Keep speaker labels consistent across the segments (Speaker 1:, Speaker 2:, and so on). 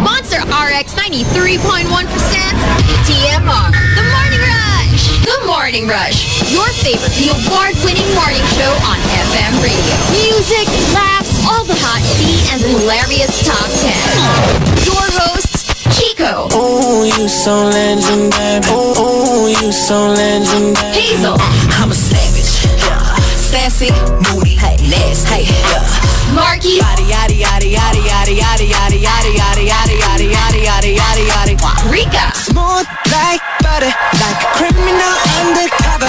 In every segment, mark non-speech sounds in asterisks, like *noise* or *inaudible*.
Speaker 1: Monster RX 93.1% TMR. The Morning Rush. The Morning Rush. Your favorite, the award winning morning show on FM radio. Music, laughs, all the hot tea, and the hilarious top 10. Your hosts, Chico,
Speaker 2: Ooh, you so legendary. Ooh, ooh, Oh, you so legendary.
Speaker 1: Hazel,
Speaker 3: Uh, I'm a savage, yeah. Sassy, moody, hey, nasty, hey, yeah.
Speaker 1: Marky,
Speaker 3: Yadi yadi yadi yadi yadi yadi yadi yadi yadi yadi yadi yadi yadi yadi yadi.
Speaker 1: Rika.
Speaker 2: Smooth like butter, like a criminal undercover.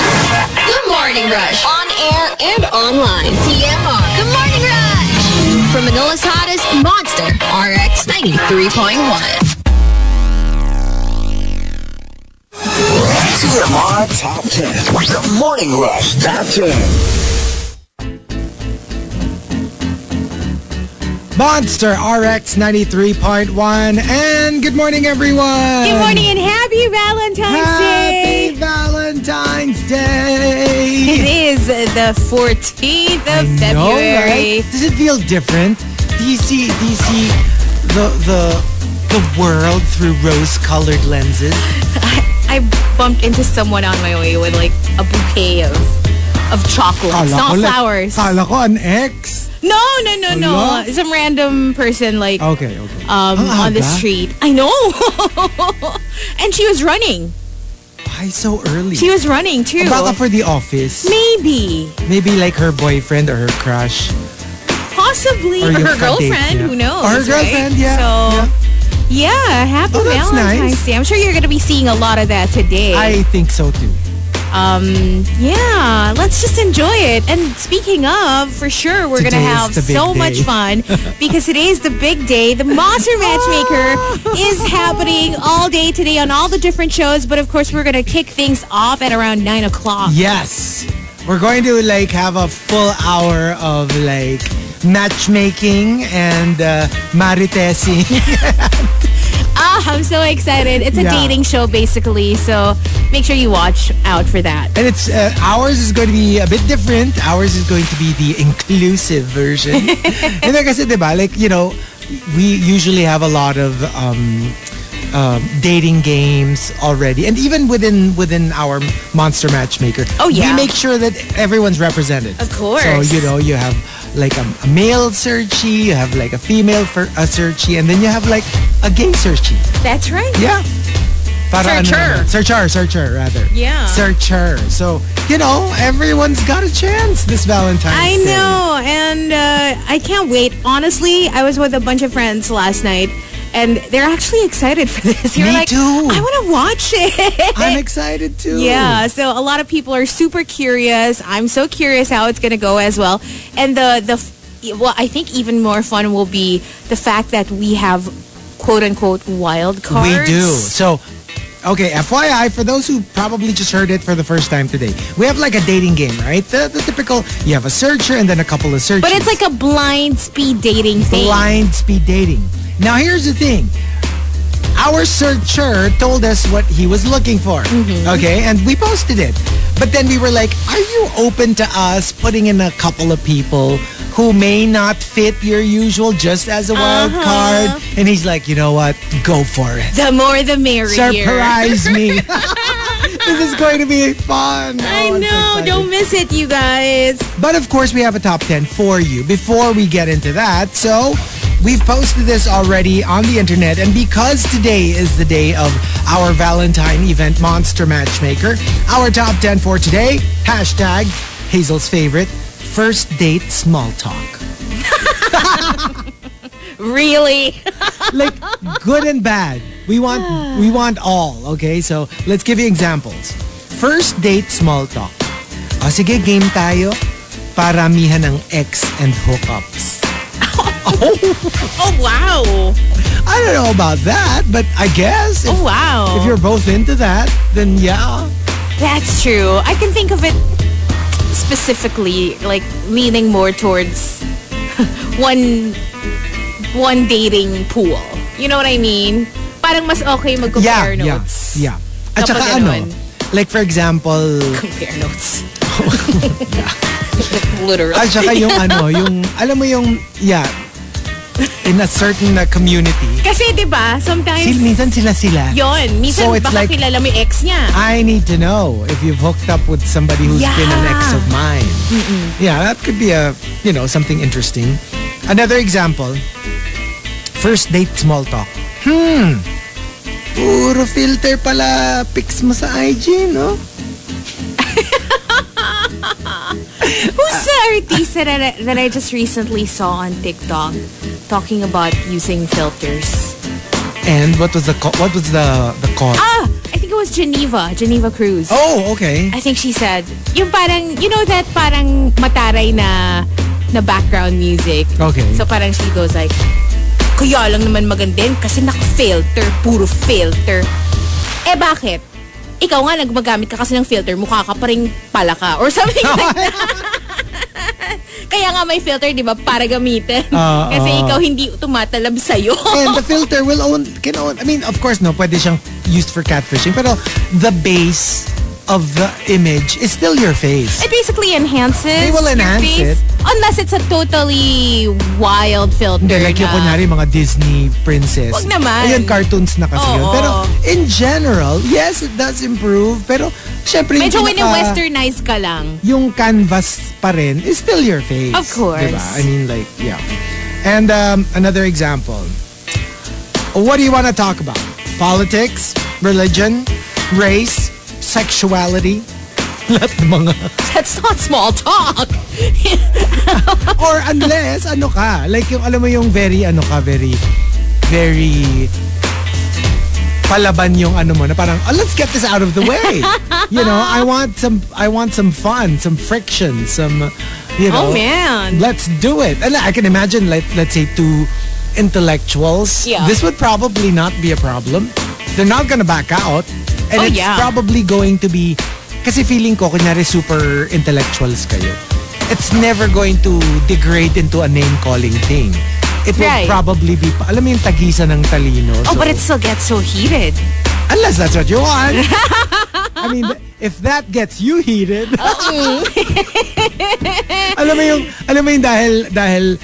Speaker 1: The Morning Rush. On air and online. TMR. The Morning Rush. From Manila's hottest monster, RX 93.1.
Speaker 4: TMR Top 10. The Morning Rush Top 10.
Speaker 5: Monster RX 93.1. And good morning, everyone.
Speaker 6: Good morning and happy Valentine's
Speaker 5: Happy
Speaker 6: Day.
Speaker 5: Valentine's
Speaker 6: It
Speaker 5: Day.
Speaker 6: is the 14th of
Speaker 5: I know,
Speaker 6: February.
Speaker 5: right? Does it feel different? Do you see, do you see the, the, the world through rose colored
Speaker 6: *laughs*
Speaker 5: lenses?
Speaker 6: I bumped into someone on my way with like a bouquet of of chocolates,
Speaker 5: Kala
Speaker 6: not
Speaker 5: ko like-
Speaker 6: flowers.
Speaker 5: Kala ko an ex.
Speaker 6: No, no, no, no.
Speaker 5: Ala.
Speaker 6: Some random person like
Speaker 5: Okay, okay.
Speaker 6: um
Speaker 5: Ang
Speaker 6: on the
Speaker 5: aga.
Speaker 6: street. I know. *laughs* and she was running.
Speaker 5: Why so early?
Speaker 6: She was running too.
Speaker 5: Baka for the office.
Speaker 6: Maybe.
Speaker 5: Maybe like her boyfriend or her crush.
Speaker 6: Possibly
Speaker 5: Or
Speaker 6: her
Speaker 5: your
Speaker 6: girlfriend,
Speaker 5: kadate, yeah.
Speaker 6: who knows?
Speaker 5: Or her
Speaker 6: right?
Speaker 5: girlfriend, yeah,
Speaker 6: So
Speaker 5: yeah.
Speaker 6: Yeah, happy
Speaker 5: Oh, that's
Speaker 6: Valentine's
Speaker 5: nice.
Speaker 6: Day. I'm sure you're going to be seeing a lot of that today.
Speaker 5: I think so too.
Speaker 6: um, yeah, let's just enjoy it. And speaking of, for sure, we're going to
Speaker 5: Today is
Speaker 6: have
Speaker 5: the big
Speaker 6: so
Speaker 5: day.
Speaker 6: much
Speaker 5: *laughs*
Speaker 6: fun because today is the big day. The
Speaker 5: *laughs*
Speaker 6: Monster Matchmaker is happening all day today on all the different shows. But of course, we're going to kick things off at around 9 o'clock.
Speaker 5: Yes. We're going to like have a full hour of like matchmaking and uh, *laughs* maritessing.
Speaker 6: Ah, I'm so excited. It's a
Speaker 5: Yeah.
Speaker 6: dating show, basically. So make sure you watch out for that.
Speaker 5: and it's uh, ours is going to be a bit different. Ours is going to be the inclusive
Speaker 6: *laughs*
Speaker 5: version. and like I said, diba, like you know, we usually have a lot of um, um, dating games already, and even within within our monster matchmaker.
Speaker 6: Oh, yeah.
Speaker 5: we make sure that everyone's represented.
Speaker 6: Of course.
Speaker 5: So you know, you have like a, a male searchie, you have like a female for a searchie, and then you have like a gay searchie.
Speaker 6: That's right.
Speaker 5: Yeah. Para
Speaker 6: Searcher.
Speaker 5: naman. searcher, searcher, rather.
Speaker 6: Yeah.
Speaker 5: Searcher. So, you know, everyone's got a chance this Valentine's
Speaker 6: I
Speaker 5: Day.
Speaker 6: know, and uh, I can't wait. Honestly, I was with a bunch of friends last night, and they're actually excited for *laughs* this. You're
Speaker 5: Me
Speaker 6: like,
Speaker 5: too.
Speaker 6: I want to watch it.
Speaker 5: I'm excited too.
Speaker 6: Yeah, so a lot of people are super curious. I'm so curious how it's going to go as well. And the the f- well, I think even more fun will be the fact that we have quote unquote wild cards.
Speaker 5: We do. So, okay, FYI, for those who probably just heard it for the first time today, we have like a dating game, right? The, the typical, you have a searcher and then a couple of searches.
Speaker 6: But it's like a blind speed dating thing.
Speaker 5: blind speed dating. Now, here's the thing. Our searcher told us what he was looking for. Okay, and we posted it. But then we were like, are you open to us putting in a couple of people who may not fit your usual just as a wild card? And he's like, you know what? Go for it.
Speaker 6: The more the merrier.
Speaker 5: Surprise me.
Speaker 6: *laughs*
Speaker 5: this is going to be fun.
Speaker 6: I
Speaker 5: Oh, I'm so
Speaker 6: know.
Speaker 5: excited.
Speaker 6: Don't miss it, you guys.
Speaker 5: But of course, we have a top 10 for you before we get into that. So we've posted this already on the internet. And because today is the day of our Valentine event, Monster Matchmaker, our top 10 for today, hashtag Hazel's favorite, first date small talk.
Speaker 6: *laughs* Really? *laughs*
Speaker 5: Like good and bad. We want we want all, okay? So let's give you examples. First date small talk. O sige, game tayo. Paramihan ng ex and hookups.
Speaker 6: *laughs* Oh wow!
Speaker 5: I don't know about that, but I guess if,
Speaker 6: Oh wow!
Speaker 5: if you're both into that, then yeah.
Speaker 6: That's true. I can think of it specifically, like leaning more towards *laughs* one one dating pool. You know what I mean? Parang mas okay mag-compare
Speaker 5: yeah,
Speaker 6: notes. *laughs*
Speaker 5: yeah, yeah. At
Speaker 6: Kapag
Speaker 5: saka ano,
Speaker 6: ganun.
Speaker 5: like for
Speaker 6: *laughs*
Speaker 5: example,
Speaker 6: Compare
Speaker 5: *laughs*
Speaker 6: notes. Literal.
Speaker 5: at saka yung ano, yung, alam mo yung, yeah, in a certain uh, community,
Speaker 6: Kasi 'di ba, sometimes
Speaker 5: sil minsan sila-sila.
Speaker 6: yon, minsan
Speaker 5: So it's
Speaker 6: baka
Speaker 5: like-
Speaker 6: kilala mo yung ex niya.
Speaker 5: *laughs* I need to know if you've hooked up with somebody who's
Speaker 6: Yeah.
Speaker 5: been an ex of mine. Yeah, that could be a, you know, something interesting. Another example, first date small talk. Hmm. Puro filter pala pics mo sa IG, no?
Speaker 6: Who's the artist that I, that I just recently saw on TikTok talking about using filters?
Speaker 5: And what was the co- what was the the call?
Speaker 6: Ah, I think it was Geneva, Geneva Cruz.
Speaker 5: Oh, okay.
Speaker 6: I think she said, yung parang, you know that parang mataray na na background music.
Speaker 5: Okay.
Speaker 6: So parang she goes like, kaya lang naman maganda yun kasi naka-filter, puro filter. Eh bakit? Ikaw nga nagmagamit ka kasi ng filter, mukha ka pa rin pala ka or
Speaker 5: *laughs*
Speaker 6: something like that. Kaya nga may filter, di ba, para gamitin.
Speaker 5: Ah,
Speaker 6: kasi
Speaker 5: ah.
Speaker 6: ikaw hindi tumatalab sa'yo.
Speaker 5: And the filter will own can own. I mean, of course, no, pwede siyang used for catfishing, pero the base of the image is still your face.
Speaker 6: It basically enhances
Speaker 5: They will
Speaker 6: your
Speaker 5: enhance
Speaker 6: face.
Speaker 5: it.
Speaker 6: Unless it's a totally wild filter
Speaker 5: Hindi, like yung
Speaker 6: na-
Speaker 5: kunyari mga Disney princess.
Speaker 6: Wag naman.
Speaker 5: Ayun, cartoons na kasi yun.
Speaker 6: Oo.
Speaker 5: Pero in general, yes, it does improve. Pero syempre, yung
Speaker 6: Medyo
Speaker 5: pinaka-
Speaker 6: wini-westernize ka lang. *laughs*
Speaker 5: yung canvas pa rin is still your face.
Speaker 6: Of course.
Speaker 5: Diba? I mean, like, yeah. And um, another example. What do you want to talk about? Politics, religion, race, sexuality? *laughs* Lahat ng mga...
Speaker 6: That's not small talk. *laughs*
Speaker 5: *laughs* Or unless, ano ka, like yung, alam mo yung very, ano ka, very, very palaban yung ano mo na parang oh, let's get this out of the
Speaker 6: *laughs*
Speaker 5: way you know I want some I want some fun some friction some you know
Speaker 6: Oh, man.
Speaker 5: let's do it and I can imagine like let's say two intellectuals
Speaker 6: Yeah.
Speaker 5: this would probably not be a problem they're not gonna back out and
Speaker 6: Oh,
Speaker 5: it's
Speaker 6: yeah.
Speaker 5: probably going to be kasi feeling ko kunyari super intellectuals kayo it's never going to degrade into a name calling thing it will
Speaker 6: Right.
Speaker 5: probably be pa- alam mo yung tagisa ng talino
Speaker 6: Oh,
Speaker 5: so-
Speaker 6: but it still gets so heated.
Speaker 5: Unless that's what you want.
Speaker 6: *laughs*
Speaker 5: I mean, if that gets you heated.
Speaker 6: Oh. *laughs*
Speaker 5: alam mo yung, alam mo yung dahil, dahil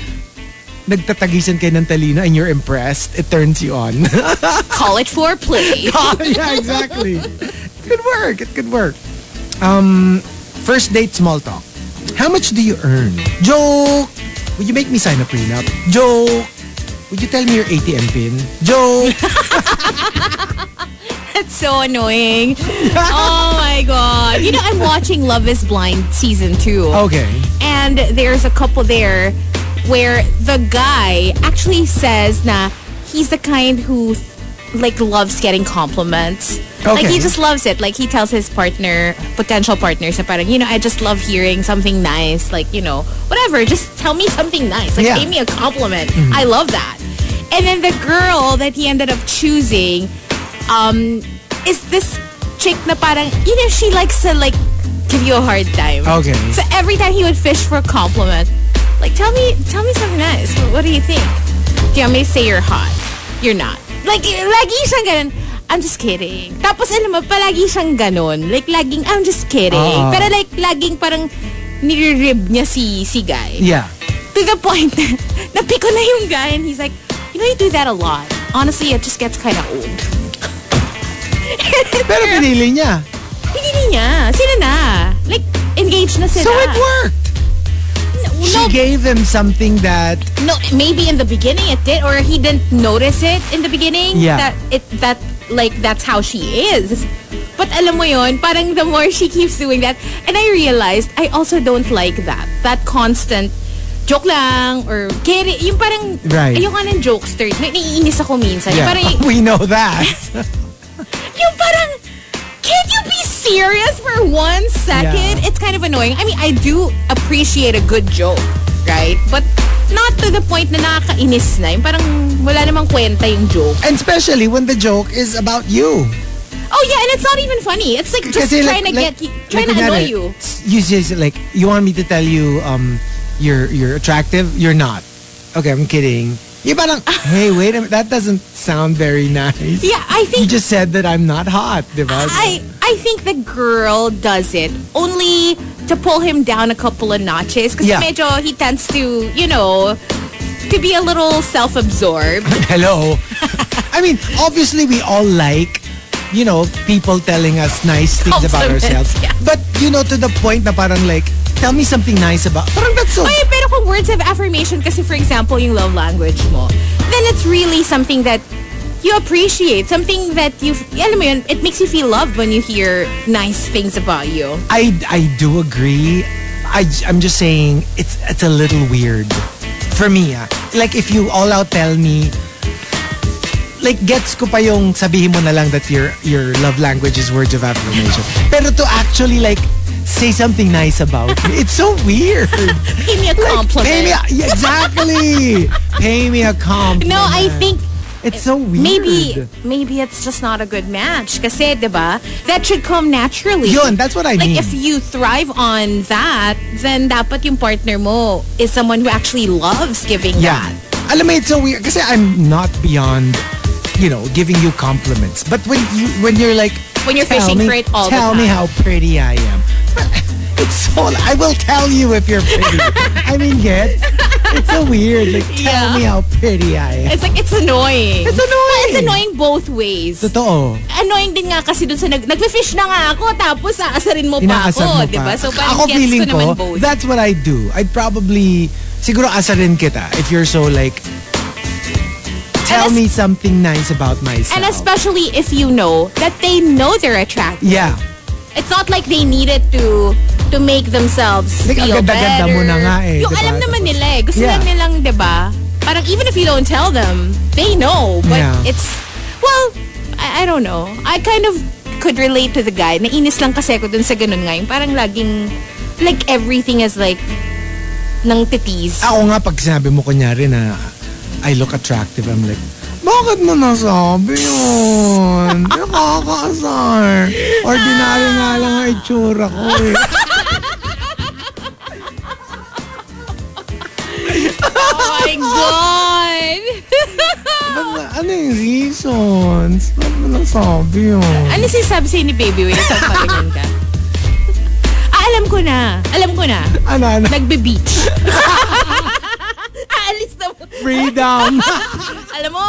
Speaker 5: nagtatagisan kayo ng talino and you're impressed, it turns you on. *laughs* Oh,
Speaker 6: Call it foreplay.
Speaker 5: yeah, exactly. It could work. It could work. Um, first date small talk. How much do you earn? Joke. Would you make me sign a prenup? Joke. Would you tell me your ATM pin?
Speaker 6: *laughs*
Speaker 5: Joke.
Speaker 6: That's so annoying. Oh my god. You know, I'm watching Love is Blind season 2.
Speaker 5: Okay.
Speaker 6: and there's a couple there where the guy actually says na he's the kind who like loves getting compliments. Like
Speaker 5: Okay.
Speaker 6: he just loves it. Like he tells his partner, potential partners, na parang, you know, I just love hearing something nice. Like, you know, whatever. Just tell me something nice. Like,
Speaker 5: Yeah.
Speaker 6: pay me a compliment. I love that. And then the girl that he ended up choosing um, is this chick na parang, you know, she likes to like give you a hard time.
Speaker 5: Okay.
Speaker 6: So every time he would fish for a compliment, like tell me, tell me something nice. What, what do you think? Do you want me to say you're hot? You're not. Like, lagi siyang ganun. I'm just kidding. Tapos alam mo, palagi siyang ganun. Like, laging, I'm just kidding.
Speaker 5: Oo.
Speaker 6: Pero like, laging parang nire-rib niya si, si guy
Speaker 5: Yeah.
Speaker 6: to the point na napiko na yung guy and he's like, you know, you do that a lot. Honestly, it just gets kind of old.
Speaker 5: Pero pinili niya.
Speaker 6: Pinili niya. Sila na. Like, engaged na sila.
Speaker 5: So it worked. She
Speaker 6: No,
Speaker 5: gave him something that
Speaker 6: no, maybe in the beginning it did, or he didn't notice it in the beginning.
Speaker 5: Yeah.
Speaker 6: That it that like that's how she is. But alam mo yon, parang the more she keeps doing that, and I realized I also don't like that. That constant joke lang or kere, yung parang
Speaker 5: Right.
Speaker 6: ayoko ng jokester. Na- Naiinis ako minsan. Yung
Speaker 5: yeah,
Speaker 6: parang
Speaker 5: *laughs* we know that.
Speaker 6: *laughs*
Speaker 5: *laughs*
Speaker 6: yung parang, uh, can't you be serious for one second?
Speaker 5: Yeah.
Speaker 6: It's kind of annoying. I mean, I do appreciate a good joke, right? But not to the point na nakakainis na. Yung parang wala namang kwenta yung joke.
Speaker 5: And especially when the joke is about you.
Speaker 6: Oh yeah, and it's not even funny. It's like just
Speaker 5: Kasi
Speaker 6: trying to get, trying to
Speaker 5: kunyari,
Speaker 6: annoy you.
Speaker 5: s- You just like you want me to tell you um you're you're attractive. You're not. Okay, I'm kidding. You
Speaker 6: *laughs*
Speaker 5: parang hey wait a minute that doesn't sound very nice.
Speaker 6: Yeah, I
Speaker 5: You
Speaker 6: think
Speaker 5: just said that I'm not hot, diba?
Speaker 6: I I think the girl does it only to pull him down a couple of notches because
Speaker 5: Yeah.
Speaker 6: medyo he tends to you know to be a little self-absorbed. *laughs*
Speaker 5: Hello. I mean, obviously we all like you know people telling us nice things about
Speaker 6: Compliments,
Speaker 5: ourselves.
Speaker 6: yeah.
Speaker 5: But you know to the point na parang like tell me something nice about. Parang that's so
Speaker 6: Oy, pero kung words of affirmation kasi for example yung love language mo, then it's really something that you appreciate, something that you alam mo yun, it makes you feel loved when you hear nice things about you.
Speaker 5: I I do agree. I I'm just saying it's it's a little weird for me. Ah. Like if you all out tell me like gets ko pa yung sabihin mo na lang that your your love language is words of
Speaker 6: *laughs*
Speaker 5: affirmation. Pero to actually like say something nice about me, it's so weird.
Speaker 6: Give me *laughs* a compliment.
Speaker 5: Pay me a, yeah,
Speaker 6: *laughs*
Speaker 5: exactly. Pay me a compliment.
Speaker 6: no, I think
Speaker 5: it's so weird.
Speaker 6: maybe maybe it's just not a good match kasi 'di ba? That should come naturally.
Speaker 5: Yun, that's what I mean.
Speaker 6: like if you thrive on that, then dapat yung partner mo is someone who actually loves giving
Speaker 5: Yeah.
Speaker 6: that.
Speaker 5: Alam mo, it's so weird. Kasi I'm not beyond, you know, giving you compliments. But when you when you're like
Speaker 6: When you're
Speaker 5: "Tell
Speaker 6: fishing
Speaker 5: me-
Speaker 6: for it all the
Speaker 5: Tell me how
Speaker 6: time."
Speaker 5: pretty I am. *laughs* It's so I will tell you if you're pretty. I mean, get it's so weird. Like tell
Speaker 6: Yeah.
Speaker 5: me how pretty I am.
Speaker 6: It's like it's annoying.
Speaker 5: It's annoying.
Speaker 6: It's annoying both ways.
Speaker 5: Totoo.
Speaker 6: annoying din nga kasi dun sa nag nagfi-fish na nga ako tapos aasarin mo pa
Speaker 5: Inaasar mo pa.
Speaker 6: ako, 'di ba? So
Speaker 5: ako
Speaker 6: parang gets
Speaker 5: feeling
Speaker 6: ko naman
Speaker 5: ko,
Speaker 6: both.
Speaker 5: that's what I do. I'd probably, siguro asarin kita if you're so like, tell
Speaker 6: as-
Speaker 5: me something nice about myself.
Speaker 6: And especially if you know that they know they're attractive.
Speaker 5: yeah.
Speaker 6: It's not like they needed to to make themselves
Speaker 5: Like, ang
Speaker 6: feel
Speaker 5: ganda-ganda
Speaker 6: better.
Speaker 5: mo na nga eh,
Speaker 6: Yung
Speaker 5: diba?
Speaker 6: alam naman
Speaker 5: Tapos-
Speaker 6: nila eh. Gusto
Speaker 5: Yeah.
Speaker 6: lang nilang, 'di ba? Parang even if you don't tell them, they know. But
Speaker 5: Yeah.
Speaker 6: it's well, I, I don't know. I kind of could relate to the guy. Nainis lang kasi ako dun sa ganun nga. Yung parang laging like everything is like ng titis.
Speaker 5: Ako nga, pag sinabi mo kunyari na I look attractive, I'm like, bakit mo nasabi yun? Nakakaasar. Ordinary nga lang ang itsura ko eh.
Speaker 6: Oh my God!
Speaker 5: Ba't na- Ano yung reasons? Bakit mo nasabi yun?
Speaker 6: ano sinasabi sa'yo ni Baby Wait? Pagpapalingan ka? Ah, alam ko na. Alam ko na.
Speaker 5: Ano, ano?
Speaker 6: Nagbe-beach. Aalis na mo.
Speaker 5: *laughs* Freedom!
Speaker 6: Alam mo,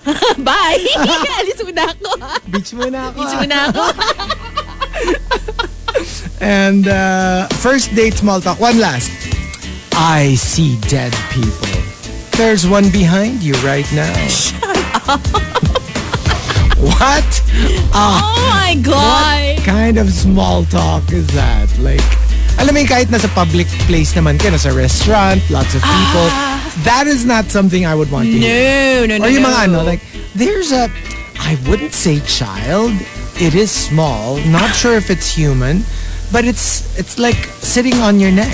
Speaker 6: *laughs* bye. *laughs* Alis mo na ako.
Speaker 5: Beach muna ako. ah.
Speaker 6: Beach mo na ako. *laughs*
Speaker 5: And uh, first date small talk. One last. I see dead people. There's one behind you right now.
Speaker 6: *laughs*
Speaker 5: Shut up. what Ah.
Speaker 6: Oh my God.
Speaker 5: kind of small talk is that? Like, alam mo yung kahit nasa public place naman ka, nasa restaurant, lots of people, that is not something I would want to hear.
Speaker 6: Ah. No, no, no.
Speaker 5: Or yung
Speaker 6: no.
Speaker 5: mga ano, like, there's a, I wouldn't say child. It is small. Not sure if it's human, but it's it's like sitting on your neck,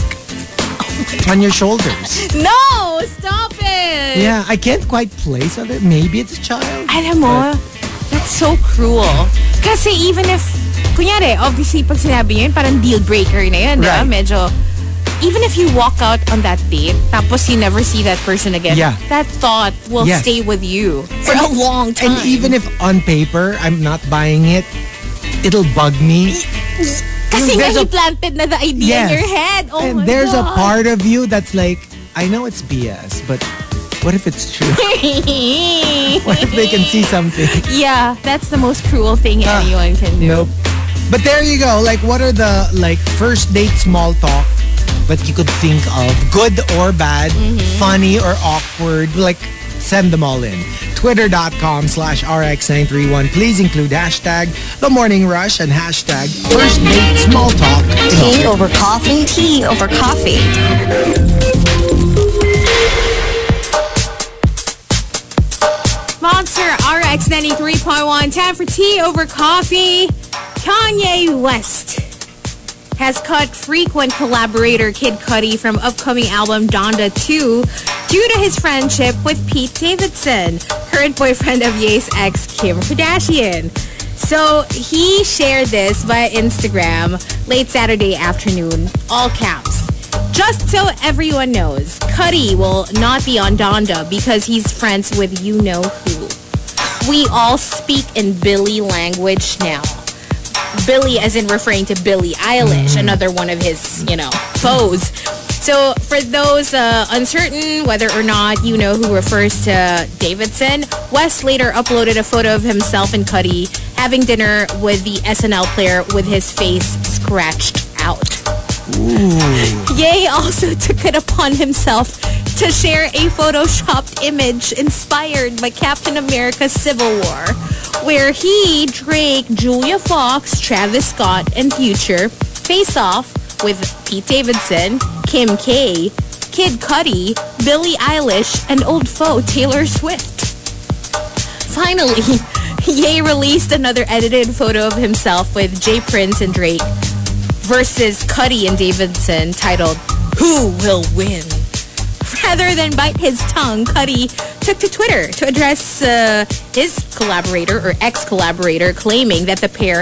Speaker 6: Oh
Speaker 5: on your shoulders.
Speaker 6: No, stop it.
Speaker 5: Yeah, I can't quite place of it. Maybe it's a child.
Speaker 6: Alam mo, that's so cruel. Kasi even if, kunyari, obviously pag sinabi yun, parang deal breaker na yun, di ba?
Speaker 5: Right.
Speaker 6: Medyo, even if you walk out on that date, tapos you never see that person again,
Speaker 5: Yeah.
Speaker 6: that thought will
Speaker 5: Yes.
Speaker 6: stay with you for a long time.
Speaker 5: And even if on paper I'm not buying it, it'll bug me.
Speaker 6: Kasi nga,
Speaker 5: there's
Speaker 6: he
Speaker 5: a-
Speaker 6: planted na the idea in your head. Oh
Speaker 5: and
Speaker 6: my
Speaker 5: there's
Speaker 6: God.
Speaker 5: a
Speaker 6: *laughs*
Speaker 5: part of you that's like, I know it's BS, but what if it's true? what if they can
Speaker 6: *laughs*
Speaker 5: Ah. see something?
Speaker 6: Yeah, that's the most cruel thing anyone can do.
Speaker 5: Nope. But there you go. Like, what are the like first date small talk that you could think of, good or bad,
Speaker 6: Mm-hmm.
Speaker 5: funny or awkward? Like, send them all in. Twitter.com slash RX931. Please include hashtag The Morning Rush and hashtag First Date Small Talk.
Speaker 3: Tea over coffee. Tea over coffee.
Speaker 6: Monster RX 93.1. Time for tea over coffee. Kanye West has cut frequent collaborator Kid Cudi from upcoming album Donda 2 due to his friendship with Pete Davidson, current boyfriend of Ye's ex Kim Kardashian. So he shared this via Instagram late Saturday afternoon, all caps. Just so everyone knows, Cuddy will not be on Donda because he's friends with you know who. We all speak in Billy language now. Billy as in referring to Billie Eilish, another one of his, you know, foes. So for those uh, uncertain whether or not you know who refers to Davidson, West later uploaded a photo of himself and Cuddy having dinner with the SNL player with his face scratched out. Ye also *laughs* took it upon himself to share a photoshopped image inspired by Captain America's Civil War, where he, Drake, Julia Fox, Travis Scott, and Future face off with Pete Davidson, Kim K, Kid Cudi, Billie Eilish, and old foe Taylor Swift. Finally, *laughs* Ye released another edited photo of himself with Jay Prince and Drake versus Cuddy and Davidson titled Who Will Win? Rather than bite his tongue, Cuddy took to Twitter to address uh, his collaborator or ex-collaborator claiming that the pair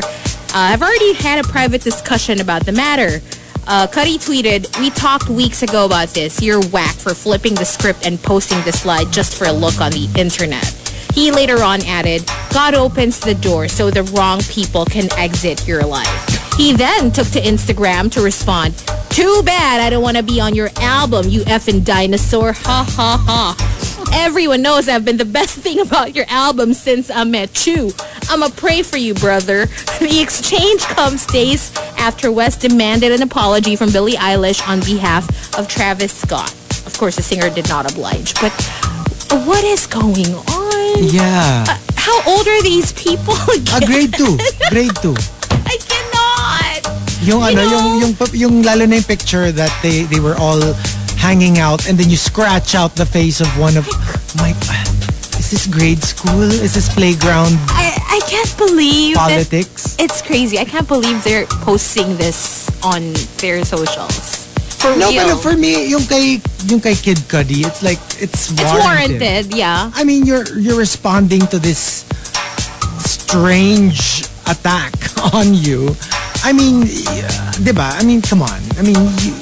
Speaker 6: uh, have already had a private discussion about the matter. Uh, Cuddy tweeted, We talked weeks ago about this. You're whack for flipping the script and posting the slide just for a look on the internet. He later on added, God opens the door so the wrong people can exit your life. He then took to Instagram to respond, Too bad I don't want to be on your album, you effing dinosaur. *laughs* Ha ha ha. Everyone knows I've been the best thing about your album since I met you. I'ma pray for you, brother. *laughs* The exchange comes days after West demanded an apology from Billie Eilish on behalf of Travis Scott. Of course, the singer did not oblige, but what is going on?
Speaker 5: Yeah.
Speaker 6: How old are these people? *laughs*
Speaker 5: Ah, grade 2. Grade 2.
Speaker 6: I cannot.
Speaker 5: Yung
Speaker 6: You
Speaker 5: ano,
Speaker 6: know?
Speaker 5: yung, yung, pa- yung lalo na yung picture that they, they were all hanging out and then you scratch out the face of one of my... Is this grade school? Is this playground
Speaker 6: I, I can't believe that-
Speaker 5: politics?
Speaker 6: It's crazy. I can't believe they're posting this on their socials. For
Speaker 5: No,
Speaker 6: real.
Speaker 5: pero for me, yung kay, yung kay Kid Cudi, it's like, it's warranted.
Speaker 6: it's warranted, yeah.
Speaker 5: I mean, you're you're responding to this strange attack *laughs* on you. I mean, yeah, diba? I mean, come on. I mean, you,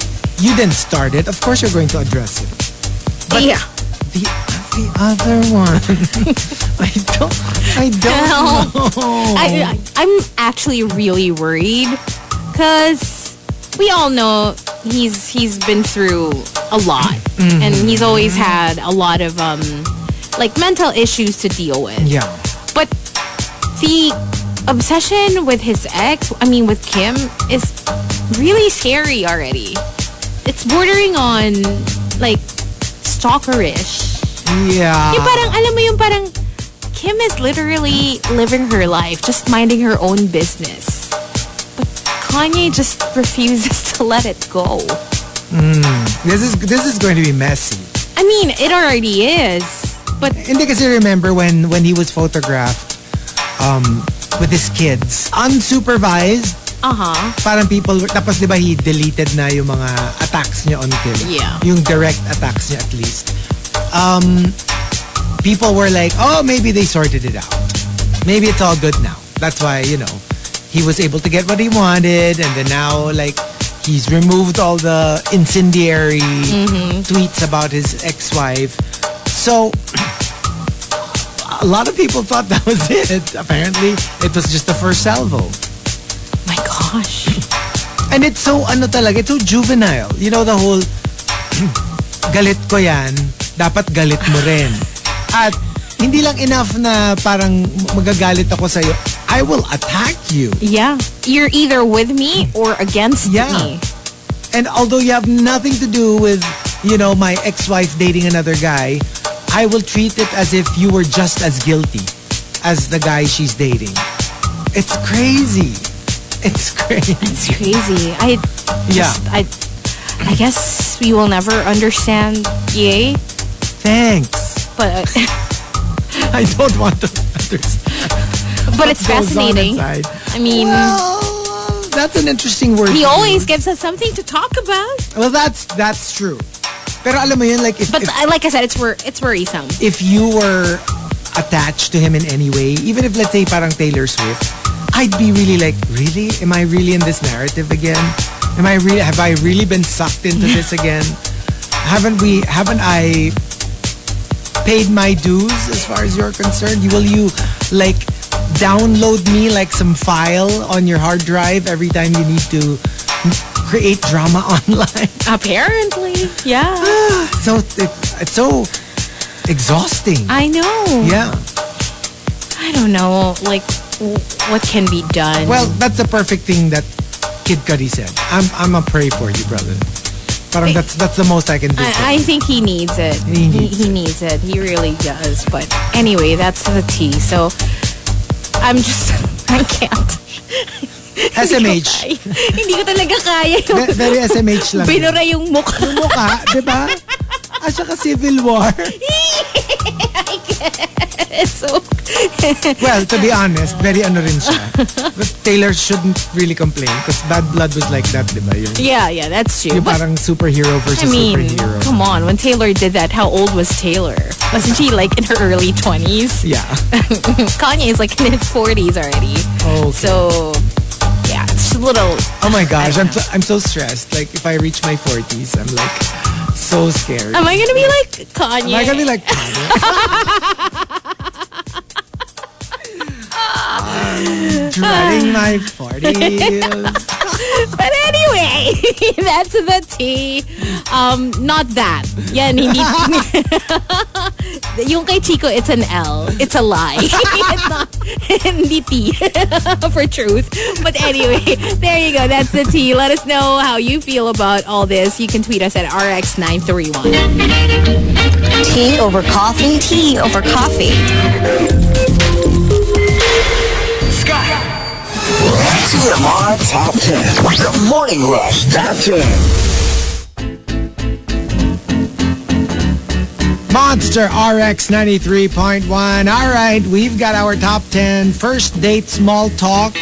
Speaker 5: you didn't start it. Of course, you're going to address it.
Speaker 6: yeah.
Speaker 5: The the other one, *laughs* I don't, I don't know.
Speaker 6: I, I, I'm actually really worried because we all know he's he's been through a lot, and
Speaker 5: Mm-hmm.
Speaker 6: he's always had a lot of um like mental issues to deal with.
Speaker 5: yeah,
Speaker 6: But the obsession with his ex, I mean with Kim, is really scary already. It's bordering on like stalkerish.
Speaker 5: yeah.
Speaker 6: Yung parang, alam mo yung parang, Kim is literally living her life, just minding her own business. But Kanye just *laughs* refuses to let it go.
Speaker 5: Hmm. This is this is going to be messy.
Speaker 6: I mean, it already is. But
Speaker 5: Hindi kasi remember when when he was photographed um, with his kids, unsupervised.
Speaker 6: uh-huh.
Speaker 5: parang people, tapos di ba he deleted na yung mga attacks niya on Kim.
Speaker 6: Yeah.
Speaker 5: Yung direct attacks niya at least. Um, people were like, oh, maybe they sorted it out. Maybe it's all good now. That's why, you know, he was able to get what he wanted and then now like he's removed all the incendiary
Speaker 6: Mm-hmm.
Speaker 5: tweets about his ex-wife. So a lot of people thought that was it. Apparently, it was just the first salvo.
Speaker 6: My gosh.
Speaker 5: And it's so, ano talaga, it's so juvenile. You know, the whole, *clears throat* galit ko yan, dapat galit mo rin. At, hindi lang enough na parang magagalit ako sa'yo. I will attack you.
Speaker 6: Yeah. You're either with me or against
Speaker 5: Yeah.
Speaker 6: me.
Speaker 5: And although you have nothing to do with, you know, my ex-wife dating another guy, I will treat it as if you were just as guilty as the guy she's dating. It's crazy. It's *laughs* crazy.
Speaker 6: It's crazy. I
Speaker 5: Yeah.
Speaker 6: just, I, I guess we will never understand Ye,
Speaker 5: Thanks.
Speaker 6: but, *laughs*
Speaker 5: I don't want to *laughs* understand.
Speaker 6: but it's
Speaker 5: goes on
Speaker 6: fascinating.
Speaker 5: inside.
Speaker 6: I mean,
Speaker 5: Well, that's an interesting word.
Speaker 6: he
Speaker 5: to use.
Speaker 6: always gives us something to talk about.
Speaker 5: Well, that's that's true. Pero alam mo yun, like, if,
Speaker 6: But
Speaker 5: if,
Speaker 6: uh, like I said, it's wor- it's worrisome.
Speaker 5: if you were attached to him in any way, even if, let's say, parang Taylor Swift, I'd be really like, really? Am I really in this narrative again? Am I really, have I really been sucked into this again? Haven't we, haven't I paid my dues as far as you're concerned? You- Will you, like, download me like some file on your hard drive every time you need to create drama *laughs* online?
Speaker 6: Apparently, yeah.
Speaker 5: *sighs* so it, it's so exhausting.
Speaker 6: I know.
Speaker 5: yeah.
Speaker 6: I don't know. Like, w- what can be done?
Speaker 5: Well, that's the perfect thing that Kid Cudi said. I'm I'm a pray for you, brother. Parang
Speaker 6: Wait.
Speaker 5: that's that's the most I can do. for
Speaker 6: I, I
Speaker 5: you.
Speaker 6: think he needs it.
Speaker 5: He needs
Speaker 6: he, needs it. He really does. But anyway, that's the tea. So I'm just, *laughs* I can't.
Speaker 5: SMH.
Speaker 6: Hindi ko talaga kaya yung
Speaker 5: Ve- Very SMH lang.
Speaker 6: binura *laughs* yung mukha.
Speaker 5: Yung mukha, di ba? At saka civil war.
Speaker 6: So,
Speaker 5: Well, to be honest, very ano rin siya. But Taylor shouldn't really complain because Bad Blood was like that, di ba? Yung,
Speaker 6: *laughs* yeah, yeah, that's true.
Speaker 5: yung
Speaker 6: But,
Speaker 5: parang superhero
Speaker 6: I
Speaker 5: versus
Speaker 6: mean,
Speaker 5: superhero.
Speaker 6: come on. When Taylor did that, how old was Taylor? Wasn't she like in her early 20s?
Speaker 5: Yeah.
Speaker 6: *laughs* Kanye is like in his 40s already.
Speaker 5: Okay.
Speaker 6: So, yeah, it's just a little.
Speaker 5: Oh my gosh,
Speaker 6: I
Speaker 5: I'm
Speaker 6: don't
Speaker 5: so, I'm so stressed. Like if I reach my 40s, I'm like so scared.
Speaker 6: Am I gonna be like Kanye?
Speaker 5: Am I gonna be like panic? *laughs* I'm dreading my 40s.
Speaker 6: *laughs* But anyway, *laughs* that's the tea. Um, not that. Yan, hindi. *laughs* yung kay Chico, it's an L. It's a lie. *laughs* it's not, hindi tea *laughs* for truth. But anyway, there you go. That's the tea. Let us know how you feel about all this. You can tweet us at RX931.
Speaker 3: Tea over coffee? Tea over coffee.
Speaker 4: TMR Top 10. The Morning Rush Top 10.
Speaker 5: Monster RX 93.1. All right, we've got our top 10 first date small talk.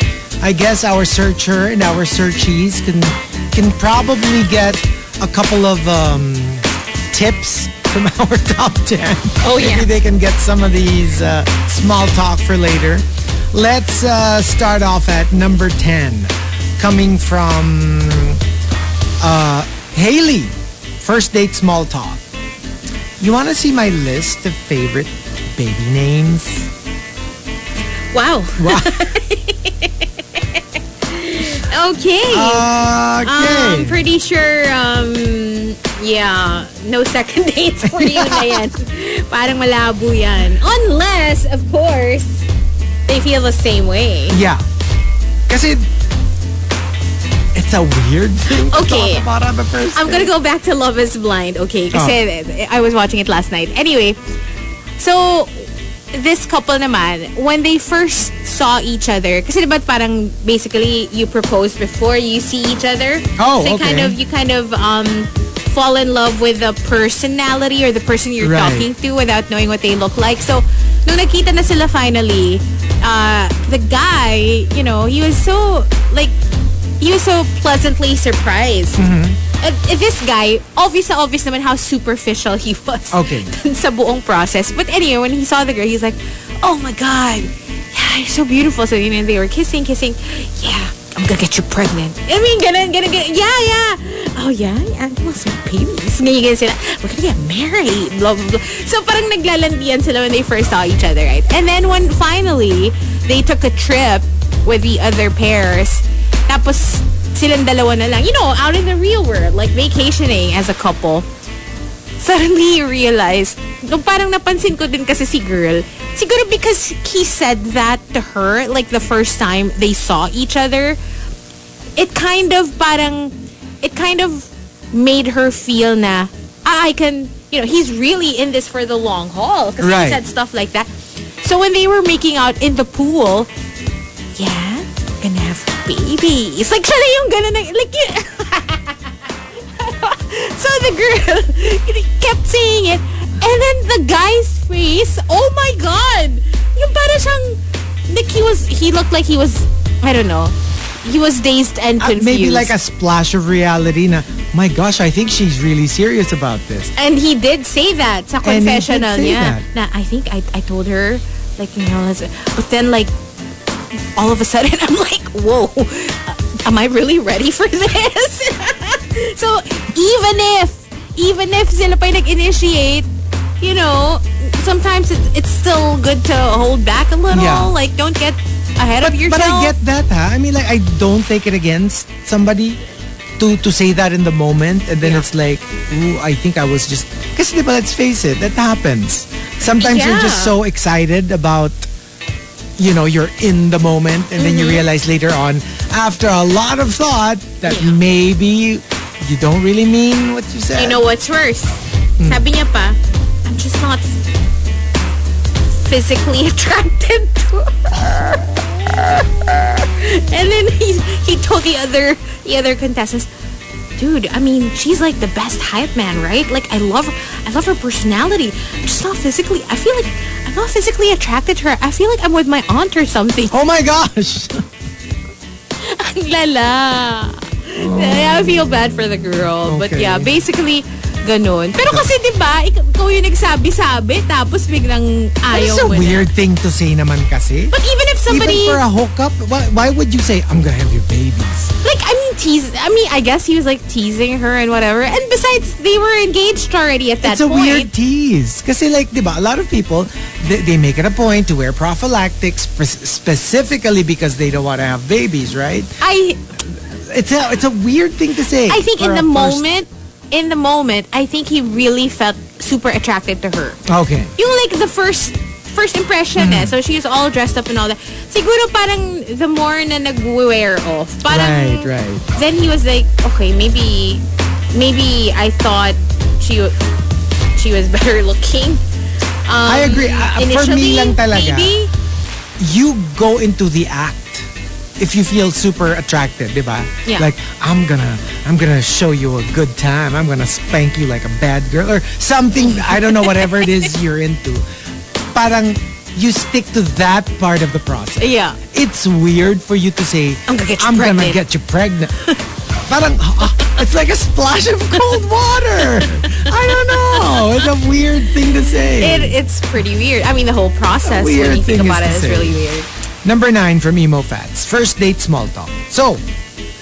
Speaker 5: I guess our searcher and our searchees can can probably get a couple of um, tips from *laughs* our top 10.
Speaker 6: Oh, yeah.
Speaker 5: Maybe they can get some of these uh, small talk for later. Let's uh, start off at number 10, coming from uh, Haley. First date small talk. You want to see my list of favorite baby names?
Speaker 6: Wow. okay.
Speaker 5: Okay.
Speaker 6: I'm pretty sure, um, yeah, no *laughs* second dates for you na yan. Parang malabo yan. Unless, of course, they feel the same way.
Speaker 5: *laughs* yeah. Kasi it's a weird thing to
Speaker 6: Okay.
Speaker 5: talk about on the first
Speaker 6: I'm gonna go back to Love is Blind, okay? Kasi
Speaker 5: Ah.
Speaker 6: I was watching it last night. Anyway, so this couple naman, when they first saw each other, kasi diba parang basically you propose before you see each other?
Speaker 5: Oh,
Speaker 6: so you kind
Speaker 5: okay.
Speaker 6: of, you kind of, um, fall in love with the personality or the person you're
Speaker 5: Right.
Speaker 6: talking to without knowing what they look like. So, nung nakita na sila finally, uh, the guy, you know, he was so, like, he was so pleasantly surprised.
Speaker 5: Mm-hmm.
Speaker 6: Uh, uh, this guy, obvious na obvious naman how superficial he was
Speaker 5: Okay.
Speaker 6: *laughs* sa buong process. But anyway, when he saw the girl, he's like, oh my God, yeah, you're so beautiful. So, you know, they were kissing, kissing. Yeah, I'm gonna get you pregnant. *laughs* I mean, ganun, ganun, ganun. Yeah, yeah. Oh, yeah, yeah. I want some babies. Ganyan, ganyan sila. We're gonna get married. Blah, blah, blah. So, parang naglalandian sila when they first saw each other, right? And then when finally, they took a trip with the other pairs, tapos silang dalawa na lang. You know, out in the real world, like vacationing as a couple suddenly you realized, nung parang napansin ko din kasi si girl, siguro because he said that to her, like the first time they saw each other, it kind of parang, it kind of made her feel na, ah, I can, you know, he's really in this for the long haul. Because
Speaker 5: Right.
Speaker 6: he said stuff like that. So when they were making out in the pool, yeah, gonna have babies. Like, siya na yung ganun, na- like, yun- *laughs* So the girl *laughs* kept saying it. And then the guy's face, oh my God! Yung para siyang, like he was, he looked like he was, I don't know, he was dazed and
Speaker 5: Uh,
Speaker 6: confused.
Speaker 5: maybe like a splash of reality na, my gosh, I think she's really serious about this.
Speaker 6: And he did say that sa
Speaker 5: And he did
Speaker 6: confessional
Speaker 5: say
Speaker 6: niya.
Speaker 5: that.
Speaker 6: Na I think I, I told her, like, you know, let's, but then like, all of a sudden, *laughs* I'm like, whoa, uh, am I really ready for this? *laughs* so, even if, even if sila pa yung nag-initiate, you know, sometimes it, it's still good to hold back a little.
Speaker 5: Yeah.
Speaker 6: Like, don't get ahead
Speaker 5: But,
Speaker 6: of
Speaker 5: but
Speaker 6: yourself.
Speaker 5: I get that, ha? I mean, like, I don't take it against somebody to to say that in the moment, and then
Speaker 6: Yeah.
Speaker 5: it's like, ooh, I think I was just. Because, let's face it, that happens. Sometimes you're just
Speaker 6: Yeah.
Speaker 5: so excited about, you know, you're in the moment, and then you
Speaker 6: Mm-hmm.
Speaker 5: realize later on, after a lot of thought, that maybe you don't really mean what you said.
Speaker 6: You know what's worse?
Speaker 5: Hmm.
Speaker 6: Sabi niya pa, I'm just not physically *laughs* attracted to her." and then *laughs* he he told the other the other contestants, dude, I mean, she's like the best hype man, right? Like I love her I love her personality. I'm just not physically I feel like I'm not physically attracted to her. I feel like I'm with my aunt or something.
Speaker 5: Oh my gosh!
Speaker 6: *laughs* Ang lala. I feel bad for the girl. But
Speaker 5: Okay.
Speaker 6: yeah, basically, ganun. Pero kasi di ba, ik- ikaw yung nagsabi-sabi, tapos biglang
Speaker 5: It's
Speaker 6: ayaw
Speaker 5: a
Speaker 6: mo
Speaker 5: weird
Speaker 6: na.
Speaker 5: thing to say naman kasi.
Speaker 6: But even if somebody,
Speaker 5: Even for a hookup, why, why would you say, I'm gonna have your babies?
Speaker 6: like, I mean, tease, I mean, I guess he was like teasing her and whatever. And besides, they were engaged already at that
Speaker 5: it's a
Speaker 6: point.
Speaker 5: weird tease. Kasi like, di ba, a lot of people, they, they make it a point to wear prophylactics spe- specifically because they don't want to have babies, right?
Speaker 6: I,
Speaker 5: It's a, it's a weird thing to say.
Speaker 6: I think
Speaker 5: for a
Speaker 6: in the
Speaker 5: first-
Speaker 6: moment, in the moment, I think he really felt super attracted to her.
Speaker 5: Okay.
Speaker 6: yung like the first first impression
Speaker 5: Hmm.
Speaker 6: eh. So she's all dressed up and all that. Siguro parang the more na nag-wear off. Parang,
Speaker 5: Right, right.
Speaker 6: Then he was like, okay, maybe, maybe I thought she wa- she was *laughs* better looking. Um,
Speaker 5: I agree. Ah, for me
Speaker 6: initially,
Speaker 5: lang talaga.
Speaker 6: Maybe.
Speaker 5: You go into the act if you feel super attracted, di ba?
Speaker 6: Yeah.
Speaker 5: Like, I'm gonna, I'm gonna show you a good time. I'm gonna spank you like a bad girl or something. I don't know, whatever it is you're into. Parang, you stick to that part of the process.
Speaker 6: Yeah.
Speaker 5: it's weird for you to say
Speaker 6: I'm gonna get you
Speaker 5: gonna
Speaker 6: pregnant."
Speaker 5: get you
Speaker 6: *laughs*
Speaker 5: pregnant. Parang, ah, it's like a splash of cold
Speaker 6: *laughs*
Speaker 5: water. I don't know. It's a weird thing to say.
Speaker 6: It, it's pretty weird. I mean, the whole
Speaker 5: A
Speaker 6: process when
Speaker 5: weird
Speaker 6: you think
Speaker 5: thing
Speaker 6: about
Speaker 5: is to say.
Speaker 6: it is really weird.
Speaker 5: Number nine from Emo Fats. First date small talk. So,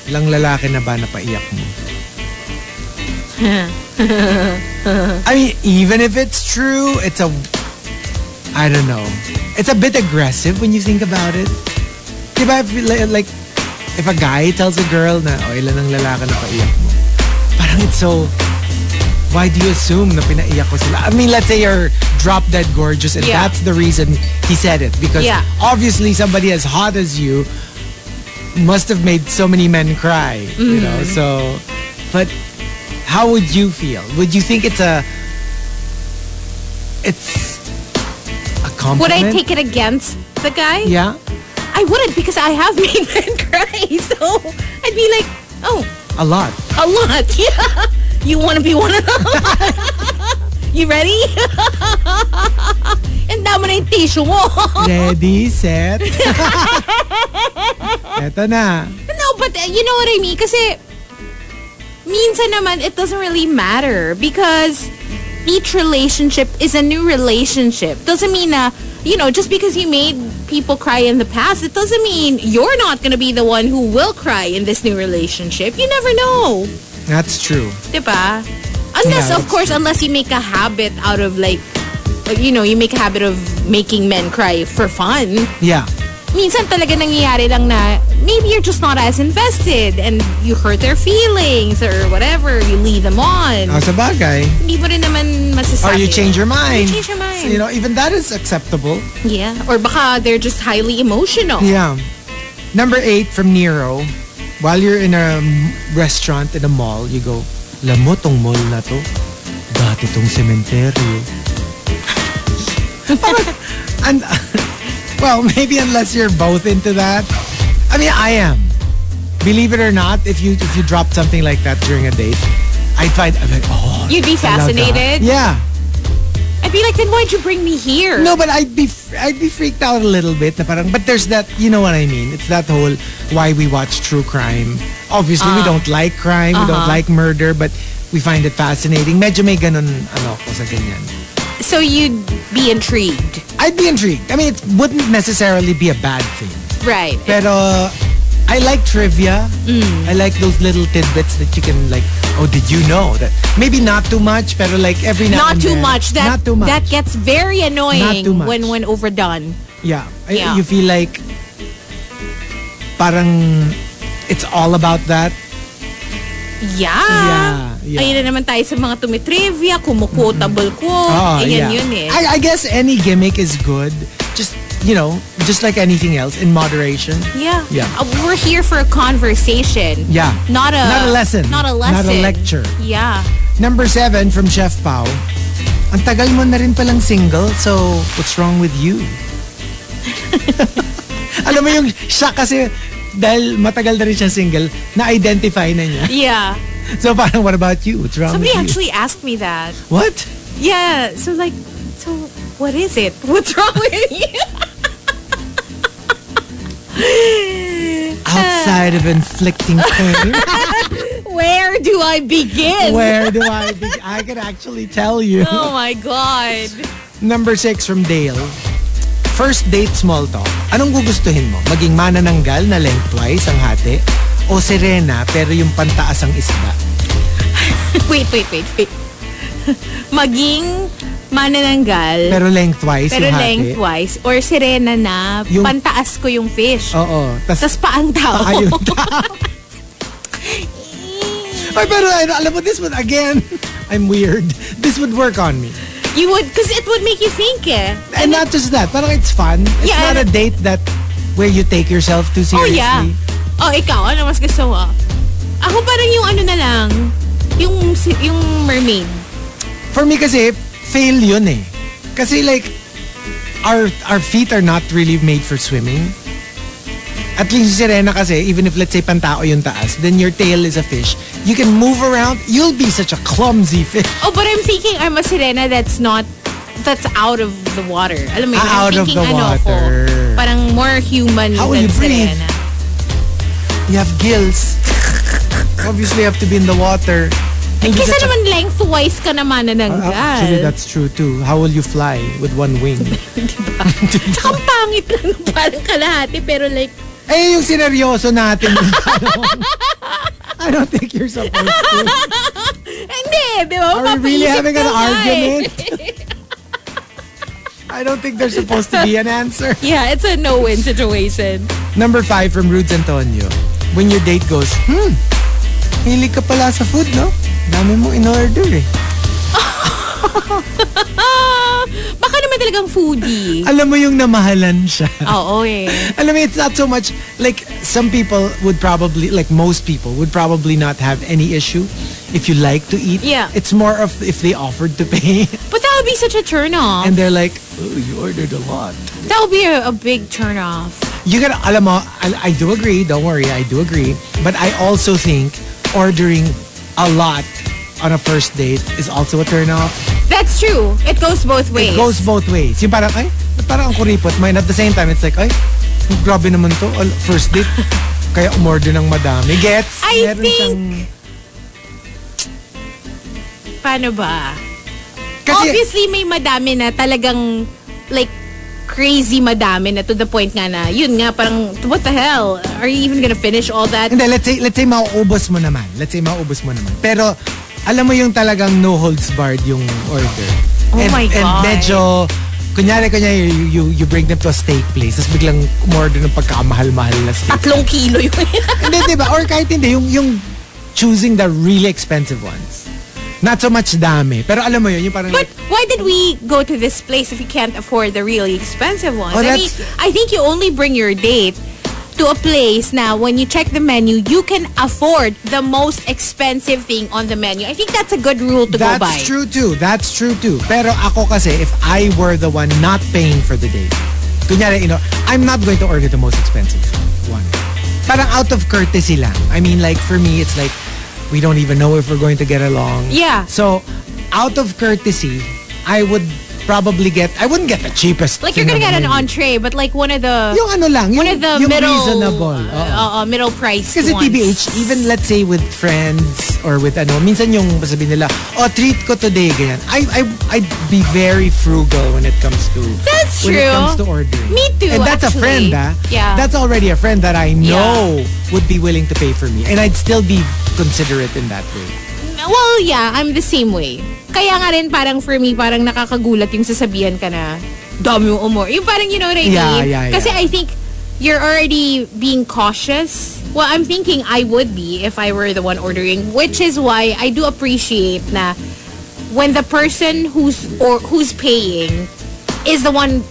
Speaker 5: ilang lalaki na ba napaiyak mo? I mean, even if it's true, it's a, I don't know. It's a bit aggressive when you think about it. Diba, if, li- like, if a guy tells a girl na, oh, ilan ang lalaki na paiyak mo? Parang it's so, why do you assume na pinaiyak ko sila? I mean, let's say you're drop dead gorgeous and
Speaker 6: Yeah.
Speaker 5: that's the reason he said it. Because
Speaker 6: Yeah.
Speaker 5: obviously somebody as hot as you must have made so many men cry, you know?
Speaker 6: Mm-hmm.
Speaker 5: So, but how would you feel? Would you think it's a, it's a
Speaker 6: Would
Speaker 5: compliment?
Speaker 6: I take it against the guy?
Speaker 5: Yeah?
Speaker 6: I wouldn't because I have *laughs* made men cry. So I'd be like, oh,
Speaker 5: A
Speaker 6: *laughs*
Speaker 5: lot.
Speaker 6: A lot, yeah. You want to be one of them? *laughs* you ready? *laughs* And dami na yung tissue mo.
Speaker 5: Ready,
Speaker 6: *laughs*
Speaker 5: set. Eto na.
Speaker 6: no, but uh, you know what I mean? Kasi, minsan naman, it doesn't really matter because each relationship is a new relationship. Doesn't mean na, you know, just because you made people cry in the past, it doesn't mean you're not going to be the one who will cry in this new relationship. You never know.
Speaker 5: That's true.
Speaker 6: Diba? Unless,
Speaker 5: Yeah,
Speaker 6: of
Speaker 5: that's
Speaker 6: course, unless you make a habit out of like, you know, you make a habit of making men cry for fun.
Speaker 5: Yeah.
Speaker 6: Minsan talaga nangyayari lang na maybe you're just not as invested and you hurt their feelings or whatever. You lead them on.
Speaker 5: Oh, sa bagay.
Speaker 6: Hindi mo rin naman masasabi.
Speaker 5: Or you change your mind.
Speaker 6: You change your mind.
Speaker 5: So, you know, even that is acceptable.
Speaker 6: Yeah. Or baka they're just highly emotional.
Speaker 5: Yeah. Number eight from Nero. While you're in a m- restaurant in a mall, you go, Lamo tong mall na to. Dati tong sementeryo. Parang- and, well, maybe unless you're both into that. I mean, I am. Believe it or not, if you if you dropped something like that during a date, I'd find, I'm like, oh.
Speaker 6: You'd be
Speaker 5: I love that."
Speaker 6: fascinated.
Speaker 5: Yeah.
Speaker 6: I I'd be like, then why'd you bring me here?
Speaker 5: No, but I'd be I'd be freaked out a little bit. Na parang, but there's that, you know what I mean? It's that whole why we watch true crime. Obviously,
Speaker 6: Uh-huh.
Speaker 5: we don't like crime, we don't like murder, but we find it fascinating. Medyo may ganun ano ako sa ganyan.
Speaker 6: So you'd be intrigued.
Speaker 5: I'd be intrigued. I mean, it wouldn't necessarily be a bad thing.
Speaker 6: Right. Mm.
Speaker 5: Pero I like trivia. I like those little tidbits that you can like, oh, did you know that? Maybe not too much, pero like every now
Speaker 6: Not
Speaker 5: and
Speaker 6: too
Speaker 5: then.
Speaker 6: much. That
Speaker 5: not too much.
Speaker 6: that gets very annoying
Speaker 5: too much.
Speaker 6: when when overdone.
Speaker 5: Yeah. I-
Speaker 6: Yeah.
Speaker 5: You feel like parang it's all about that.
Speaker 6: Yeah.
Speaker 5: Yeah, yeah.
Speaker 6: Ayun na naman tayo sa mga tumitrivia, kumuquotable quote.
Speaker 5: Ah,
Speaker 6: Oh, Ayan
Speaker 5: yeah.
Speaker 6: yun eh.
Speaker 5: I, I guess any gimmick is good. Just, you know, just like anything else, in moderation.
Speaker 6: yeah.
Speaker 5: Yeah.
Speaker 6: Uh, we're here for a conversation.
Speaker 5: Yeah.
Speaker 6: Not a
Speaker 5: Not a lesson.
Speaker 6: Not a
Speaker 5: Not a
Speaker 6: lesson.
Speaker 5: lecture. *laughs*
Speaker 6: Yeah.
Speaker 5: Number seven from Chef Pau. Ang tagal mo na rin palang single, so what's wrong with you? *laughs* Alam mo yung siya kasi dahil matagal na rin siya single, na-identify na
Speaker 6: *laughs*
Speaker 5: niya.
Speaker 6: Yeah.
Speaker 5: So parang, what about you? What's wrong
Speaker 6: Somebody
Speaker 5: with
Speaker 6: actually asked me that.
Speaker 5: you? What?
Speaker 6: Yeah. So like, so what is it? *laughs* What's wrong with you? *laughs*
Speaker 5: Outside of inflicting
Speaker 6: *laughs*
Speaker 5: pain.
Speaker 6: Where do I begin?
Speaker 5: Where do I be? I could actually tell you.
Speaker 6: Oh my god.
Speaker 5: Number six from Dale. First date small talk. Anong gugustuhin mo? Maging manananggal na lengthwise ang hati? O serena pero yung pantaas ang isda?
Speaker 6: *laughs* Wait, wait, wait, wait. Maging manananggal, pero,
Speaker 5: Pero lengthwise yung hati?
Speaker 6: lengthwise, or sirena na,
Speaker 5: Yung-
Speaker 6: pantaas ko yung fish.
Speaker 5: Oo. Tas,
Speaker 6: Tapos pa ang tao.
Speaker 5: ayun.
Speaker 6: *laughs*
Speaker 5: Ay, pero ano, alam mo, this one, again, *laughs* I'm weird. This would work on me.
Speaker 6: You would, because it would make you think eh.
Speaker 5: And not just that, parang it's fun. It's
Speaker 6: Yeah,
Speaker 5: not a
Speaker 6: and-
Speaker 5: date that where you take yourself too
Speaker 6: Oh
Speaker 5: seriously.
Speaker 6: yeah. Oh, ikaw, ano mas gusto mo? Ako parang yung ano na lang, yung, si- yung mermaid.
Speaker 5: For me kasi, fail yun eh. Kasi like, our, our feet are not really made for swimming. At least si Serena kasi, even if let's say pantao yung taas, then your tail is a fish. You can move around. You'll be such a clumsy fish.
Speaker 6: Oh, but I'm thinking I'm a sirena that's not that's out of the water. Alam mo yun,
Speaker 5: Ah,
Speaker 6: I'm
Speaker 5: out of the
Speaker 6: thinking ano
Speaker 5: water.
Speaker 6: ako, parang more human
Speaker 5: How will
Speaker 6: than
Speaker 5: you breathe?
Speaker 6: sirena.
Speaker 5: You have gills. *laughs* Obviously, you have to be in the water. You'll be
Speaker 6: Kesa
Speaker 5: such a- Uh,
Speaker 6: naman lengthwise ka naman nananggal.
Speaker 5: Ah, Actually, that's true too. How will you fly with one
Speaker 6: *laughs*
Speaker 5: wing? *laughs*
Speaker 6: Tsaka ang pangit lang *laughs* ng parang kalahati, pero like,
Speaker 5: Eh, yung sineryoso natin. *laughs* I don't think you're supposed to.
Speaker 6: *laughs* hindi, di ba?
Speaker 5: Are we really
Speaker 6: Mapapaisip
Speaker 5: having an
Speaker 6: ka nga eh. *laughs*
Speaker 5: argument? I don't think there's supposed to be an answer.
Speaker 6: Yeah, it's a no-win situation.
Speaker 5: Number five from Rudes Antonio. When your date goes, hmm, hilig ka pala sa food, no? Dami mo in-order eh.
Speaker 6: Ah, *laughs* baka naman talagang foodie.
Speaker 5: Alam mo yung namahalan siya.
Speaker 6: Oo eh.
Speaker 5: *laughs* Alam mo, it's not so much, like, some people would probably, like most people, would probably not have any issue if you like to eat.
Speaker 6: Yeah.
Speaker 5: It's more of if they offered to pay. *laughs*
Speaker 6: But that would be such a turn-off.
Speaker 5: And they're like, oh, you ordered a lot.
Speaker 6: That would be a, a big turn-off.
Speaker 5: You gotta, alam mo, I, I do agree, don't worry, I do agree. But I also think ordering a lot on a first date is also a turn-off.
Speaker 6: That's true. It goes both ways.
Speaker 5: It goes both ways. Yung parang, ay, ba't parang ang kuripot mine. At the same time, it's like, ay, grabe naman to. Al- First date, kaya umorder ng madami. Gets?
Speaker 6: I
Speaker 5: Meron
Speaker 6: think-
Speaker 5: siyang-
Speaker 6: Paano ba?
Speaker 5: Kasi,
Speaker 6: Obviously, may madami na talagang, like, crazy madami na to the point nga na, yun nga, parang, what the hell? Are you even gonna finish all that?
Speaker 5: hindi, let's say, let's say mauubos mo naman. Let's say mauubos mo naman. Pero, alam mo yung talagang no holds barred yung order.
Speaker 6: Oh
Speaker 5: and,
Speaker 6: my
Speaker 5: And
Speaker 6: God.
Speaker 5: medyo, kunyari, kunyari, you, you, you bring them to a steak place, tapos biglang umorder ng pagkamahal-mahal na steak.
Speaker 6: Tatlong kilo yun.
Speaker 5: *laughs* Hindi, di ba? Or kahit hindi, yung, yung choosing the really expensive ones. Not so much dami. Pero alam mo yun, yung parang
Speaker 6: But
Speaker 5: like,
Speaker 6: why did we go to this place if we can't afford the really expensive ones?
Speaker 5: Oh,
Speaker 6: I mean,
Speaker 5: that's-
Speaker 6: I think you only bring your date to a place now when you check the menu, you can afford the most expensive thing on the menu. I think that's a good rule to go by.
Speaker 5: that's true too. That's true too. Pero ako kasi, if I were the one not paying for the date, kunyari, you know, I'm not going to order the most expensive one. Parang out of courtesy lang. I mean, like, for me, it's like, we don't even know if we're going to get along.
Speaker 6: Yeah.
Speaker 5: So, out of courtesy, I would probably get, I wouldn't get the cheapest.
Speaker 6: Like you're gonna get an entree, but like one of the
Speaker 5: Yung ano lang, yung,
Speaker 6: one of the
Speaker 5: yung
Speaker 6: middle
Speaker 5: reasonable.
Speaker 6: uh, uh, middle price.
Speaker 5: Kasi TBH, even let's say with friends or with ano, minsan yung sabi nila, oh, treat ko today, ganyan. I, I, I'd be very frugal when it comes to
Speaker 6: That's
Speaker 5: when it
Speaker 6: true.
Speaker 5: comes to ordering.
Speaker 6: Me too,
Speaker 5: And that's a friend,
Speaker 6: actually.
Speaker 5: ah.
Speaker 6: Yeah.
Speaker 5: That's already a friend that I know would be willing to pay for me. And I'd still be considerate in that way.
Speaker 6: Well, yeah, I'm the same way. Kaya nga rin parang for me, parang nakakagulat yung sasabihan ka na dami mo umor. Yung parang, you know what I
Speaker 5: Yeah,
Speaker 6: mean?
Speaker 5: yeah, yeah.
Speaker 6: Kasi I think you're already being cautious. Well, I'm thinking I would be if I were the one ordering, which is why I do appreciate na when the person who's or who's paying is the one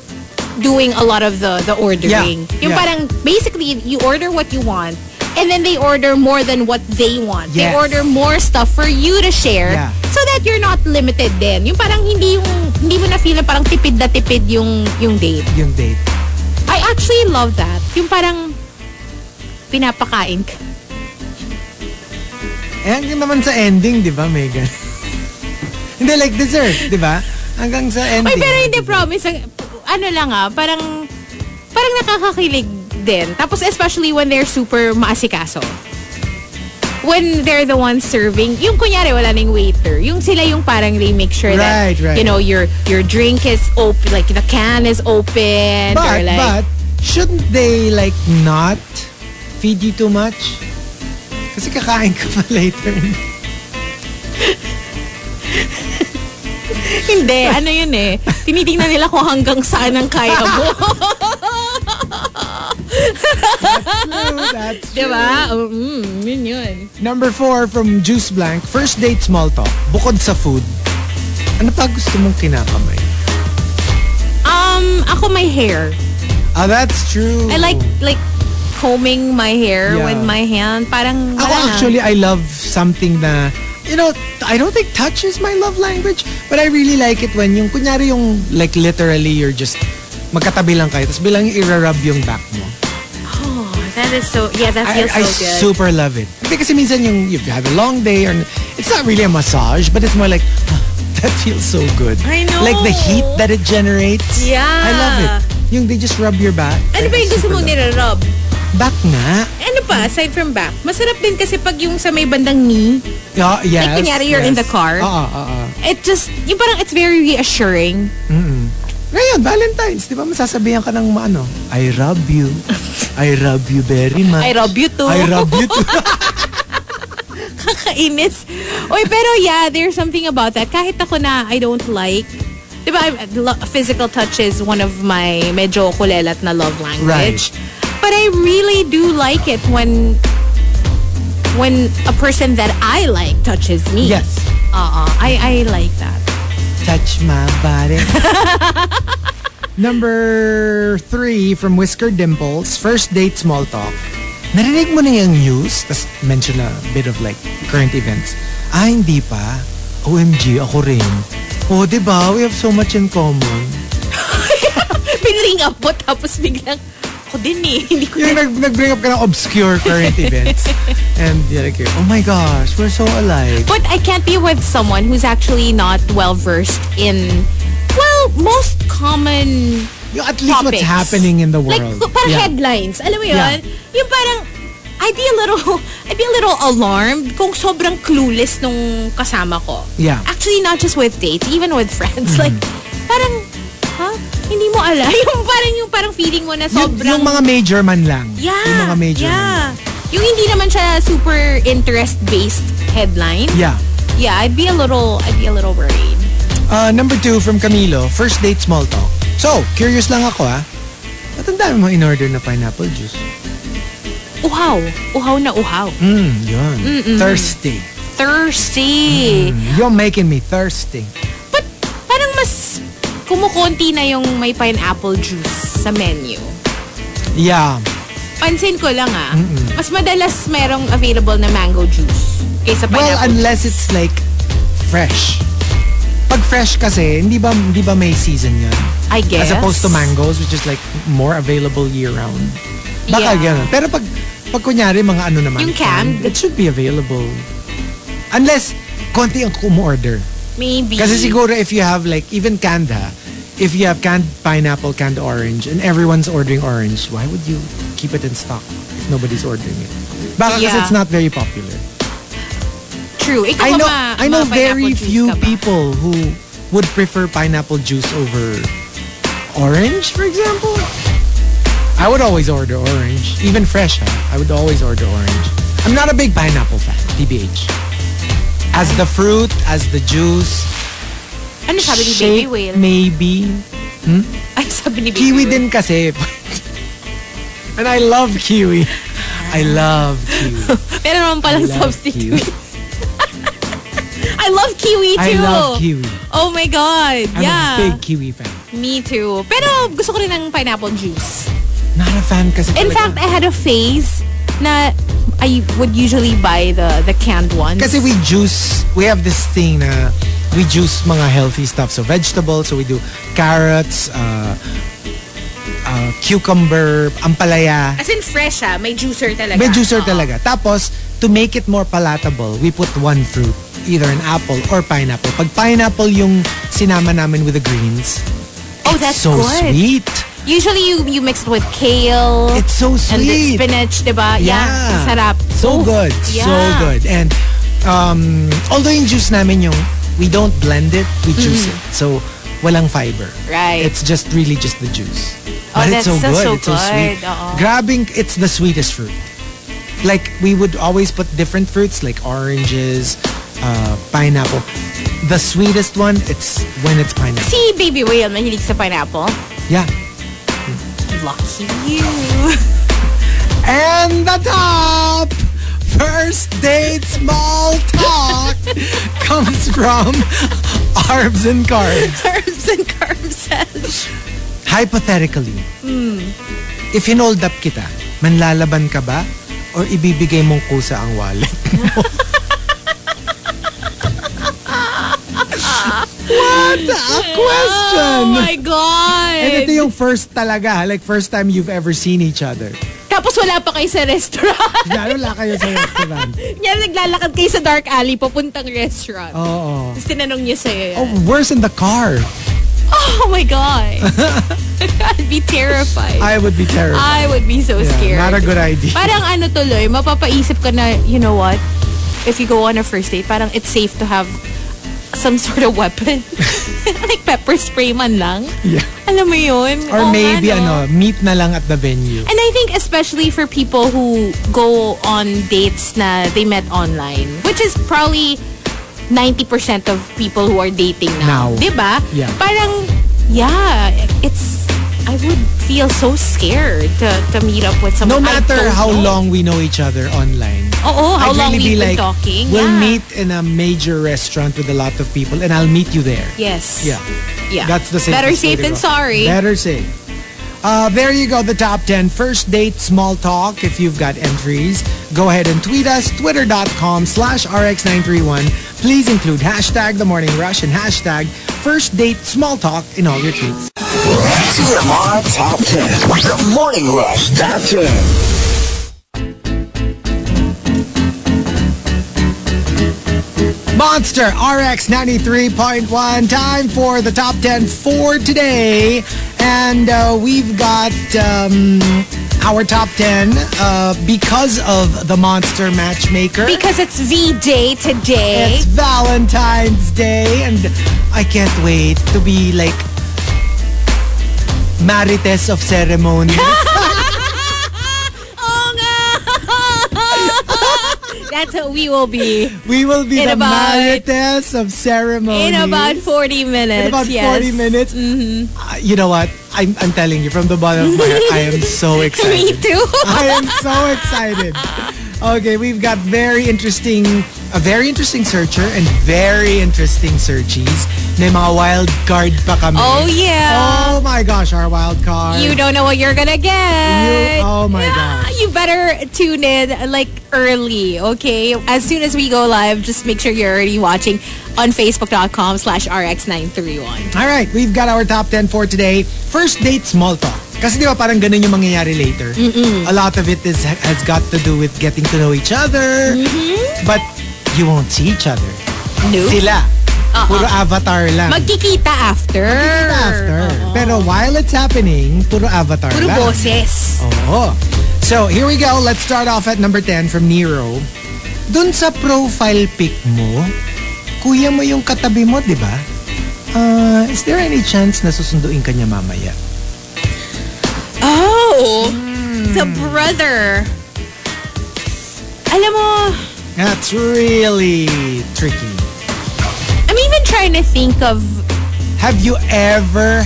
Speaker 6: doing a lot of the the ordering.
Speaker 5: Yeah,
Speaker 6: Yung
Speaker 5: yeah.
Speaker 6: parang basically you order what you want and then they order more than what they want. They
Speaker 5: Yes.
Speaker 6: order more stuff for you to share
Speaker 5: Yeah.
Speaker 6: so that you're not limited then. Yung parang hindi yung hindi mo na feel na parang tipid na tipid yung yung date.
Speaker 5: Yung date.
Speaker 6: I actually love that. Yung parang pinapakain ka.
Speaker 5: Eh, hanggang naman sa ending, di ba, Megan? *laughs* Hindi, like dessert, di ba? Hanggang sa ending.
Speaker 6: Uy, pero hindi promise. Ang- Ano lang ah, parang parang nakakakilig din. Tapos especially when they're super maasikaso. When they're the ones serving, yung kunyari wala nang waiter, yung sila yung parang they make sure that
Speaker 5: Right, right.
Speaker 6: you know your your drink is open, like the can is open.
Speaker 5: But,
Speaker 6: or like,
Speaker 5: but, shouldn't they like not feed you too much? Kasi kakain ka pa later.
Speaker 6: Hindi, ano yun eh. Tinitingnan nila kung hanggang saan ang kaya mo.
Speaker 5: *laughs*
Speaker 6: *laughs*
Speaker 5: That's
Speaker 6: diba? Oh, mm, yun yun.
Speaker 5: Number four from Juice Blank, first date small talk, bukod sa food. Ano pa gusto mong kinakamay?
Speaker 6: Um, ako my hair.
Speaker 5: Ah, that's true.
Speaker 6: I like like combing my hair
Speaker 5: Yeah.
Speaker 6: with my hand. Parang
Speaker 5: Ako
Speaker 6: wala na.
Speaker 5: actually, I love something na, you know, I don't think touch is my love language, but I really like it when yung, kunyari yung, like literally, you're just, magkatabi lang kayo, tapos bilang yung irarub yung back mo.
Speaker 6: Oh, that is so yeah, that
Speaker 5: I,
Speaker 6: feels
Speaker 5: I
Speaker 6: so good.
Speaker 5: super love it. Because minsan yung, you've had a long day, or it's not really a massage, but it's more like, "Ah, *laughs* that feels so good.
Speaker 6: I know.
Speaker 5: Like the heat that it generates.
Speaker 6: Yeah.
Speaker 5: I love it. Yung they just rub your back.
Speaker 6: ano ba
Speaker 5: I
Speaker 6: yung gusto
Speaker 5: super
Speaker 6: mong
Speaker 5: love it.
Speaker 6: nirarub?
Speaker 5: Back nga.
Speaker 6: Ano pa, aside from back? Masarap din kasi pag yung sa may bandang knee,
Speaker 5: Oh, yes.
Speaker 6: Like, kunyari, you're in
Speaker 5: yes. Ah,
Speaker 6: the car.
Speaker 5: Oo, oo, oo.
Speaker 6: it just, yung parang it's very reassuring.
Speaker 5: Ngayon, Valentine's, di ba masasabihan ka ng ano? I rub you. I rub you very much.
Speaker 6: *laughs* I rub you too.
Speaker 5: I rub
Speaker 6: *laughs*
Speaker 5: you too.
Speaker 6: Kakainis. Oy, pero yeah, there's something about that. Kahit ako na I don't like, di ba, I'm- lo- physical touch is one of my medyo kulelat na love language. But I really do like it when when a person that I like touches me.
Speaker 5: yes.
Speaker 6: Uh-uh. I, I like that. *laughs*
Speaker 5: Touch my body. *laughs* Number three from Whisker Dimples, first date small talk. Narinig mo na yung news? Tapos mention a bit of like current events. Ah, hindi pa. OMG, ako rin. Oh, di ba? We have so much in common.
Speaker 6: Pinring up mo tapos biglang, ako din eh. Hindi ko
Speaker 5: Yung nag- nag-bring up ka ng obscure *laughs*
Speaker 6: *laughs*
Speaker 5: current events. And you're like, oh my gosh, we're so alike.
Speaker 6: But I can't be with someone who's actually not well versed in, well, most common
Speaker 5: Yung at least what's
Speaker 6: topics.
Speaker 5: happening in the world.
Speaker 6: Like, parang
Speaker 5: Yeah.
Speaker 6: headlines. Alam mo yun? Yung parang, I'd be a little, *laughs* I'd be a little alarmed kung sobrang clueless nung kasama ko.
Speaker 5: Yeah.
Speaker 6: Actually, not just with dates, even with friends.
Speaker 5: Mm.
Speaker 6: *laughs* Like, parang, ha? Hindi mo alam. *laughs* Yung parang, yung parang feeling mo na
Speaker 5: Yung,
Speaker 6: sobrang...
Speaker 5: yung mga major man lang.
Speaker 6: yeah,
Speaker 5: Yung mga major man lang.
Speaker 6: yeah. Yung hindi naman siya super interest-based headline.
Speaker 5: Yeah.
Speaker 6: Yeah, I'd be a little, I'd be a little worried.
Speaker 5: Uh, number two from Camilo, first date small talk. So, curious lang ako ah. Ba't ang dami mo in-order na pineapple juice?
Speaker 6: Uhaw. Uhaw na uhaw.
Speaker 5: Mm, yun. Thirsty. Mm,
Speaker 6: Thirsty.
Speaker 5: You're making me thirsty.
Speaker 6: But parang mas kumukonti na yung may pineapple juice sa menu.
Speaker 5: Yeah.
Speaker 6: Pansin ko lang ah, mas madalas merong available na mango juice kaysa
Speaker 5: Well,
Speaker 6: pineapple
Speaker 5: unless it's like fresh. Pag fresh kasi, hindi ba, hindi ba may season yun?
Speaker 6: I guess.
Speaker 5: As opposed to mangoes, which is like more available year-round. Baka
Speaker 6: Yeah.
Speaker 5: ganun. Pero pag, pag kunyari, mga ano naman.
Speaker 6: Yung canned?
Speaker 5: It should be available. Unless, konti ang kumorder.
Speaker 6: Maybe.
Speaker 5: Kasi siguro if you have like, even canned ha, if you have canned pineapple, canned orange, and everyone's ordering orange, why would you keep it in stock if nobody's ordering it? Baka kasi
Speaker 6: Yeah.
Speaker 5: it's not very popular.
Speaker 6: True. Ikaw
Speaker 5: I know
Speaker 6: ba, ma-
Speaker 5: I know
Speaker 6: ma-
Speaker 5: very
Speaker 6: pineapple juice
Speaker 5: few
Speaker 6: ka ba?
Speaker 5: people who would prefer pineapple juice over orange, for example. I would always order orange, even fresh. Huh? I would always order orange. I'm not a big pineapple fan, TBH. As the fruit, as the juice,
Speaker 6: Ano sabi ni Baby
Speaker 5: shape
Speaker 6: Whale?
Speaker 5: maybe.
Speaker 6: *laughs* Ay, sabi ni Baby
Speaker 5: Kiwi
Speaker 6: Whale.
Speaker 5: din kasi. *laughs* And I love kiwi. I love
Speaker 6: *laughs*
Speaker 5: kiwi.
Speaker 6: Meron naman palang
Speaker 5: I love
Speaker 6: substitute. *laughs* I love kiwi
Speaker 5: I
Speaker 6: too.
Speaker 5: love kiwi.
Speaker 6: Oh my God.
Speaker 5: I'm
Speaker 6: yeah.
Speaker 5: a big kiwi fan.
Speaker 6: Me too. Pero gusto ko rin ng pineapple juice.
Speaker 5: Not a fan kasi
Speaker 6: In
Speaker 5: talaga.
Speaker 6: fact, I had a phase na I would usually buy the the canned ones.
Speaker 5: Kasi we juice, we have this thing na we juice mga healthy stuff. So vegetables, so we do carrots, uh, uh, cucumber, ampalaya.
Speaker 6: As in fresh ah, may juicer talaga.
Speaker 5: May juicer
Speaker 6: Oo.
Speaker 5: talaga. Tapos, to make it more palatable, we put one fruit. Either an apple or pineapple. Pag pineapple yung sinama namin with the greens,
Speaker 6: Oh, that's
Speaker 5: so
Speaker 6: good.
Speaker 5: sweet.
Speaker 6: Usually you you mix it with kale.
Speaker 5: It's so
Speaker 6: And the
Speaker 5: sweet.
Speaker 6: spinach, diba? Ah, Yeah.
Speaker 5: Yeah.
Speaker 6: ang Sarap.
Speaker 5: So
Speaker 6: Oh,
Speaker 5: good. So
Speaker 6: yeah.
Speaker 5: good. And um, although yung juice namin yung we don't blend it, we juice it. So walang fiber.
Speaker 6: Mm-hmm. Right.
Speaker 5: It's just really just the juice.
Speaker 6: Oh,
Speaker 5: but it's so
Speaker 6: that's so,
Speaker 5: good.
Speaker 6: so
Speaker 5: it's so sweet.
Speaker 6: good. Oo.
Speaker 5: Grabbing it's the sweetest fruit. Like we would always put different fruits like oranges, uh, pineapple. The sweetest one, it's when it's pineapple.
Speaker 6: Si Baby Whale mahilig sa pineapple.
Speaker 5: Yeah.
Speaker 6: Lucky you.
Speaker 5: And the top first date small talk
Speaker 6: *laughs*
Speaker 5: comes from Arbs and Carbs.
Speaker 6: Carbs and carbs says.
Speaker 5: Hypothetically,
Speaker 6: Hmm.
Speaker 5: if hinold up kita, manlalaban ka ba? Or ibibigay mong kusa ang wallet?
Speaker 6: *laughs*
Speaker 5: What a question!
Speaker 6: Oh my God.
Speaker 5: And ito yung first talaga, like first time you've ever seen each other.
Speaker 6: Tapos wala pa kayo sa restaurant.
Speaker 5: Lalo wala kayo sa restaurant.
Speaker 6: *laughs* Yan, naglalakad kayo sa dark alley papuntang restaurant.
Speaker 5: Oo.
Speaker 6: Tapos tinanong niya sa'yo yan.
Speaker 5: Oh, worse in the car.
Speaker 6: Oh, my
Speaker 5: *laughs*
Speaker 6: God. I'd be terrified.
Speaker 5: I would be terrified.
Speaker 6: I would be so
Speaker 5: Yeah,
Speaker 6: scared.
Speaker 5: Not a good idea.
Speaker 6: Parang ano tuloy, mapapaisip ka na, you know what, if you go on a first date, parang it's safe to have some sort of weapon. *laughs* like pepper spray man lang.
Speaker 5: Yeah.
Speaker 6: Alam mo yun?
Speaker 5: Or
Speaker 6: Oo nga,
Speaker 5: maybe
Speaker 6: no?
Speaker 5: ano, meet na lang at the venue.
Speaker 6: And I think especially for people who go on dates na they met online, which is probably 90% of people who are dating now.
Speaker 5: Now.
Speaker 6: Diba?
Speaker 5: Yeah.
Speaker 6: Parang, yeah, it's, I would feel so scared to, to meet up with
Speaker 5: No
Speaker 6: someone. I
Speaker 5: matter
Speaker 6: don't
Speaker 5: how
Speaker 6: know.
Speaker 5: long we know each other online.
Speaker 6: Oo, how
Speaker 5: I'd
Speaker 6: long
Speaker 5: really be
Speaker 6: we've been
Speaker 5: like,
Speaker 6: talking.
Speaker 5: We'll
Speaker 6: yeah.
Speaker 5: meet in a major restaurant with a lot of people and I'll meet you there.
Speaker 6: Yes.
Speaker 5: Yeah.
Speaker 6: Yeah.
Speaker 5: That's the safest way
Speaker 6: Better safe
Speaker 5: to go.
Speaker 6: than sorry.
Speaker 5: Better safe. Uh, there you go, the top 10 first date small talk. If you've got entries, go ahead and tweet us, twitter.com slash rx931. Please include hashtag the morning rush and hashtag first date small talk in all your tweets.
Speaker 4: TMR Top 10. The Morning Rush Top 10.
Speaker 5: Monster RX 93.1. Time for the top 10 for today. And uh, we've got um, our top 10 uh, because of the Monster Matchmaker.
Speaker 6: Because it's V Day today.
Speaker 5: it's Valentine's Day, and I can't wait to be like Marites of
Speaker 6: *laughs*
Speaker 5: ceremony.
Speaker 6: oh no! *laughs* That's what we will be
Speaker 5: we will be
Speaker 6: In
Speaker 5: the
Speaker 6: about-
Speaker 5: Marites of ceremony
Speaker 6: in about 40 minutes.
Speaker 5: in about
Speaker 6: yes. Mm-hmm.
Speaker 5: 40 minutes. Uh, you know what? I'm, I'm telling you from the bottom of my heart, I
Speaker 6: *laughs*
Speaker 5: am so
Speaker 6: Me
Speaker 5: excited.
Speaker 6: too.
Speaker 5: I am so excited. Okay, we've got very interesting, a very interesting searcher and very interesting searchies. May mga wild card pa kami.
Speaker 6: Oh yeah.
Speaker 5: Oh my gosh, our wild card.
Speaker 6: You don't know what you're gonna get.
Speaker 5: You- oh my
Speaker 6: Yeah,
Speaker 5: gosh.
Speaker 6: You better tune in like early, okay? As soon as we go live, just make sure you're already watching on Facebook.com slash RX931.
Speaker 5: All right, we've got our top 10 for today. First date small talk. Kasi di ba parang ganun yung mangyayari later. A lot of it is has got to do with getting to know each other. But you won't see each other.
Speaker 6: Mm-hmm. No.
Speaker 5: Sila. Puro avatar lang.
Speaker 6: Magkikita after.
Speaker 5: After. Pero while it's happening, puro avatar
Speaker 6: Puro
Speaker 5: lang.
Speaker 6: boses.
Speaker 5: Oo. Oh. So, here we go. Let's start off at number 10 from Nero. Dun sa profile pic mo, kuya mo yung katabi mo, di ba? Uh, is there any chance na susunduin ka niya mamaya?
Speaker 6: Oh! The
Speaker 5: Hmm,
Speaker 6: brother. Alam mo,
Speaker 5: That's really tricky.
Speaker 6: I'm even trying to think of
Speaker 5: Have you ever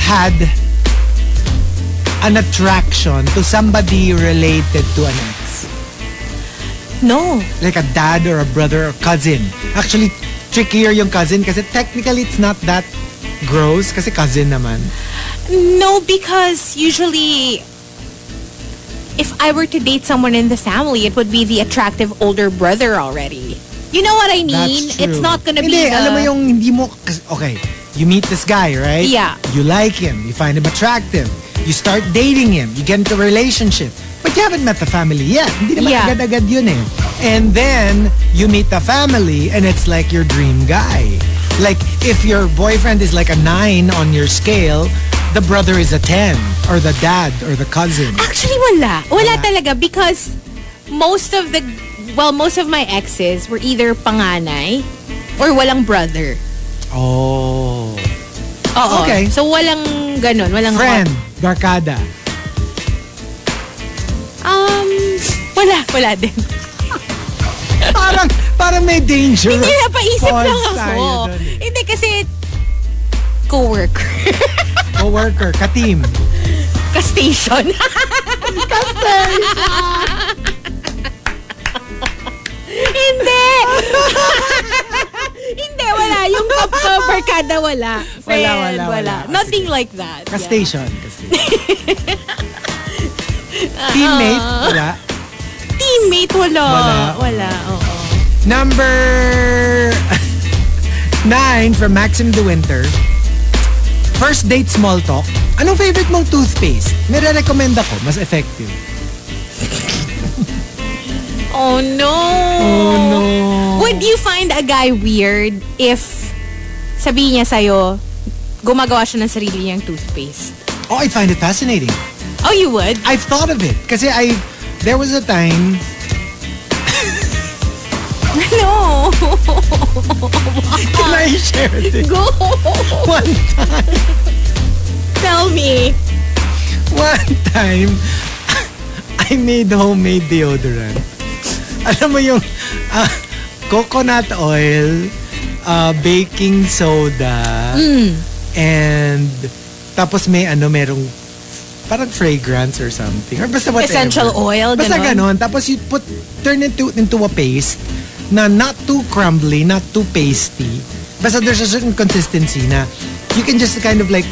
Speaker 5: had an attraction to somebody related to an ex?
Speaker 6: no.
Speaker 5: Like a dad or a brother or cousin. Actually, trickier yung cousin kasi technically it's not that gross kasi cousin naman.
Speaker 6: No, because usually if I were to date someone in the family, it would be the attractive older brother already. You know what I mean?
Speaker 5: That's true.
Speaker 6: It's not gonna
Speaker 5: hindi,
Speaker 6: be the,
Speaker 5: alam mo yung hindi mo, kas- okay, you meet this guy, right?
Speaker 6: Yeah.
Speaker 5: You like him, you find him attractive, you start dating him, you get into a relationship, but you haven't met the family yet. Hindi naman
Speaker 6: Yeah.
Speaker 5: agad-agad yun eh. And then, you meet the family and it's like your dream guy. Like, if your boyfriend is like a 9 on your scale, the brother is a 10, or the dad, or the cousin.
Speaker 6: Actually, wala. Wala talaga because most of the, well, most of my exes were either panganay or walang brother.
Speaker 5: Oh.
Speaker 6: Oo.
Speaker 5: Okay.
Speaker 6: So, walang ganun. Walang
Speaker 5: Friend, Garkada.
Speaker 6: Um, wala. Wala din.
Speaker 5: *laughs* Parang, parang may danger.
Speaker 6: Hindi, napaisip
Speaker 5: Pause
Speaker 6: lang ako.
Speaker 5: tayo dun eh.
Speaker 6: Hindi kasi *laughs* co-worker. *laughs*
Speaker 5: Co-worker, ka-team.
Speaker 6: Ka-station. *laughs* Hindi. *laughs* Hindi, wala. Yung kap- barkada, wala. Friend,
Speaker 5: Wala, wala, wala. Ah,
Speaker 6: Nothing like that. Yeah.
Speaker 5: Ka-station. Ka-station. Teammate, wala.
Speaker 6: Uh, Teammate,
Speaker 5: Wala.
Speaker 6: wala. Ah. Wala, oo.
Speaker 5: Number *laughs* nine from Maxim De Winter. First date small talk. Anong favorite mong toothpaste? Nire-recommend ako. Mas effective.
Speaker 6: Oh, no.
Speaker 5: Oh, no.
Speaker 6: Would you find a guy weird if sabihin niya sa'yo, gumagawa siya ng sarili niyang
Speaker 5: *laughs*
Speaker 6: toothpaste?
Speaker 5: Oh, I find it fascinating.
Speaker 6: Oh, you would?
Speaker 5: I've thought of it. Kasi I, there was a time
Speaker 6: *laughs* No.
Speaker 5: *laughs* Can I share this?
Speaker 6: Go.
Speaker 5: *laughs* One
Speaker 6: Tell me.
Speaker 5: One time, *laughs* I made homemade deodorant. Alam mo yung ah, coconut oil, ah, baking soda,
Speaker 6: Mm.
Speaker 5: and tapos may ano, merong parang fragrance or something. Or basta whatever.
Speaker 6: Essential oil,
Speaker 5: Basta
Speaker 6: ganon.
Speaker 5: ganon. Tapos you put, turn it to, into a paste na not too crumbly, not too pasty. Basta there's a certain consistency na you can just kind of like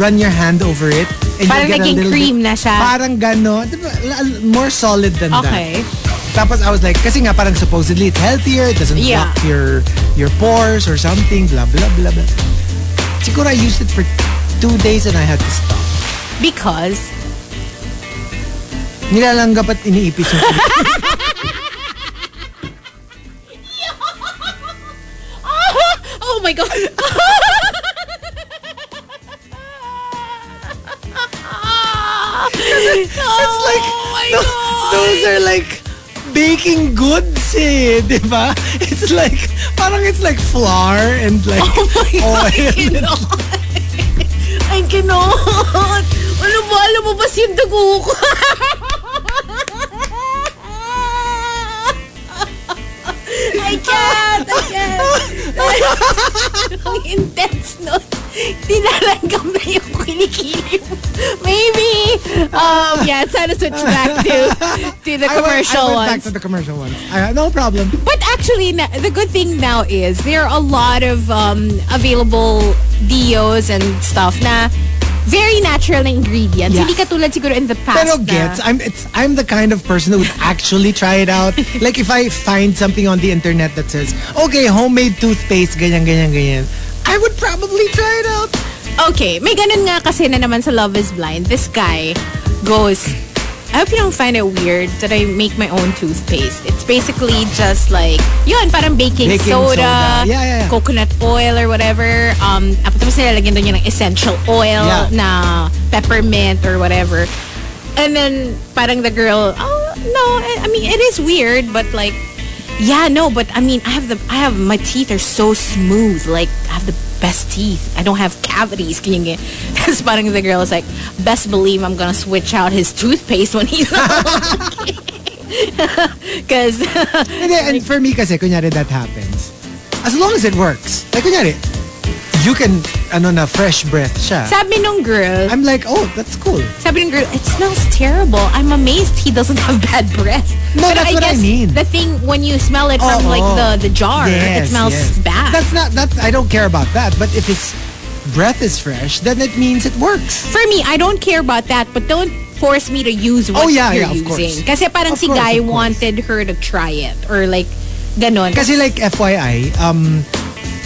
Speaker 5: run your hand over it and
Speaker 6: Parang
Speaker 5: you eh, get
Speaker 6: naging
Speaker 5: a little
Speaker 6: cream
Speaker 5: bit,
Speaker 6: na siya.
Speaker 5: Parang ganon. Diba, la- More solid than
Speaker 6: Okay.
Speaker 5: that. Tapos I was like, kasi nga parang supposedly it's healthier, it doesn't
Speaker 6: Yeah.
Speaker 5: block your your pores or something, blah, blah, blah, blah. Siguro I used it for two days and I had to stop. *laughs*
Speaker 6: Because *laughs*
Speaker 5: Nilalanggap at iniipis yung
Speaker 6: *laughs* Oh my god.
Speaker 5: *laughs* It's like, *laughs* tho- those are like baking goods eh, di ba? It's like, parang it's like flour and like
Speaker 6: Oh
Speaker 5: oil.
Speaker 6: I cannot. Ano ba? Alam mo ba yung dugo ko? I can't. I can't. Ang intense nun. Tinalanggam na yung kinikili mo. Maybe. Um, yeah, sana switch back to, to the
Speaker 5: I went, I
Speaker 6: commercial
Speaker 5: went back
Speaker 6: ones.
Speaker 5: to the commercial ones. I- no problem.
Speaker 6: But actually, na- the good thing now is there are a lot of um, available DOs and stuff na very natural na ingredients.
Speaker 5: Yeah.
Speaker 6: Hindi katulad siguro in the past
Speaker 5: Pero
Speaker 6: na-
Speaker 5: gets, I'm it's I'm the kind of person who would actually try it out. like if I find something on the internet that says, okay, homemade toothpaste, ganyan, ganyan, ganyan, I would probably try it out.
Speaker 6: Okay, may ganun nga kasi na naman sa Love is Blind. This guy goes, I hope you don't find it weird that I make my own toothpaste. It's basically just like, yun, parang baking,
Speaker 5: Baking soda. Yeah, yeah, yeah.
Speaker 6: coconut oil or whatever. Um, ah, tapos nilalagyan doon yun ng essential oil
Speaker 5: Yeah.
Speaker 6: na peppermint or whatever. And then parang the girl, oh, no, I, I mean, it is weird, but like, yeah, no, but I mean, I have the, I have, my teeth are so smooth. Like, I have the best teeth. I don't have cavities. *laughs* Ganyan, ganyan. Tapos parang the girl is like, best believe I'm gonna switch out his toothpaste
Speaker 5: *laughs*
Speaker 6: when he's Because,
Speaker 5: And, then- and for me kasi, kunyari that happens. As long as it works. Like kunyari, you can, ano na, fresh breath siya.
Speaker 6: *laughs* sabi nung girl,
Speaker 5: I'm like, oh, that's cool.
Speaker 6: Sabi ng girl, it smells terrible. I'm amazed he doesn't have bad breath.
Speaker 5: No, that's what I mean.
Speaker 6: The thing when you smell it from
Speaker 5: Oo.
Speaker 6: like the the jar, it
Speaker 5: Yes,
Speaker 6: smells
Speaker 5: yes.
Speaker 6: bad.
Speaker 5: That's not, that, I don't care about that. But if his breath is fresh, then it means it works.
Speaker 6: For me, I don't care about that, but don't force me to use what
Speaker 5: Oh, yeah,
Speaker 6: you're
Speaker 5: yeah, of course.
Speaker 6: using. Kasi parang
Speaker 5: Of
Speaker 6: si
Speaker 5: course,
Speaker 6: guy
Speaker 5: of course.
Speaker 6: wanted her to try it or like ganon.
Speaker 5: Kasi like FYI, um,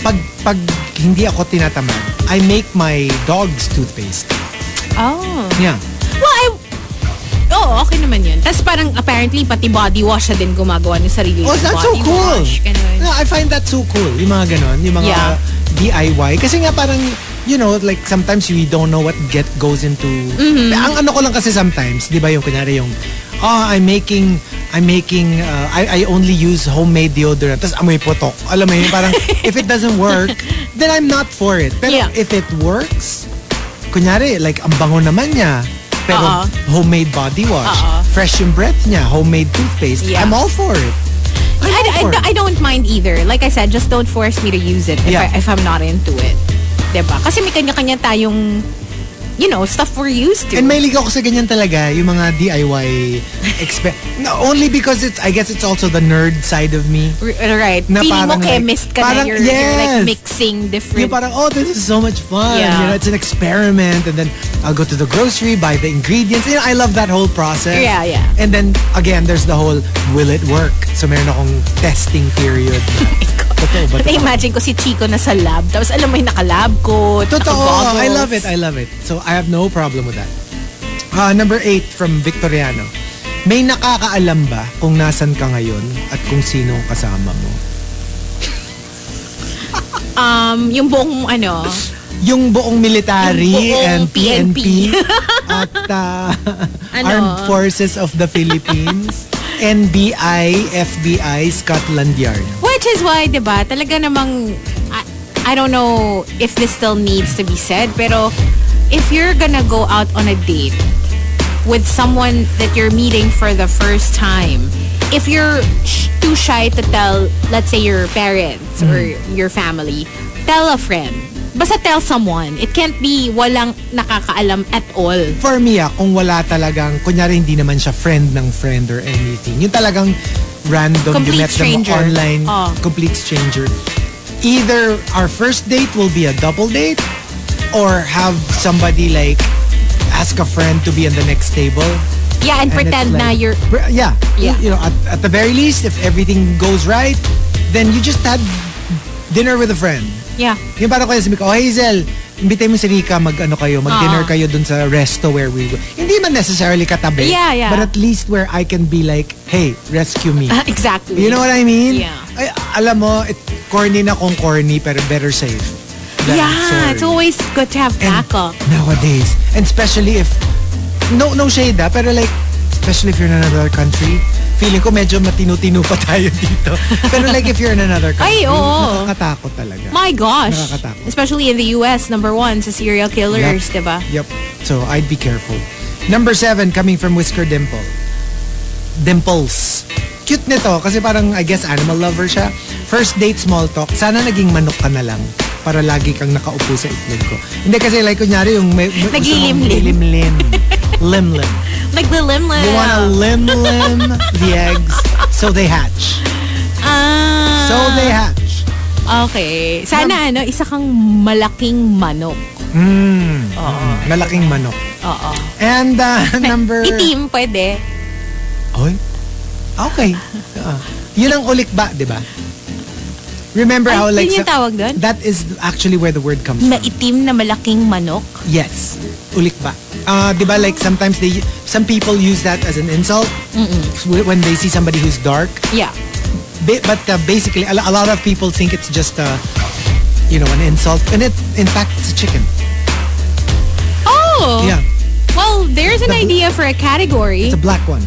Speaker 5: pag, pag hindi ako tinatamad, I make my dog's toothpaste.
Speaker 6: oh.
Speaker 5: Yeah.
Speaker 6: Well, I Oh, okay naman yun. Tapos parang apparently pati body wash siya din gumagawa ng sarili.
Speaker 5: Oh,
Speaker 6: niyang
Speaker 5: that's so
Speaker 6: body
Speaker 5: cool.
Speaker 6: wash, ganun.
Speaker 5: No, I find that so cool. Yung mga ganon, yung mga
Speaker 6: Yeah.
Speaker 5: DIY. Kasi nga parang, you know, like sometimes we don't know what get goes into...
Speaker 6: Mm-hmm.
Speaker 5: Ang ano ko lang kasi sometimes, di ba yung kunyari yung, oh, I'm making, I'm making, uh, I, I only use homemade deodorant. Tapos amoy potok. Alam mo yun, parang if it doesn't
Speaker 6: *laughs*
Speaker 5: work, then I'm not for it. Pero
Speaker 6: Yeah.
Speaker 5: if it works, kunyari, like ang bango naman niya. Pero
Speaker 6: Oo.
Speaker 5: homemade body wash,
Speaker 6: Oo.
Speaker 5: fresh yung breath niya, homemade toothpaste,
Speaker 6: Uh-uh. Yeah.
Speaker 5: I'm all for it. I'm all
Speaker 6: I,
Speaker 5: for
Speaker 6: I, I don't mind either. Like I said, just don't force me to use it if,
Speaker 5: Yeah.
Speaker 6: I, if I'm not into it. 'Di ba? Kasi may kanya-kanya tayong, you know, stuff we're used to.
Speaker 5: And may ligaw ko sa ganyan talaga, yung mga DIY expe- *laughs* no, only because it's, I guess it's also the nerd side of me.
Speaker 6: R- right.
Speaker 5: na
Speaker 6: Feeling
Speaker 5: parang
Speaker 6: mo
Speaker 5: like-
Speaker 6: chemist ka
Speaker 5: parang-
Speaker 6: na. You're, you're like
Speaker 5: yes.
Speaker 6: mixing different.
Speaker 5: Yung parang, oh, this is so much fun.
Speaker 6: Yeah.
Speaker 5: You know, it's an experiment. And then I'll go to the grocery, buy the ingredients. You know, I love that whole process.
Speaker 6: Yeah, yeah.
Speaker 5: And then, again, there's the whole, will it work? So meron akong testing
Speaker 6: *laughs*
Speaker 5: period.
Speaker 6: Oh
Speaker 5: Totoo ba? to?
Speaker 6: But imagine ko si Chico na sa lab. Tapos alam mo yung nakalab ko.
Speaker 5: Totoo. I love it. I love it. So I have no problem with that. Ah, number eight from Victoriano. May nakakaalam ba kung nasan ka ngayon at kung sino ang kasama mo?
Speaker 6: Um, yung buong ano.
Speaker 5: Yung buong military
Speaker 6: Yung buong
Speaker 5: and PNP,
Speaker 6: PNP.
Speaker 5: *laughs* at ah,
Speaker 6: Ano?
Speaker 5: Armed Forces of the Philippines, NBI, FBI, Scotland Yard.
Speaker 6: Which is why, di ba, talaga namang, I, I don't know if this still needs to be said, pero if you're gonna go out on a date with someone that you're meeting for the first time, if you're sh- too shy to tell, let's say your parents or
Speaker 5: Mm.
Speaker 6: your family, tell a friend. Basta tell someone. It can't be walang nakakaalam at all.
Speaker 5: for me ah, kung wala talagang, kunyari hindi naman siya friend ng friend or anything, yung talagang random,
Speaker 6: Complete
Speaker 5: you met
Speaker 6: stranger.
Speaker 5: them online,
Speaker 6: Oh.
Speaker 5: complete stranger. Either our first date will be a double date or have somebody like ask a friend to be on the next table.
Speaker 6: Yeah,
Speaker 5: And
Speaker 6: and,
Speaker 5: it's
Speaker 6: pretend na
Speaker 5: like-
Speaker 6: you're...
Speaker 5: Br- Yeah.
Speaker 6: Yeah.
Speaker 5: You know, at, at the very least, if everything goes right, then you just had dinner with a friend.
Speaker 6: Yeah.
Speaker 5: Yung parang kaya sabi ko, oh Hazel, imbitay mo si Rika, mag-ano kayo, mag-dinner
Speaker 6: Oo.
Speaker 5: kayo dun sa resto where we go. Hindi man necessarily katabi.
Speaker 6: Yeah, yeah. Ah,
Speaker 5: But at least where I can be like, hey, rescue me.
Speaker 6: exactly.
Speaker 5: You know what I mean?
Speaker 6: Yeah.
Speaker 5: Ay, alam mo, it, corny na kung corny, pero better safe. than
Speaker 6: Yeah,
Speaker 5: sorry.
Speaker 6: it's always good to have
Speaker 5: And
Speaker 6: backup.
Speaker 5: Nowadays. And especially if, no, no shade ah, pero like, especially if you're in another country, feeling ko medyo matino-tino pa tayo *laughs* dito. pero like if you're in another country,
Speaker 6: Ay, oo.
Speaker 5: nakakatakot talaga.
Speaker 6: My gosh.
Speaker 5: Nakakatakot.
Speaker 6: Especially in the US, number one sa serial killers,
Speaker 5: Yep.
Speaker 6: diba?
Speaker 5: Yep. So I'd be careful. Number seven, coming from Whisker Dimple. Dimples. Cute nito kasi parang I guess animal lover siya. First date small talk. Sana naging manok ka na lang para lagi kang nakaupo sa itlog ko. Hindi kasi like kunyari yung may, may gusto mong lilimlim.
Speaker 6: Naglilimlim.
Speaker 5: Limlim.
Speaker 6: Like the limlim.
Speaker 5: You wanna limlim the eggs so they hatch.
Speaker 6: Ah.
Speaker 5: So they hatch. Um,
Speaker 6: Okay. Sana ano, isa kang malaking manok.
Speaker 5: Mm. Malaking manok.
Speaker 6: Oo.
Speaker 5: And
Speaker 6: *laughs*
Speaker 5: uh, number...
Speaker 6: Itim, pwede.
Speaker 5: Oy. Okay. Ah. yun ang ulikba, di ba? Remember
Speaker 6: Ay,
Speaker 5: how like...
Speaker 6: yun yung
Speaker 5: sa-
Speaker 6: tawag doon?
Speaker 5: That is actually where the word comes from.
Speaker 6: Maitim na malaking manok.
Speaker 5: Yes. Ulikba. uh, di ba, like sometimes they, some people use that as an insult when they see somebody who's dark.
Speaker 6: Yeah.
Speaker 5: Ba- But uh, basically, a lo- a lot of people think it's just a, you know, an insult. And it, in fact, it's a chicken.
Speaker 6: Oh.
Speaker 5: Yeah,
Speaker 6: Well, there's an idea for a category
Speaker 5: it's a black one.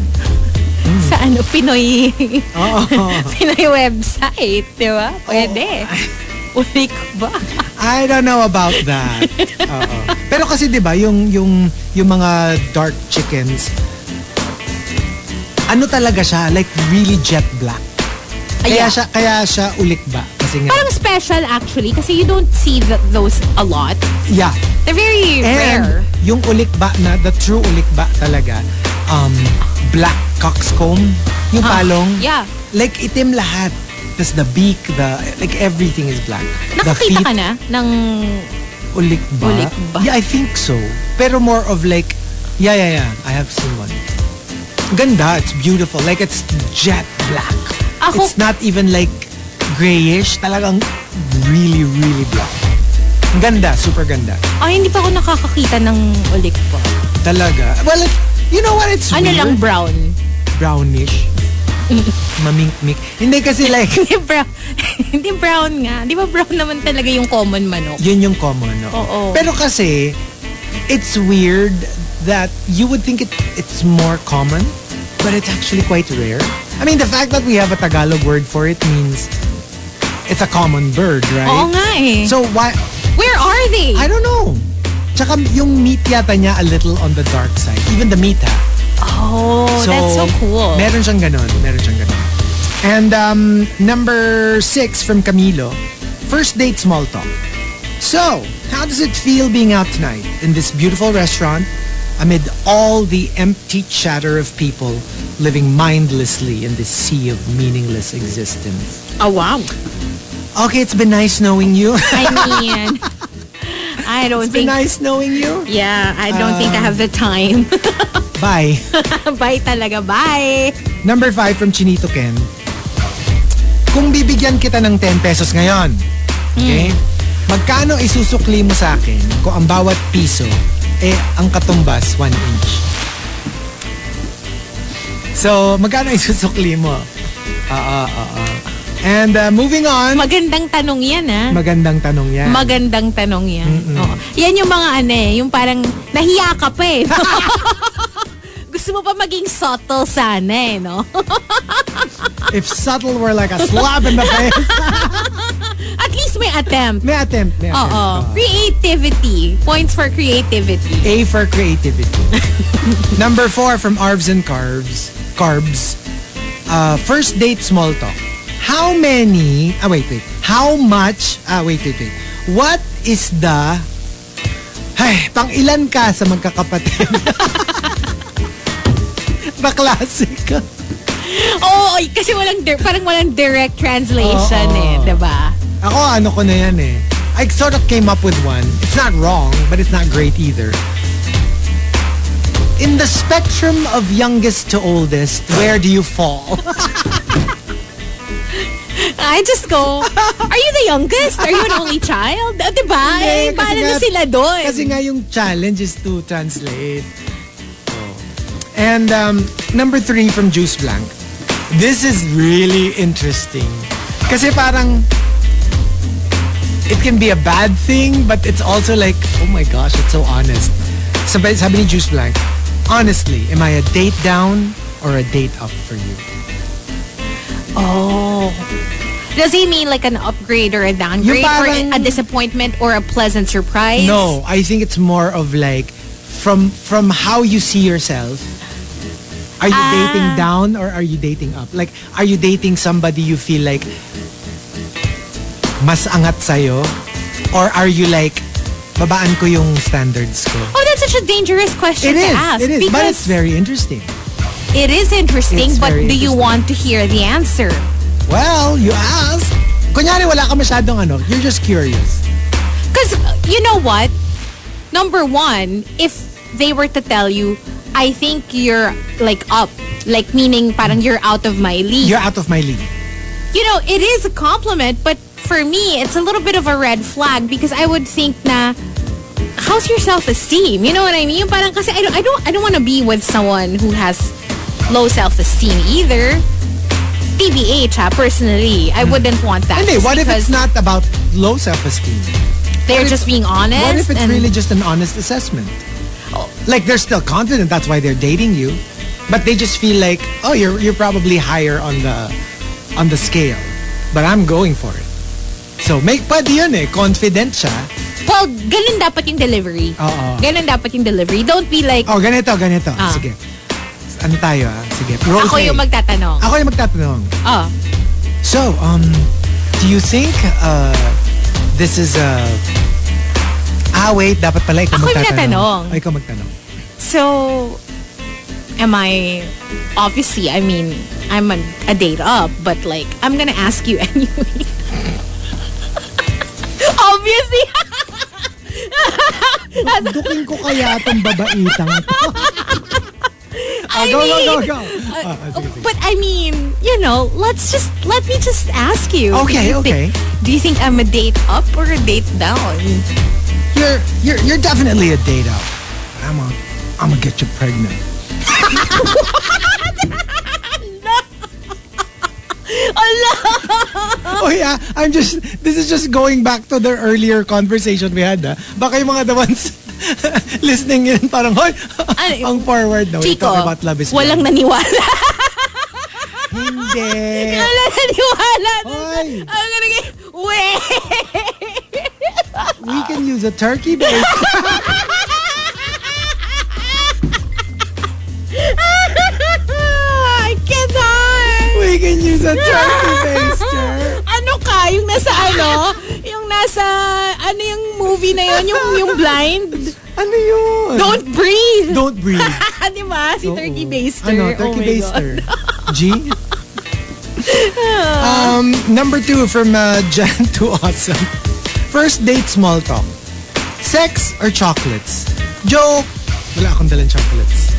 Speaker 6: *laughs* sa ano Pinoy
Speaker 5: *laughs* Oh,
Speaker 6: *laughs* Pinoy website, 'di ba?
Speaker 5: *laughs*
Speaker 6: Pwede. Uli ko ba?
Speaker 5: I don't know about that.
Speaker 6: *laughs*
Speaker 5: Oo. Pero kasi 'di ba, yung yung yung mga dark chickens ano talaga siya? Like really jet black. Kaya
Speaker 6: Ah, Yeah.
Speaker 5: siya kaya siya ulik ba? Kasi nga.
Speaker 6: Parang special actually kasi you don't see th- those a lot.
Speaker 5: yeah.
Speaker 6: They're very rare.
Speaker 5: And yung ulik ba na the true ulik ba talaga um black coxcomb, yung palong.
Speaker 6: Ah, yeah.
Speaker 5: Like itim lahat. Tapos the beak, the like everything is black. the
Speaker 6: Nakakita
Speaker 5: feet,
Speaker 6: ka na ng
Speaker 5: Ulik ba?
Speaker 6: Ulik ba?
Speaker 5: Yeah, I think so. Pero more of like, yeah, yeah, yeah. I have seen one. Ganda. It's beautiful. Like it's jet black.
Speaker 6: Ako-
Speaker 5: It's not even like grayish. Talagang really, really black. Ganda. Super ganda.
Speaker 6: ay ah, hindi pa ako nakakakita ng ulik po.
Speaker 5: Talaga. Well, it, you know what? It's
Speaker 6: Ano
Speaker 5: weird.
Speaker 6: lang brown. *laughs*
Speaker 5: Brownish. Mamink-mink. Hindi kasi like,
Speaker 6: Hindi brown. *laughs* Hindi brown nga. Di ba brown naman talaga yung common manok?
Speaker 5: yun yung common, no?
Speaker 6: Oo.
Speaker 5: Pero kasi, it's weird that you would think it it's more common, but it's actually quite rare. I mean, the fact that we have a Tagalog word for it means it's a common bird, right?
Speaker 6: Oo nga eh.
Speaker 5: So why,
Speaker 6: Where are they?
Speaker 5: I don't know. Tsaka yung meat yata niya a little on the dark side. Even the meat, ha?
Speaker 6: Oh, that's so cool.
Speaker 5: Meron siyang ganun. Meron siyang
Speaker 6: *laughs*
Speaker 5: ganun. And um, number six from Camilo. First date small talk. So, how does it feel being out tonight in this beautiful restaurant amid all the empty chatter of people living mindlessly in this sea of meaningless existence?
Speaker 6: Oh, wow.
Speaker 5: Ah, Okay, it's been nice knowing you.
Speaker 6: I
Speaker 5: *laughs*
Speaker 6: mean, I don't
Speaker 5: it's been
Speaker 6: think.
Speaker 5: nice knowing you. Um,
Speaker 6: Yeah, I don't think I have the time.
Speaker 5: Bye.
Speaker 6: *laughs* bye talaga, bye.
Speaker 5: Number 5 from Chinito Ken. Kung bibigyan kita ng 10 pesos ngayon,
Speaker 6: Hmm.
Speaker 5: okay? Magkano isusukli mo sa akin kung ang bawat piso eh ang katumbas 1 inch? So, magkano *laughs* isusukli mo? Oo, oo, And uh, moving on,
Speaker 6: Magandang tanong yan, ha?
Speaker 5: magandang tanong yan. Hmm.
Speaker 6: Magandang tanong yan. Oo. Yan yung mga ano eh, yung parang nahiya ka pa eh.
Speaker 5: *laughs*
Speaker 6: Gusto mo pa maging subtle sana eh, no? *laughs*
Speaker 5: If subtle were like a slap in the face.
Speaker 6: *laughs* At least may attempt.
Speaker 5: may attempt, may attempt.
Speaker 6: Oo. Creativity. Points for creativity.
Speaker 5: A for creativity. *laughs* Number four from Arvs and Carbs. Carbs. Uh, first date small talk. How many? Ah, wait, wait. How much? Ah, wait, wait, wait. What is the? Ay, pang ilan ka sa magkakapatid? *laughs* Baklasik.
Speaker 6: Oo, ay, kasi walang dir- parang walang direct translation eh, 'di ba?
Speaker 5: Ako, ano ko na yan eh. I sort of came up with one. It's not wrong, but it's not great either. In the spectrum of youngest to oldest, where do you fall?
Speaker 6: *laughs* I just go, are you the youngest? Are you an only child? Ah, 'Di ba? Eh,
Speaker 5: Hindi, kasi
Speaker 6: paano na
Speaker 5: nga-
Speaker 6: sila doon?
Speaker 5: Kasi nga yung challenge is to translate. Oh. And um, number three from Juice Blank. This is really interesting. Kasi parang it can be a bad thing but it's also like, oh my gosh, it's so honest. Sabi, sabi ni Juice Blank, honestly, am I a date down or a date up for you?
Speaker 6: Oh. Does he mean like an upgrade or a
Speaker 5: Yung
Speaker 6: downgrade
Speaker 5: parang-
Speaker 6: or a disappointment or a pleasant surprise?
Speaker 5: No, I think it's more of like from from how you see yourself. Are you
Speaker 6: Ah.
Speaker 5: dating down or are you dating up? Like, are you dating somebody you feel like mas angat sa'yo? Or are you like, babaan ko yung standards ko?
Speaker 6: Oh, that's such a dangerous
Speaker 5: It
Speaker 6: question to
Speaker 5: is,
Speaker 6: ask.
Speaker 5: it is. But
Speaker 6: because
Speaker 5: it's very interesting.
Speaker 6: it is interesting,
Speaker 5: It's
Speaker 6: but
Speaker 5: very
Speaker 6: do you
Speaker 5: interesting.
Speaker 6: want to hear the answer?
Speaker 5: Well, you ask. Kunyari, wala ka masyadong ano. You're just curious.
Speaker 6: Because uh, you know what? Number one, if they were to tell you, I think you're like up, like meaning parang you're out of my league.
Speaker 5: You're out of my league.
Speaker 6: You know, it is a compliment, but for me, it's a little bit of a red flag because I would think na, how how's your self-esteem? You know what I mean? Parang kasi I don't, I don't, I don't want to be with someone who has low self-esteem either. TBH, ha, ah, personally, I wouldn't want that.
Speaker 5: Hmm. Hindi,
Speaker 6: just
Speaker 5: what if
Speaker 6: because
Speaker 5: it's not about low self-esteem?
Speaker 6: They're just being honest.
Speaker 5: What if it's
Speaker 6: and-
Speaker 5: really just an honest assessment? Oh, Like they're still confident that's why they're dating you, but they just feel like, "Oh, you're you're probably higher on the on the scale, but I'm going for it." So make pwede yun eh, confident siya.
Speaker 6: Well, ganun dapat yung delivery.
Speaker 5: Oo.
Speaker 6: Ganun dapat yung delivery. Don't be like,
Speaker 5: Ah. Oh, ganito, ganito.
Speaker 6: Ah.
Speaker 5: Sige. Ano tayo ah? Sige. Role
Speaker 6: ako
Speaker 5: play. Ah.
Speaker 6: yung magtatanong.
Speaker 5: Ako yung magtatanong.
Speaker 6: Oh.
Speaker 5: So, um, do you think uh, this is a... Ah, wait. Dapat pala ikaw
Speaker 6: Ako yung
Speaker 5: magtatanong.
Speaker 6: tatanong.
Speaker 5: Oh, ikaw magtanong.
Speaker 6: So, am I, obviously, I mean, I'm a, a date up, but like, I'm gonna ask you *laughs* anyway. obviously.
Speaker 5: Duking ko
Speaker 6: *laughs*
Speaker 5: kaya itong babaitang ito. Ah, go, go, go, go. Ah, ah, sige, sige.
Speaker 6: uh, oh, But I mean, you know, let's just, let me just ask you.
Speaker 5: Okay,
Speaker 6: Do you think-
Speaker 5: okay.
Speaker 6: do you think I'm a date up or a date down?
Speaker 5: You're, you're, you're definitely a date out. I'm gonna I'm gonna get you pregnant. *laughs* Oh yeah, I'm just, this is just going back to the earlier conversation we had. ah. Baka yung mga the ones *laughs* listening in, parang, hoy,
Speaker 6: Ay,
Speaker 5: *laughs* ang forward. No,
Speaker 6: Chico,
Speaker 5: we talk about love is blind."
Speaker 6: walang naniwala.
Speaker 5: Hindi.
Speaker 6: *laughs* Walang naniwala.
Speaker 5: Hoy,
Speaker 6: I'm gonna get, wait.
Speaker 5: we can use a turkey *laughs* bake.
Speaker 6: I cannot!
Speaker 5: We can use a
Speaker 6: *laughs*
Speaker 5: turkey baster.
Speaker 6: Ano ka? Yung nasa ano? Yung nasa, ano yung movie na yun? Yung, yung blind?
Speaker 5: Ano yun?
Speaker 6: Don't breathe!
Speaker 5: Don't breathe.
Speaker 6: *laughs* Di ba? Si
Speaker 5: Oo.
Speaker 6: Turkey Baster.
Speaker 5: Ano,
Speaker 6: Oh
Speaker 5: turkey
Speaker 6: my God.
Speaker 5: baster. G? um, number two from uh, Jan to Awesome. First date small talk. Sex or chocolates? Joke! Wala akong dalang
Speaker 6: *laughs*
Speaker 5: chocolates.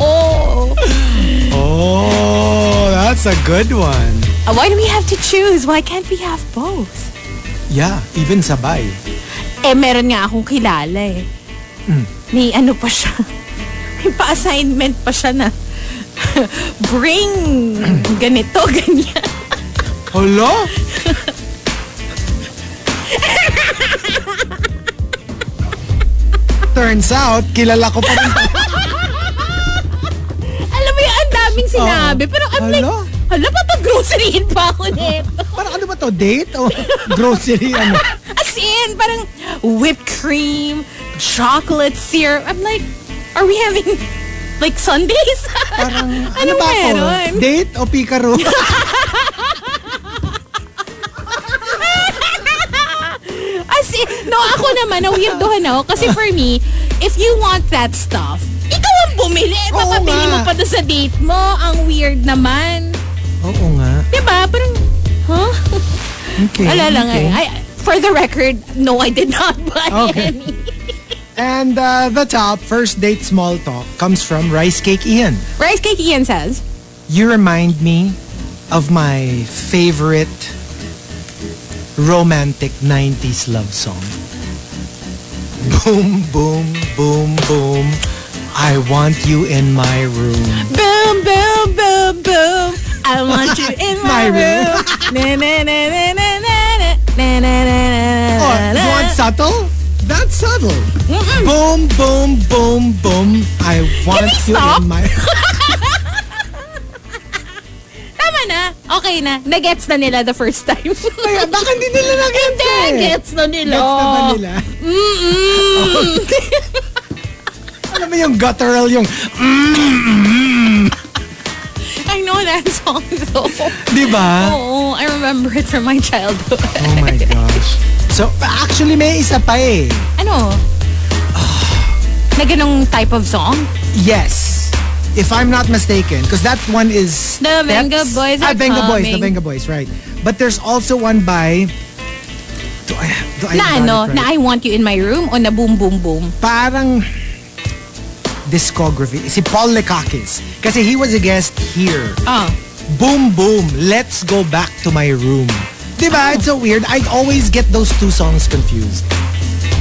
Speaker 5: Ah. oh. Oh, that's a good one.
Speaker 6: Uh, Why do we have to choose? Why can't we have both?
Speaker 5: Yeah, even sabay.
Speaker 6: Eh, meron nga akong kilala eh.
Speaker 5: Hmm.
Speaker 6: May ano pa siya. May pa-assignment pa siya na bring ganito, ganyan.
Speaker 5: Hello? Turns out, kilala ko pa rin.
Speaker 6: *laughs* Alam mo yung ang daming sinabi. pero I'm like,
Speaker 5: Ah, Hala.
Speaker 6: hala, papag-groceryin pa ako nito.
Speaker 5: Parang ano ba to? Date? O grocery? Ano?
Speaker 6: As in, parang whipped cream, chocolate syrup. I'm like, are we having like Sundays?
Speaker 5: Parang, ano
Speaker 6: *laughs* Anong
Speaker 5: ba ako?
Speaker 6: meron?
Speaker 5: Date o pikaro?
Speaker 6: *laughs* As in, no, ako naman, na-weirdohan ako. Kasi for me, if you want that stuff, ikaw ang bumili. Eh,
Speaker 5: Oo
Speaker 6: Papabili
Speaker 5: nga.
Speaker 6: mo pa doon sa date mo. Ang weird naman.
Speaker 5: Oo nga.
Speaker 6: Diba? Parang, huh?
Speaker 5: Okay.
Speaker 6: Wala lang
Speaker 5: okay.
Speaker 6: eh. I, for the record, no, I did not buy
Speaker 5: Okay.
Speaker 6: any.
Speaker 5: And uh, the top, first date small talk, comes from Rice Cake Ian.
Speaker 6: Rice Cake Ian says,
Speaker 5: You remind me of my favorite romantic 90s love song. Boom, boom, boom, boom. I want you in my room.
Speaker 6: Boom, boom, boom, boom. I want
Speaker 5: *laughs*
Speaker 6: you in
Speaker 5: My
Speaker 6: my,
Speaker 5: room.
Speaker 6: room. na, na, na, na, na, na, na, na, na, na, na,
Speaker 5: Oh,
Speaker 6: na, na.
Speaker 5: you want subtle? That's subtle. Boom, boom, boom, boom. I want
Speaker 6: Mm-hmm. we
Speaker 5: you
Speaker 6: stop?
Speaker 5: in my *laughs*
Speaker 6: Tama na. Okay na. Nagets na nila the first time.
Speaker 5: Kaya baka hindi nila
Speaker 6: *laughs*
Speaker 5: na-gets eh.
Speaker 6: Nagets na nila. Oh.
Speaker 5: Gets na ba nila?
Speaker 6: Mm-mm.
Speaker 5: *laughs* Alam mo yung guttural yung, mm,
Speaker 6: I know that song though.
Speaker 5: di ba?
Speaker 6: Oh, I remember it from my childhood.
Speaker 5: Oh my gosh. So, actually may isa pa eh.
Speaker 6: Ano? Na ganong type of song?
Speaker 5: Yes. If I'm not mistaken, because that one is Steps.
Speaker 6: The Venga Boys
Speaker 5: Ah,
Speaker 6: are
Speaker 5: Venga Boys, the
Speaker 6: coming.
Speaker 5: Venga Boys, right? But there's also one by. Do I, do I
Speaker 6: Na
Speaker 5: have
Speaker 6: ano?
Speaker 5: it
Speaker 6: Na
Speaker 5: right?
Speaker 6: I want you in my room o na boom boom boom?
Speaker 5: Parang discography. Si Paul Lekakis. Kasi he was a guest here.
Speaker 6: Oh.
Speaker 5: Boom Boom, Let's Go Back to My Room. Diba? It's so weird. I always get those two songs confused.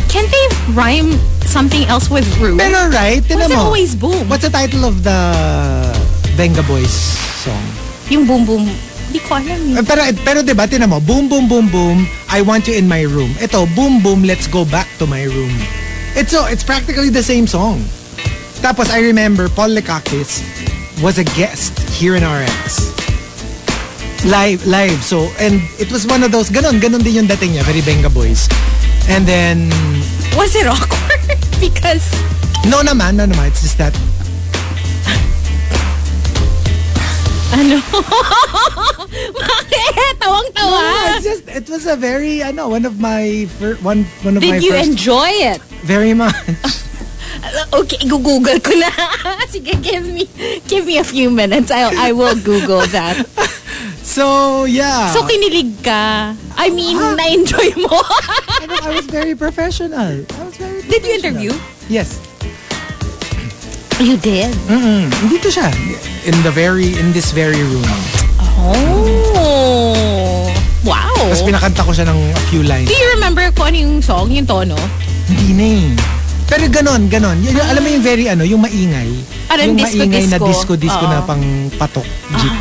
Speaker 6: Can they rhyme something else with Rue?
Speaker 5: Pero right,
Speaker 6: What's
Speaker 5: tinan
Speaker 6: it
Speaker 5: mo.
Speaker 6: always boom?
Speaker 5: What's the title of the Venga Boys song?
Speaker 6: Yung boom
Speaker 5: *laughs*
Speaker 6: boom. Hindi ko alam. eh.
Speaker 5: Eh, Pero, pero diba, tinan mo, boom, boom, boom, boom, I want you in my room. Ito, boom, boom, let's go back to my room. It's, so, it's practically the same song. Tapos I remember Paul Lekakis was a guest here in RX. Live, live. So, and it was one of those, ganun, ganun din yung dating niya, very Benga Boys. And then,
Speaker 6: Was it awkward? *laughs* because
Speaker 5: no naman, no naman, it's just that
Speaker 6: ano? *laughs* Bakit? *laughs* Tawang-tawa.
Speaker 5: No, it's just it was a very I know one of my fir- one one of my
Speaker 6: Did you
Speaker 5: first
Speaker 6: enjoy it?
Speaker 5: very much.
Speaker 6: *laughs* Okay, google ko na. *laughs* Sige, give me give me a few minutes. I I will google that.
Speaker 5: *laughs* So yeah,
Speaker 6: So kinilig ka. I mean, na-enjoy mo.
Speaker 5: Ah.
Speaker 6: *laughs*
Speaker 5: I, know, I was very professional. I was very.
Speaker 6: Did
Speaker 5: professional.
Speaker 6: you interview?
Speaker 5: Yes,
Speaker 6: You did.
Speaker 5: dito siya in the very in this very room.
Speaker 6: Oh. Wow.
Speaker 5: Tapos pinakanta ko siya ng a few lines.
Speaker 6: Do you remember kung ano yung song, yung tono?
Speaker 5: Hindi na eh. Pero ganon, ganon. Yun, yung- alam mo yung very ano, yung maingay.
Speaker 6: Parang
Speaker 5: yung
Speaker 6: disco,
Speaker 5: maingay na
Speaker 6: disco.
Speaker 5: disco-disco
Speaker 6: Ano, Oo. Ah.
Speaker 5: na pang patok
Speaker 6: *laughs*
Speaker 5: jeep.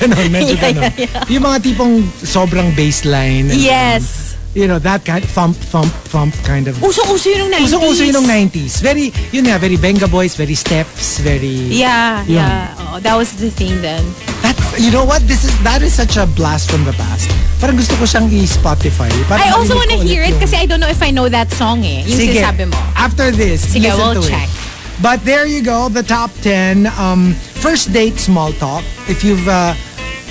Speaker 5: ganon, medyo
Speaker 6: Yeah,
Speaker 5: ganon.
Speaker 6: yeah,
Speaker 5: Yung mga tipong sobrang bassline. and,
Speaker 6: Yes.
Speaker 5: you know, that kind, thump, thump, thump kind of.
Speaker 6: Usong-uso yun nung 90s.
Speaker 5: Usong-uso yun ng 90s. Very, yun nga, very Benga Boys, very steps, very...
Speaker 6: Yeah,
Speaker 5: Yun.
Speaker 6: yeah. Oh, that was the thing then.
Speaker 5: That, you know what? This is, that is such a blast from the past. Parang gusto ko siyang i-Spotify. Parang
Speaker 6: I
Speaker 5: marinig
Speaker 6: also want to
Speaker 5: ko ulit
Speaker 6: hear it
Speaker 5: yung-
Speaker 6: kasi I don't know if I know that song eh. Yung
Speaker 5: Sige.
Speaker 6: sinasabi mo.
Speaker 5: After this,
Speaker 6: Sige,
Speaker 5: listen
Speaker 6: we'll
Speaker 5: to
Speaker 6: check.
Speaker 5: it. But there you go, the top 10. Um, first date small talk. If you've, uh,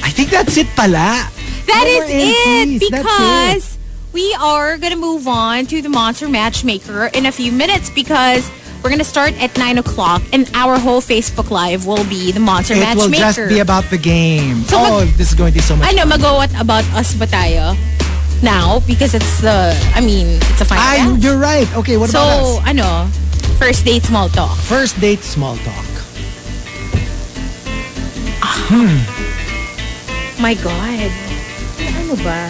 Speaker 5: I think that's it pala.
Speaker 6: That is
Speaker 5: Our
Speaker 6: it
Speaker 5: MPs, that's it.
Speaker 6: because we are going to move on to the Monster Matchmaker in a few minutes because we're going to start at 9 o'clock and our whole Facebook Live will be the Monster
Speaker 5: It will
Speaker 6: Matchmaker.
Speaker 5: just be about the game.
Speaker 6: So
Speaker 5: oh,
Speaker 6: mag-
Speaker 5: this is going to be so much
Speaker 6: ano, mag-what about us ba tayo now? Because it's the, I mean, it's a final
Speaker 5: Ah, you-
Speaker 6: round.
Speaker 5: you're right. Okay, what
Speaker 6: So,
Speaker 5: about us?
Speaker 6: ano, first date small talk.
Speaker 5: First date small talk. Hmm.
Speaker 6: My God. Ano ba?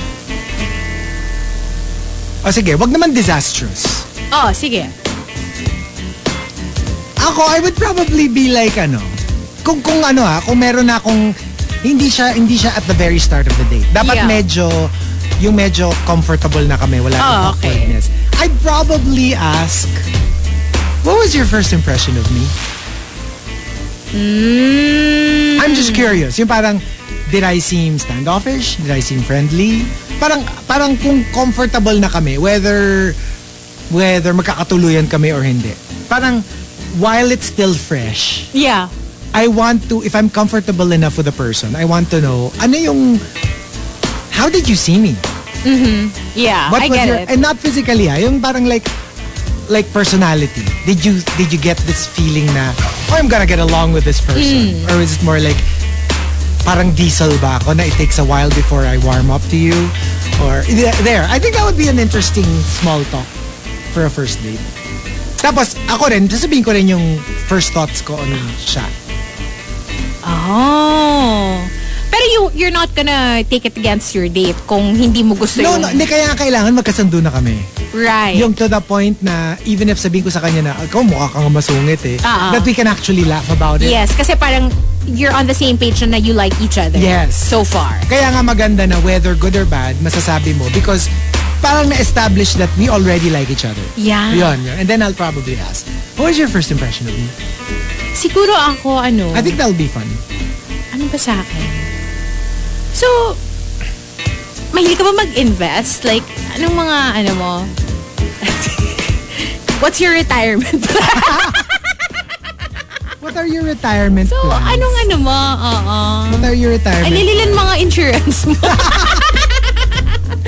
Speaker 5: O Oh, sige, wag naman disastrous.
Speaker 6: Oh, sige.
Speaker 5: Ako, I would probably be like ano, kung kung ano ha, kung meron na akong hindi siya hindi siya at the very start of the date. Dapat
Speaker 6: Yeah.
Speaker 5: medyo yung medyo comfortable na kami, wala nang
Speaker 6: Oh, okay.
Speaker 5: awkwardness. I'd probably ask, what was your first impression of me? I'm just curious. Yung parang, did I seem standoffish? Did I seem friendly? Parang, parang kung comfortable na kami, whether, whether magkakatuluyan kami or hindi. Parang, while it's still fresh,
Speaker 6: Yeah.
Speaker 5: I want to, if I'm comfortable enough with a person, I want to know, ano yung, how did you see me?
Speaker 6: Mm-hmm. Yeah, Ah, I get it.
Speaker 5: And not physically, ha? Yung parang like, like personality. Did you did you get this feeling na, oh, I'm gonna get along with this person?
Speaker 6: Mm.
Speaker 5: Or is it more like, parang diesel ba ako na it takes a while before I warm up to you? Or, th- there. I think that would be an interesting small talk for a first date. Tapos, ako rin, sasabihin ko rin yung first thoughts ko on siya.
Speaker 6: Oh. Pero you, you're not gonna take it against your date kung hindi mo gusto
Speaker 5: No,
Speaker 6: yung...
Speaker 5: no, hindi kaya kailangan magkasundo na kami.
Speaker 6: Right.
Speaker 5: Yung to the point na even if sabihin ko sa kanya na, ako mukha kang masungit eh.
Speaker 6: Ah, ah.
Speaker 5: That we can actually laugh about it.
Speaker 6: yes, kasi parang you're on the same page na you like each other.
Speaker 5: Yes.
Speaker 6: So far.
Speaker 5: Kaya nga maganda na whether good or bad, masasabi mo because parang na-establish that we already like each other.
Speaker 6: Yeah.
Speaker 5: Yun, yun. And then I'll probably ask, what was your first impression of me?
Speaker 6: Siguro ako, ano...
Speaker 5: I think that'll be fun.
Speaker 6: Ano ba sa akin? So, mahilig ka ba mag-invest? Like, anong mga, ano mo? *laughs* What's your retirement *laughs* plan?
Speaker 5: What are your retirement
Speaker 6: So,
Speaker 5: plans?
Speaker 6: anong ano mo? Oo.
Speaker 5: What are your retirement
Speaker 6: Ay, nililan mga insurance mo. *laughs*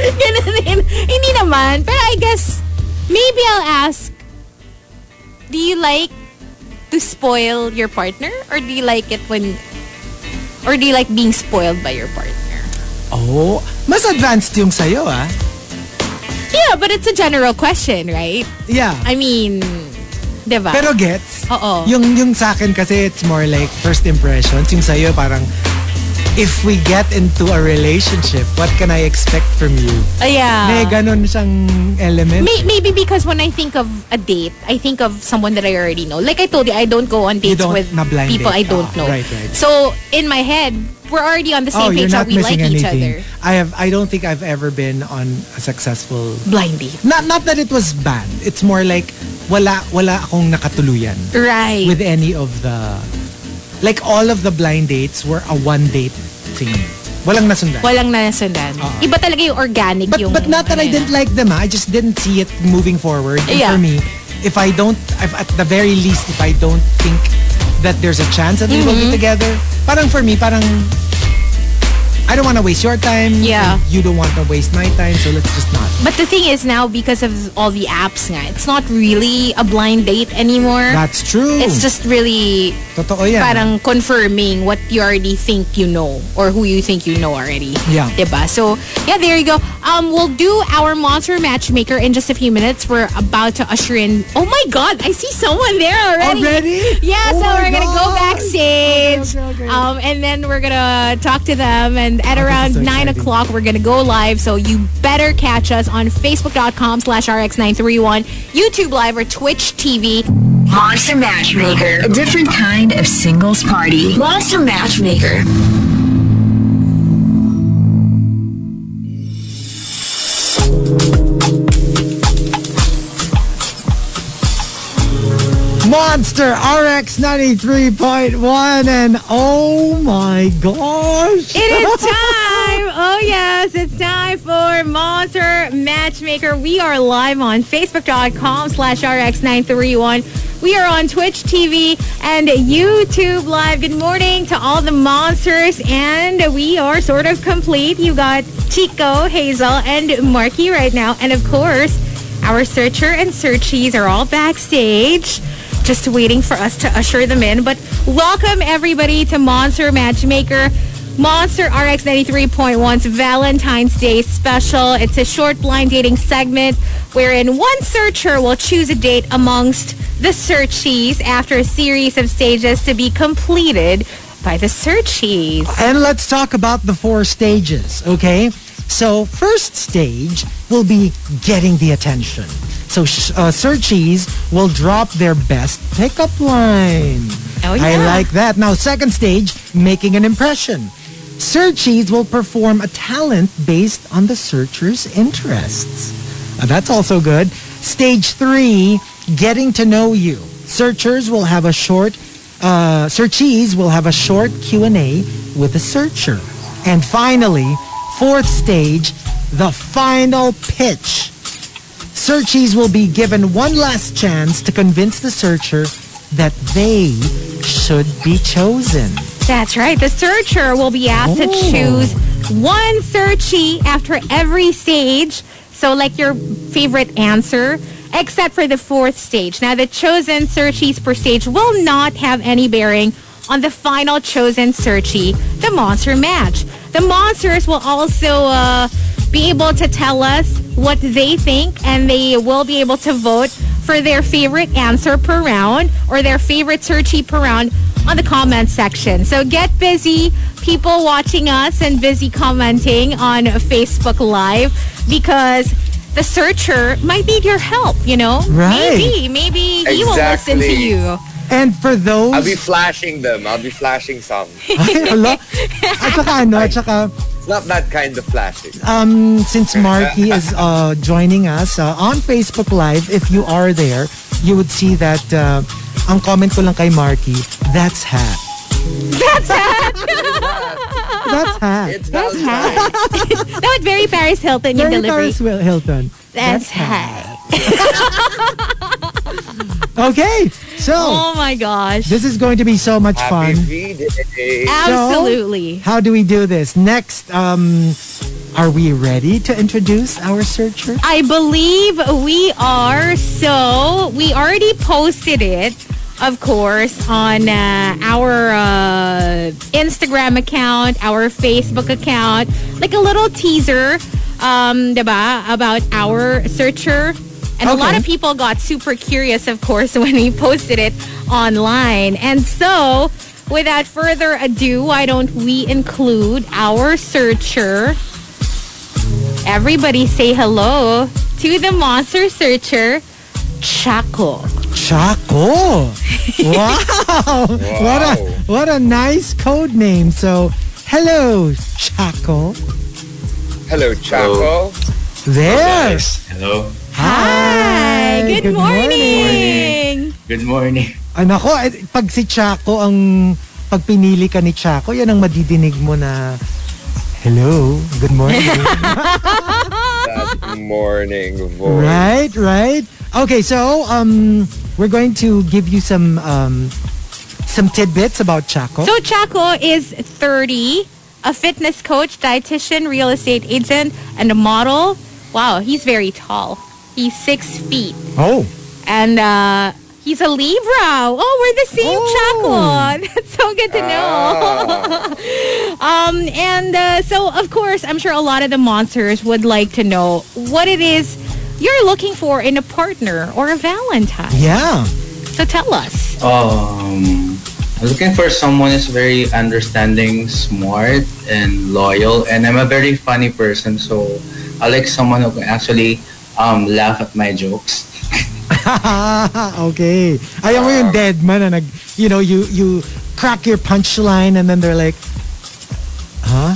Speaker 6: Ganun din. Hindi naman. Pero I guess, maybe I'll ask, do you like to spoil your partner? Or do you like it when, or do you like being spoiled by your partner?
Speaker 5: Oh, mas advanced yung sa'yo ah.
Speaker 6: Yeah, but it's a general question, right?
Speaker 5: Yeah.
Speaker 6: I mean, di ba?
Speaker 5: Pero gets?
Speaker 6: Oo.
Speaker 5: Yung, yung sa akin kasi it's more like first impressions. Yung sa'yo parang if we get into a relationship, what can I expect from you?
Speaker 6: Uh, yeah.
Speaker 5: May ganun Ano siyang element.
Speaker 6: May- Maybe because when I think of a date, I think of someone that I already know. Like I told you, I don't go on dates
Speaker 5: don't-
Speaker 6: with
Speaker 5: na blind
Speaker 6: people
Speaker 5: date.
Speaker 6: I don't
Speaker 5: Ah,
Speaker 6: know.
Speaker 5: right, right.
Speaker 6: So in my head, we're already on the
Speaker 5: oh,
Speaker 6: same
Speaker 5: you're
Speaker 6: page how
Speaker 5: not
Speaker 6: we like
Speaker 5: missing
Speaker 6: each
Speaker 5: anything.
Speaker 6: other.
Speaker 5: I have. I don't think I've ever been on a successful.
Speaker 6: Blind date.
Speaker 5: Not not that it was bad. It's more like wala wala akong nakatuluyan
Speaker 6: Right.
Speaker 5: with any of the like all of the blind dates were a one date thing. Walang nasundan.
Speaker 6: Walang nasundan. Iba talaga yung organic
Speaker 5: Ah. But
Speaker 6: yung...
Speaker 5: but not that I
Speaker 6: ano
Speaker 5: didn't
Speaker 6: na.
Speaker 5: like them. ah. I just didn't see it moving forward. And
Speaker 6: Yeah.
Speaker 5: For me, if I don't, if at the very least, if I don't think that there's a chance that we will
Speaker 6: Mm-hmm.
Speaker 5: be together, parang for me, parang I don't want to waste your time.
Speaker 6: Yeah.
Speaker 5: and You don't want to waste my time, so let's just not.
Speaker 6: But the thing is now, because of all the apps nga, it's not really a blind date anymore.
Speaker 5: That's true.
Speaker 6: it's just really
Speaker 5: Totoo yan.
Speaker 6: parang confirming what you already think you know or who you think you know already.
Speaker 5: Yeah.
Speaker 6: Diba? So, yeah, there you go. Um, we'll do our monster matchmaker in just a few minutes. We're about to usher in. Oh my God, I see someone there already.
Speaker 5: Already? Oh
Speaker 6: Yeah, so
Speaker 5: my
Speaker 6: we're going to go
Speaker 5: God.
Speaker 6: backstage.
Speaker 5: Okay, okay, okay.
Speaker 6: Um, and then we're going to talk to them. And at around
Speaker 5: so
Speaker 6: 9
Speaker 5: exciting.
Speaker 6: o'clock, we're going to go live. So you better catch us on facebook.com slash rx931, YouTube Live, or Twitch TV.
Speaker 7: Monster Matchmaker, a different kind of singles party. Monster Matchmaker.
Speaker 5: Monster RX 93.1 and oh my *laughs* gosh.
Speaker 6: It is time. Oh, yes. It's time for Monster Matchmaker. We are live on Facebook.com slash RX931. We are on Twitch TV and YouTube Live. Good morning to all the monsters. And we are sort of complete. You got Chico, Hazel, and Marky right now. And of course, our searcher and searchies are all backstage just waiting for us to usher them in. But welcome everybody to Monster Matchmaker. Monster RX 93.1's Valentine's Day special. It's a short blind dating segment wherein one searcher will choose a date amongst the searchees after a series of stages to be completed by the searchees.
Speaker 5: And let's talk about the four stages, okay? So, first stage will be getting the attention. So, sh- uh, searchies will drop their best pickup line.
Speaker 6: Oh,
Speaker 5: I
Speaker 6: yeah.
Speaker 5: like that. Now, second stage, making an impression. Searchies will perform a talent based on the searcher's interests. Uh, that's also good. Stage three, getting to know you. Searchers will have a short, uh, searchees will have a short Q&A with the searcher. And finally, fourth stage, the final pitch. Searchies will be given one last chance to convince the searcher that they should be chosen. *laughs*
Speaker 6: That's right. The searcher will be asked to
Speaker 5: Oh.
Speaker 6: choose one searchee after every stage. So, like your favorite answer, except for the fourth stage. Now, the chosen searchees per stage will not have any bearing on the final chosen searchee, the monster match. The monsters will also uh, be able to tell us what they think, and they will be able to vote for their favorite answer per round or their favorite searchy per round on the comment section. So get busy, people watching us and busy commenting on Facebook Live because the searcher might need your help, you know?
Speaker 5: Right.
Speaker 6: Maybe, maybe he will listen to
Speaker 8: Exactly.
Speaker 6: you.
Speaker 5: And for those...
Speaker 8: I'll be flashing them. I'll be
Speaker 5: *laughs*
Speaker 8: flashing some.
Speaker 5: Ay, ala. At saka ano, at saka, um,
Speaker 8: It's not that kind of flashing.
Speaker 5: since Marky is uh, joining us uh, on Facebook Live, if you are there, you would see that uh, ang comment ko lang kay Marky, that's hat. *laughs*
Speaker 6: That's it.
Speaker 5: That's hat.
Speaker 8: It's Valentine's.
Speaker 6: *laughs* That was very Paris Hilton yung
Speaker 5: Very
Speaker 6: delivery.
Speaker 5: Paris Wil- Hilton.
Speaker 6: That's high.
Speaker 5: Okay, so
Speaker 6: *laughs* Oh my gosh.
Speaker 5: this is going to be so much
Speaker 8: Happy
Speaker 5: fun.
Speaker 8: V-Day.
Speaker 6: Absolutely.
Speaker 5: How do we do this? Next, um, are we ready to introduce our searcher?
Speaker 6: I believe we are. So we already posted it, of course, on uh, our uh, Instagram account, our Facebook account, like a little teaser, um, diba, about our searcher. And a lot
Speaker 5: Okay.
Speaker 6: of people *laughs* got super curious, of course, when we posted it online. And so without further ado, why don't we include our searcher? Everybody say hello to the monster searcher, Chaco. *laughs*
Speaker 5: Chaco. Wow. What a what a nice code name. So, hello Chaco.
Speaker 8: Hello, Chaco.
Speaker 5: There.
Speaker 9: Guys, hello.
Speaker 5: Hi.
Speaker 6: Good, morning.
Speaker 9: Good morning.
Speaker 5: Ay nako, eh, pag si Chaco ang pag pinili ka ni Chaco, yan ang madidinig mo
Speaker 6: *laughs*
Speaker 5: na Hello, good morning.
Speaker 8: That morning voice.
Speaker 5: right, right. Okay, so um we're going to give you some um some tidbits about Chaco.
Speaker 6: So Chaco is 30, a fitness coach, dietitian, real estate agent, and a model. Wow, he's very tall. He's six feet.
Speaker 5: oh.
Speaker 6: And uh, he's a Libra. Oh, we're the same,
Speaker 5: Oh.
Speaker 6: Chaco. *laughs* That's so good to know.
Speaker 8: Ah,
Speaker 6: *laughs* Um, and uh, so, of course, I'm sure a lot of the monsters would like to know what it is you're looking for in a partner or a Valentine.
Speaker 5: Yeah.
Speaker 6: So tell us.
Speaker 9: Um, I'm looking for someone who's very understanding, smart, and loyal. And I'm a very funny person, so I like someone who can actually um, laugh at my jokes.
Speaker 5: *laughs* okay. Ayaw mo yung dead man na nag, you know, you, you crack your punchline and then they're like, huh?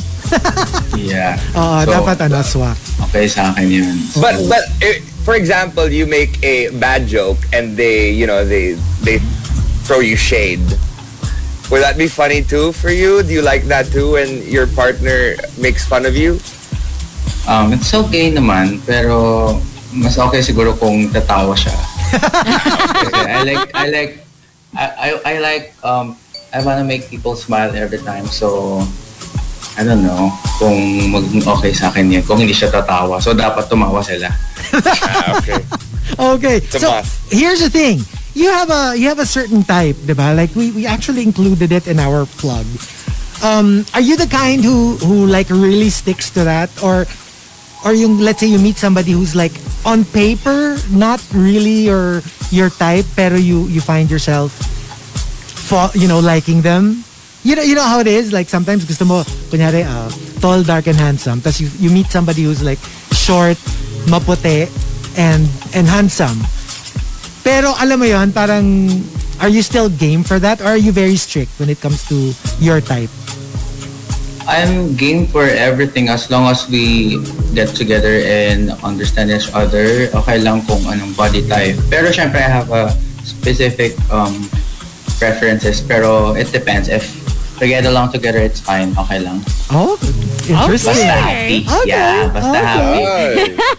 Speaker 9: Yeah.
Speaker 5: Oo, "Ah,
Speaker 9: So,
Speaker 5: dapat ano, swak.
Speaker 9: Okay sa akin yun.
Speaker 8: But
Speaker 9: So,
Speaker 8: but eh, for example, you make a bad joke and they you know they they throw you shade. Would that be funny too for you? Do you like that too when your partner makes fun of you?
Speaker 9: um, it's okay naman, pero mas okay siguro kung tatawa siya. Kasi I like, I like, I, I, I like, um, I wanna make people smile every time, so, I don't know, kung maging okay sa akin yun, kung hindi siya tatawa, so dapat tumawa sila.
Speaker 8: *laughs* Ah, okay.
Speaker 5: Okay.
Speaker 8: a
Speaker 5: so,
Speaker 8: must.
Speaker 5: here's the thing. You have a you have a certain type, diba? Like we, we actually included it in our plug. Um, are you the kind who who like really sticks to that or or yung let's say you meet somebody who's like on paper not really your your type pero you you find yourself fa- you know liking them? You know you know how it is like sometimes gusto mo kunyari uh, tall, dark and handsome. Tapos you, you meet somebody who's like short, maputi and and handsome. Pero alam mo yon parang are you still game for that or are you very strict when it comes to your type?
Speaker 9: I'm game for everything as long as we get together and understand each other. Okay lang kung anong body type. Pero syempre, I have a specific um, preferences. Pero it depends. If we get along together, it's fine. Okay lang.
Speaker 5: Oh, interesting.
Speaker 9: Basta happy.
Speaker 5: Okay.
Speaker 9: Yeah, basta
Speaker 5: Okay.
Speaker 9: happy.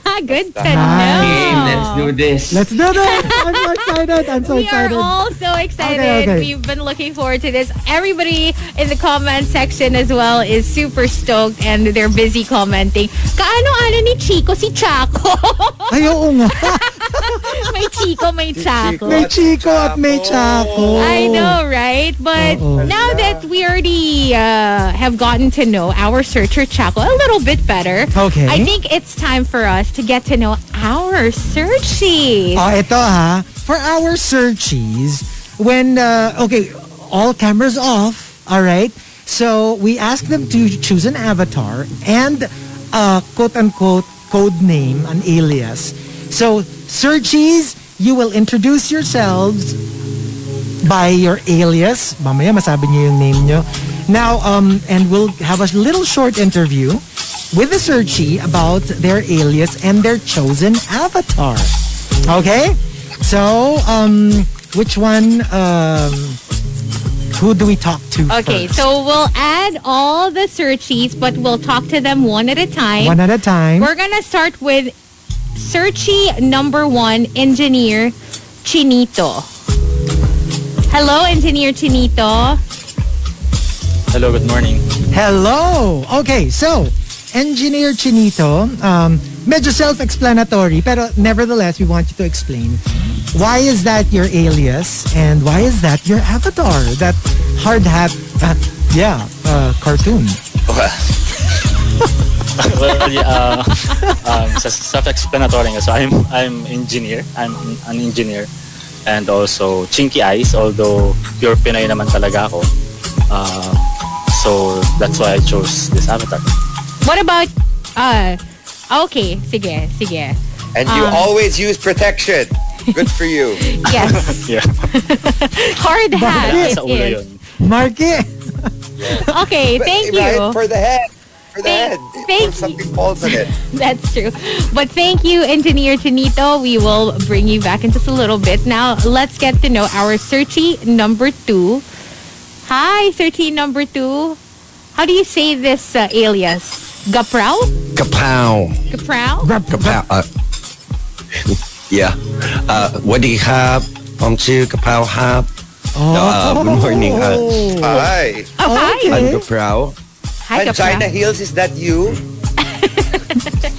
Speaker 6: Ah, *laughs* good to
Speaker 9: Okay, let's
Speaker 6: know.
Speaker 9: do this.
Speaker 5: Let's do that. I'm
Speaker 6: *laughs*
Speaker 5: so excited. I'm so
Speaker 6: We are
Speaker 5: excited.
Speaker 6: all so excited.
Speaker 5: Okay, okay.
Speaker 6: We've been looking forward to this. Everybody in the comment section as well is super stoked and they're busy commenting. Kaano ano ni Chico si Chaco?
Speaker 5: *laughs* Ay, oo nga.
Speaker 6: *laughs* may Chico, may Chaco.
Speaker 5: May Chico at may Chaco.
Speaker 6: I know, right? But
Speaker 5: Uh-oh.
Speaker 6: now that we already uh, have gotten to know our searcher Chaco a little bit better,
Speaker 5: Okay.
Speaker 6: I think it's time for us to get to know our searchies.
Speaker 5: Oh, ito ha. For our searchies, when, uh, okay, all cameras off, all right? So we ask them to choose an avatar and a quote-unquote code name, an alias. So searchies, you will introduce yourselves by your alias. Mamaya masabi niyo yung name niyo. Now, um, and we'll have a little short interview with the searchee about their alias and their chosen avatar. Okay? So, um, which one, um, who do we talk to
Speaker 6: Okay,
Speaker 5: first?
Speaker 6: so we'll add all the searchies, but we'll talk to them one at a time.
Speaker 5: One at a time.
Speaker 6: We're gonna start with searchie number one, engineer Chinito. Hello, engineer Chinito.
Speaker 10: Hello, good morning.
Speaker 5: Hello! Okay, so, Engineer Chinito, um, medyo self-explanatory, pero nevertheless, we want you to explain why is that your alias and why is that your avatar? That hard hat, uh, yeah, uh, cartoon.
Speaker 10: *laughs* well, yeah, uh, um, it's self-explanatory. nga. So I'm I'm engineer. I'm an engineer, and also chinky eyes. Although pure Pinoy naman talaga ako. Uh, so that's why I chose this avatar.
Speaker 6: What about, uh, okay, sige, sige.
Speaker 8: And you
Speaker 6: Um,
Speaker 8: always use protection. Good for you.
Speaker 6: *laughs* Yes.
Speaker 8: *laughs*
Speaker 10: yeah.
Speaker 6: *laughs* Hard hat.
Speaker 8: Bakit?
Speaker 6: it
Speaker 8: Sa ulo
Speaker 6: is.
Speaker 8: yun.
Speaker 5: Marky.
Speaker 8: *laughs*
Speaker 6: Okay, thank you.
Speaker 8: Right? For the head. For the
Speaker 6: Thank-
Speaker 8: head. Thank or something falls on it.
Speaker 6: *laughs* That's true. But thank you, Engineer Chinito. We will bring you back in just a little bit. Now, let's get to know our searchy number two. Hi, searchy number two. How do you say this uh, alias? Gaprow?
Speaker 11: Kapow.
Speaker 6: Gaprow?
Speaker 11: Kapow. Uh, *laughs* yeah. Uh, what do you have? I'm to Kapow Hap. Uh, good morning. Uh,
Speaker 8: Hi.
Speaker 6: Oh, hi.
Speaker 11: I'm Kapow.
Speaker 6: Hi, Kapra.
Speaker 8: China Hills, is that you?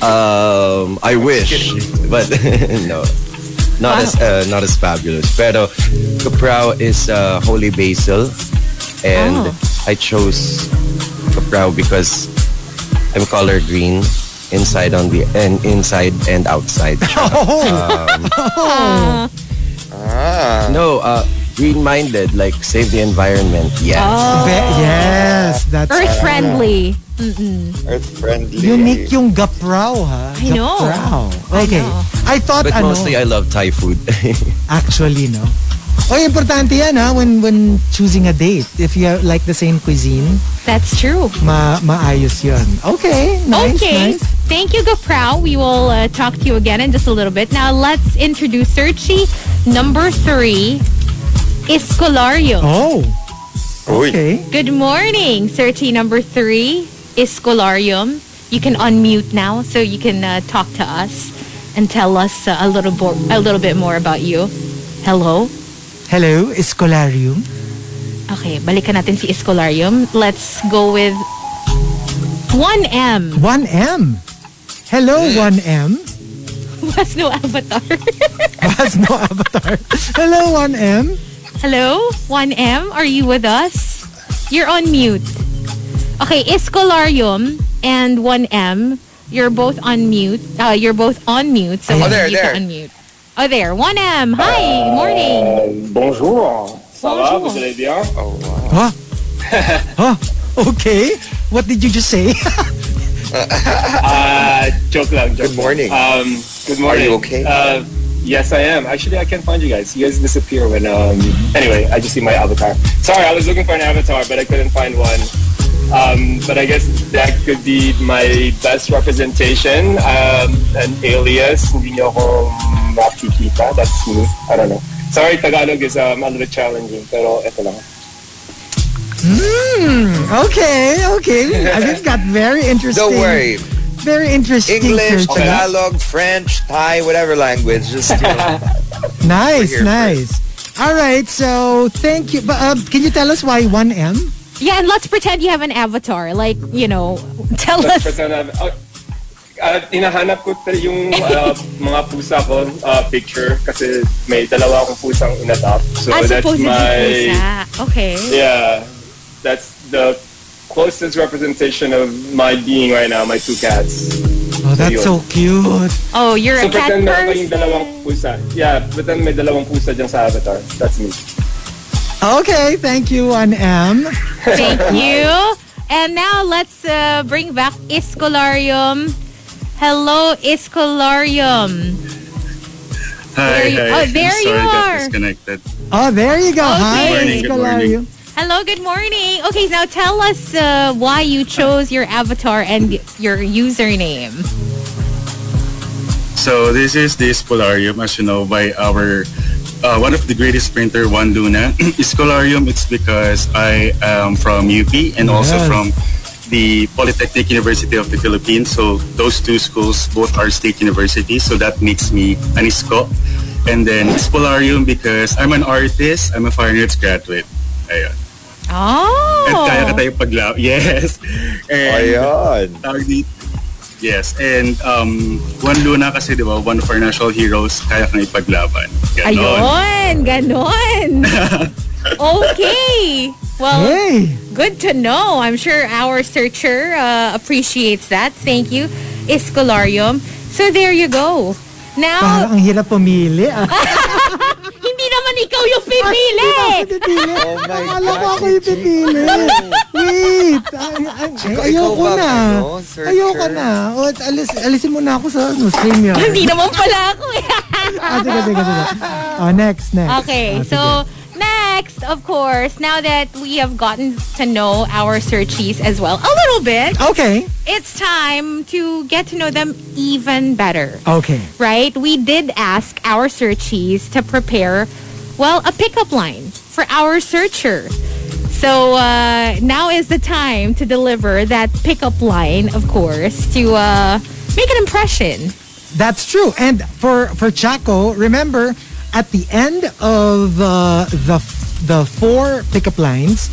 Speaker 11: Um, I wish, but *laughs* no, not as uh, not as fabulous. Pero Kaprao is uh, holy basil, and
Speaker 6: Oh.
Speaker 11: I chose Kaprao because I'm color green inside on the and inside and
Speaker 5: *laughs*
Speaker 11: outside.
Speaker 5: Oh.
Speaker 11: Um,
Speaker 8: Ah.
Speaker 11: no, uh, green-minded, like save the environment. Yes.
Speaker 6: Oh. Be-
Speaker 5: yes, that's
Speaker 6: Earth friendly. Mm-mm.
Speaker 8: Earth friendly.
Speaker 5: Unique yung gaprao, ha?
Speaker 6: I know.
Speaker 5: Gaprao. Okay. I, thought,
Speaker 11: But
Speaker 5: ano,
Speaker 11: mostly I love Thai food. *laughs*
Speaker 5: actually, no? Oy, importante yan, ha? When, when choosing a date. If you have, like the same cuisine,
Speaker 6: That's true.
Speaker 5: ma maayos yun. Okay, nice,
Speaker 6: okay.
Speaker 5: nice.
Speaker 6: Thank you, Gaprow. We will uh, talk to you again in just a little bit. Now, let's introduce searchy number three, Escolario.
Speaker 5: Oh.
Speaker 6: Okay. Good morning, searchy number three, Escolarium. You can unmute now so you can uh, talk to us and tell us uh, a little bo- a little bit more about you. Hello.
Speaker 5: Hello, Escolarium.
Speaker 6: Okay, balikan natin si Escolarium. Let's go with 1M.
Speaker 5: 1M. Hello, 1M.
Speaker 6: *laughs* Was no
Speaker 5: *laughs*
Speaker 6: avatar.
Speaker 5: Has no avatar. Hello, 1M.
Speaker 6: Hello, 1M, are you with us? You're on mute. Okay, Escolarium and 1M, you're both on mute. Uh, you're both on mute, so
Speaker 12: Oh,
Speaker 6: we
Speaker 12: there,
Speaker 6: need you
Speaker 12: there. Oh.
Speaker 6: to unmute. Oh, there, 1M. Hi, good morning.
Speaker 12: Euh, Bonjour. Ça va,
Speaker 6: Bonjour.
Speaker 12: vous allez bien
Speaker 8: *laughs*
Speaker 5: Huh? huh? Oh. Okay. What did you just say? *laughs*
Speaker 12: uh, joke lang, joke
Speaker 5: Good morning.
Speaker 12: lang. Um, good morning.
Speaker 5: Are you okay?
Speaker 12: Uh, yes, I am. Actually, I can't find you guys. You guys disappear when. Um, anyway, I just see my avatar. Sorry, I was looking for an avatar, but I couldn't find one. Um, but I guess that could be my best representation. Um, an alias, hindi niyo ako makikita. That's me. I don't know. Sorry, Tagalog is um, a little challenging, pero eto lang.
Speaker 5: Hmm. Okay. Okay. I just got very interesting.
Speaker 8: Don't worry.
Speaker 5: Very interesting.
Speaker 8: English,
Speaker 5: search, ah.
Speaker 8: Tagalog, French, Thai, whatever language. *laughs* Just you know,
Speaker 5: Nice.
Speaker 8: We're here
Speaker 5: Nice. All right. So thank you. But uh, can you tell us why 1M?
Speaker 6: Yeah, and let's pretend you have an avatar. Like, you know, *laughs* tell
Speaker 12: Let's
Speaker 6: us.
Speaker 12: pretend I've- uh, uh, hinahanap ko pa yung uh, mga pusa ko uh, picture kasi may dalawa akong pusang inadop. So
Speaker 6: I
Speaker 12: that's
Speaker 6: suppose
Speaker 12: my...
Speaker 6: Ah, Okay.
Speaker 12: Yeah. That's the closest representation of my being right now, my two cats.
Speaker 5: Oh, that's so cute.
Speaker 6: Oh, you're
Speaker 12: so
Speaker 6: a cat
Speaker 12: pretend meron
Speaker 6: person.
Speaker 12: kayong dalawang pusa. Yeah, pretend may dalawang pusa dyan sa avatar. That's me.
Speaker 5: Okay. Thank you, 1M.
Speaker 6: Thank you. And now let's uh, bring back Escolarium. Hello, Escolarium. There
Speaker 13: Hi,
Speaker 6: you-
Speaker 13: hi.
Speaker 6: oh, there you
Speaker 13: I'm sorry,
Speaker 6: are.
Speaker 13: got disconnected.
Speaker 5: Oh, there you go. Hi,
Speaker 13: Morning, good
Speaker 5: Escolarium.
Speaker 13: morning.
Speaker 6: Hello, good morning. Okay, now tell us uh, why you chose your avatar and your username.
Speaker 13: So this is this Polarium, as you know, by our uh, one of the greatest printer, Juan Luna. is Polarium. *clears throat* It's because I am from UP and also
Speaker 9: Yes.
Speaker 13: from the Polytechnic University of the Philippines. So those two schools both are state universities. So that makes me an ISCO. And then it's Polarium because I'm an artist. I'm a fine arts graduate. Ayan. At kaya ka
Speaker 6: Oh.
Speaker 13: tayo paglaw. Yes. And,
Speaker 8: Ayan.
Speaker 13: Tawag dito. Yes. And um, Juan Luna kasi, di ba, one of our national heroes, kaya kang ipaglaban. Ganon.
Speaker 6: Ayun, ganon. okay. Well, good to know. I'm sure our searcher uh, appreciates that. Thank you, Escolarium. So there you go. Now, *laughs*
Speaker 5: Parang ang hirap pumili. Ah.
Speaker 6: hindi naman ikaw yung pipili!
Speaker 5: Oh my Alam mo ako yung pipili. Wait. Ay, ay,
Speaker 6: Chico,
Speaker 5: ay, ayoko
Speaker 6: ikaw ba,
Speaker 5: na.
Speaker 6: ano, searcher?
Speaker 5: Ayoko na. O, at alis, alisin mo na ako sa ano, stream yun.
Speaker 6: *laughs* Hindi naman pala ako eh.
Speaker 5: Ah, teka, teka, teka. Oh, next, next.
Speaker 6: Okay,
Speaker 5: Ah, sige.
Speaker 6: so next, of course, now that we have gotten to know our searchies as well a little bit.
Speaker 5: Okay.
Speaker 6: It's time to get to know them even better.
Speaker 5: Okay.
Speaker 6: Right? We did ask our searchies to prepare, well, a pickup line for our searcher. So uh, now is the time to deliver that pickup line, of course, to uh, make an impression.
Speaker 5: That's true. And for for Chaco, remember at the end of uh, the f- the four pickup lines,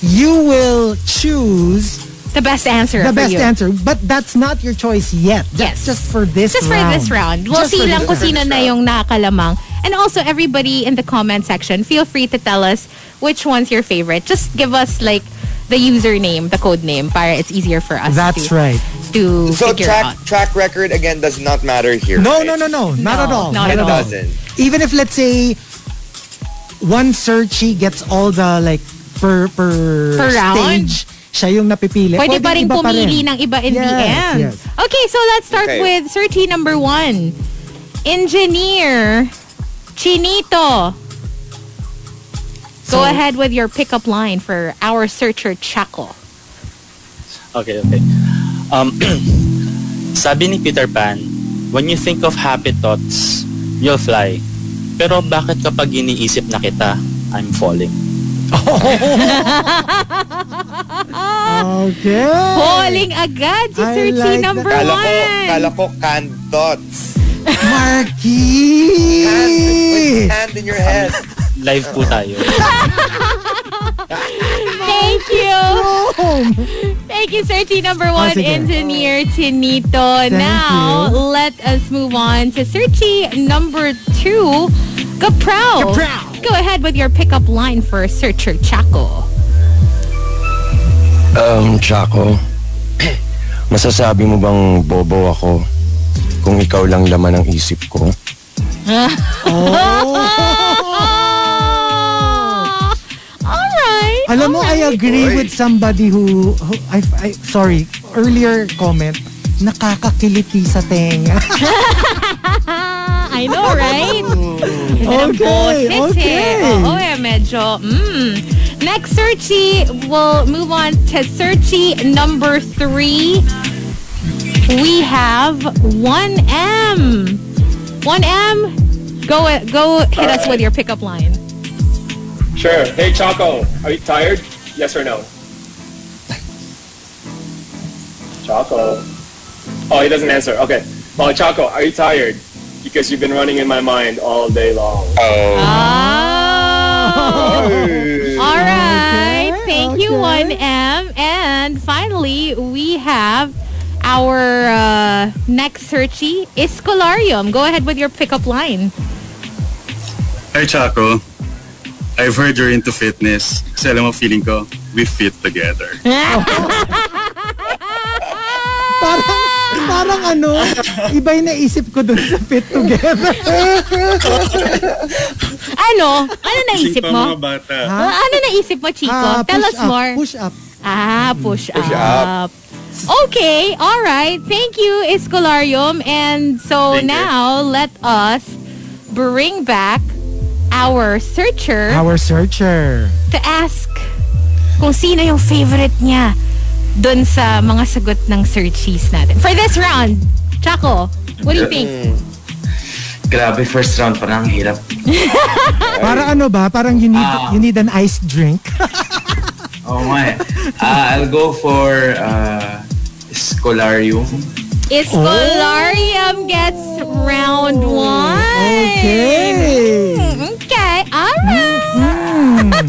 Speaker 5: you will choose
Speaker 6: the best answer.
Speaker 5: The
Speaker 6: for
Speaker 5: best
Speaker 6: you.
Speaker 5: answer, but that's not your choice yet. That's yes, just for this.
Speaker 6: Just
Speaker 5: round.
Speaker 6: for this round. We'll
Speaker 5: Just
Speaker 6: see
Speaker 5: for
Speaker 6: lang
Speaker 5: this
Speaker 6: kung
Speaker 5: round.
Speaker 6: sino na yung nakakalamang. And also, everybody in the comment section, feel free to tell us which one's your favorite. Just give us, like, the username, the code name, para it's easier for us
Speaker 5: That's
Speaker 6: to,
Speaker 5: right.
Speaker 6: to
Speaker 8: So
Speaker 6: figure
Speaker 8: track
Speaker 6: out.
Speaker 8: track record again does not matter here.
Speaker 5: No,
Speaker 8: right?
Speaker 5: no, no, no, not
Speaker 6: No,
Speaker 5: at all.
Speaker 8: not
Speaker 5: Not
Speaker 8: at
Speaker 5: at
Speaker 8: all.
Speaker 5: all.
Speaker 8: It doesn't.
Speaker 5: Even if let's say one searchy gets all the like per per,
Speaker 6: Per round?
Speaker 5: stage, siya yung napipili.
Speaker 6: Pwede pa rin
Speaker 5: iba pa
Speaker 6: pumili
Speaker 5: rin.
Speaker 6: ng iba in the
Speaker 5: Yes,
Speaker 6: end.
Speaker 5: yes.
Speaker 6: Okay, so let's start
Speaker 5: Okay.
Speaker 6: with searchy number one. Engineer Chinito. Go
Speaker 10: So-
Speaker 6: ahead with your pickup line for our searcher Chaco.
Speaker 10: Okay, okay. Um, *clears throat* sabi ni Peter Pan, when you think of happy thoughts, you'll fly. Pero bakit kapag iniisip na kita, I'm falling?
Speaker 5: *laughs*
Speaker 6: *laughs*
Speaker 5: okay.
Speaker 6: Falling agad si
Speaker 8: Oh, I
Speaker 6: Sir T
Speaker 8: like
Speaker 6: number
Speaker 8: that. Kala ko,
Speaker 6: one.
Speaker 8: kala ko canned thoughts.
Speaker 5: Marky!
Speaker 8: Canned, canned in your head.
Speaker 10: Live po tayo.
Speaker 6: Thank you. Thank you, Sir T number one,
Speaker 10: sige.
Speaker 6: engineer Chinito. now, let us move on to Sir T number two, Kaprow.
Speaker 8: Kaprow.
Speaker 6: Go ahead with your pickup line for Searcher Chaco.
Speaker 11: Um, Chaco,
Speaker 14: *clears throat*
Speaker 11: masasabi mo bang bobo ako kung ikaw lang laman ng isip ko?
Speaker 6: Oh. *laughs* All right.
Speaker 5: Alam mo, I agree with somebody who, who I, I, sorry, earlier comment, nakakakiliti sa tenga. *laughs*
Speaker 6: I know, right?
Speaker 5: Okay, okay.
Speaker 6: Oo, eh, medyo, mm. Next searchy, we'll move on to searchy number three. We have 1M. 1M, go go hit us with your pickup line.
Speaker 12: Sure. Hey, Choco, are you tired? Yes or no? Choco. Oh, he doesn't answer. Okay. Well, Choco, are you tired? Because you've been running in my mind all day long.
Speaker 6: *laughs* All right. Thank you, 1M. And finally, we have our uh, next searchy, Escolarium. Go ahead with your pickup line.
Speaker 13: Hi, Chaco. I've heard you're into fitness. Kasi alam mo, feeling ko, we fit together.
Speaker 5: parang, parang ano, iba yung naisip ko dun sa fit together.
Speaker 6: Ano? Ano naisip
Speaker 13: Kasing
Speaker 6: mo?
Speaker 13: pang mga bata.
Speaker 6: Ah, ano naisip mo, Chico?
Speaker 5: Ah,
Speaker 6: Tell
Speaker 5: push
Speaker 6: us
Speaker 5: up,
Speaker 6: more.
Speaker 5: Push up. Hmm,
Speaker 6: Ah, push,
Speaker 5: Push
Speaker 6: up. Okay, all right. Thank you, Escolarium. And so
Speaker 5: Thank you.
Speaker 6: now let us bring back our searcher
Speaker 5: Our searcher.
Speaker 6: to ask kung sino yung favorite niya dun sa mga sagot ng searchies natin. For this round, Chaco, what do you think?
Speaker 9: Grabe, first round pa lang, hirap.
Speaker 5: Para ano ba? Parang you need, you need an iced drink. *laughs*
Speaker 9: Oh my. Ah, I'll go for uh, Scholarium.
Speaker 6: Escolarium gets round one.
Speaker 5: Okay.
Speaker 6: Mm, Okay, all right.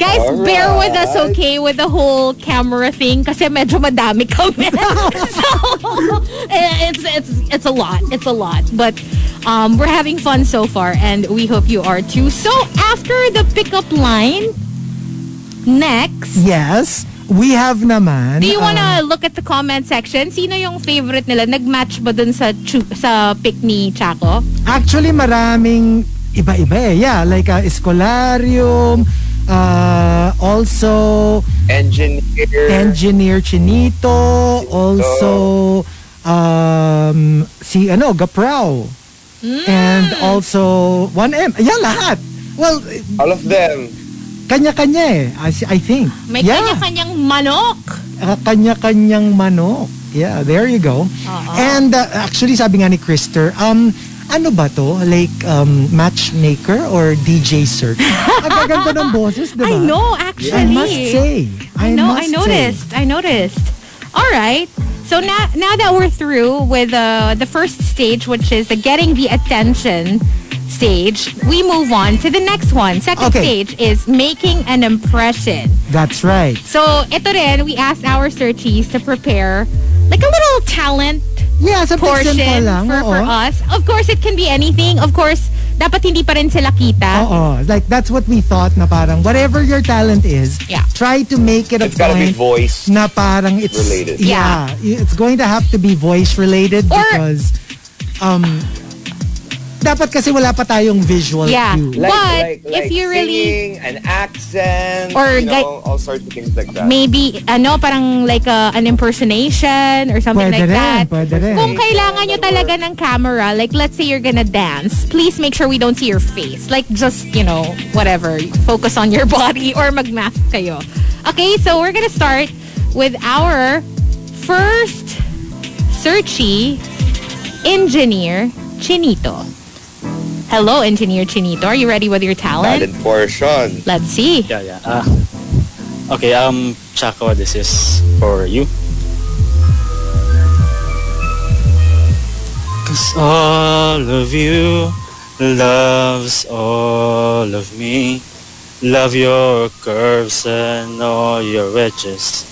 Speaker 6: Guys, bear with us, okay, with the whole camera thing kasi medyo madami kami. so, eh, it's, it's, it's a lot. It's a lot. But um, we're having fun so far and we hope you are too. So, after the pickup line, next,
Speaker 5: Yes. We have naman.
Speaker 6: Do you
Speaker 5: uh,
Speaker 6: wanna look at the comment section? Sino yung favorite nila? Nag-match ba dun sa chu- sa pick ni Chaco?
Speaker 5: Actually, maraming iba-iba eh. Yeah, like uh, Escolarium, uh, also
Speaker 8: Engineer.
Speaker 5: Engineer Chinito, also um, si ano, Gaprao.
Speaker 6: Hmm.
Speaker 5: And also 1M. Yeah, lahat. Well,
Speaker 8: all of them.
Speaker 5: Kanya-kanya eh, I, I think.
Speaker 15: May
Speaker 5: yeah.
Speaker 15: kanya-kanyang manok.
Speaker 5: Uh, kanya-kanyang manok. Yeah, there you go. And uh, actually, sabi nga ni Krister, um, ano ba to? Like, um, matchmaker or DJ
Speaker 6: *laughs*
Speaker 5: search? Ang gaganda ng boses, diba?
Speaker 6: I know, actually.
Speaker 5: I must say. I,
Speaker 6: I know.
Speaker 5: must
Speaker 6: I noticed. I noticed. All right. So now, now that we're through with uh, the first stage, which is the getting the attention stage, we move on to the next one. Second
Speaker 5: Okay.
Speaker 6: stage is making an impression.
Speaker 5: Say. That's right.
Speaker 6: So ito rin, we asked our searchies to prepare like a little talent
Speaker 5: yeah,
Speaker 6: portion
Speaker 5: something simple lang,
Speaker 6: for, for
Speaker 5: oo.
Speaker 6: us. Of course, it can be anything. Of course, dapat hindi pa rin sila kita.
Speaker 5: Oo. Like, that's what we thought na parang whatever your talent is,
Speaker 6: Yeah.
Speaker 5: try to make it a
Speaker 6: It's
Speaker 5: point
Speaker 6: gotta be
Speaker 8: voice
Speaker 5: na parang it's...
Speaker 6: related.
Speaker 5: Yeah. It's going to have to be voice related because... Um, dapat kasi wala pa tayong visual
Speaker 6: Yeah.
Speaker 5: cue.
Speaker 8: Like, like, like
Speaker 6: if you
Speaker 8: singing,
Speaker 6: really-
Speaker 8: an accent,
Speaker 6: Or
Speaker 8: you know,
Speaker 6: like-
Speaker 8: all sorts of things like that.
Speaker 6: maybe ano parang like uh, an impersonation or something
Speaker 5: Pwede rin,
Speaker 6: like that.
Speaker 5: pwede rin.
Speaker 6: Kung kailangan nyo talaga ng camera, like let's say you're gonna dance, please make sure we don't see your face. Like just, you know, whatever. Focus on your *laughs* body or mag-mask kayo. Okay, so we're gonna start with our first searchy engineer, Chinito. Hello, engineer Chinito. Are you ready with your talent?
Speaker 8: Talent portion.
Speaker 6: Let's see.
Speaker 10: Yeah, yeah. Ah. okay, um, Chaco, this is for you. Cause all of you loves all of me. Love your curves and all your edges.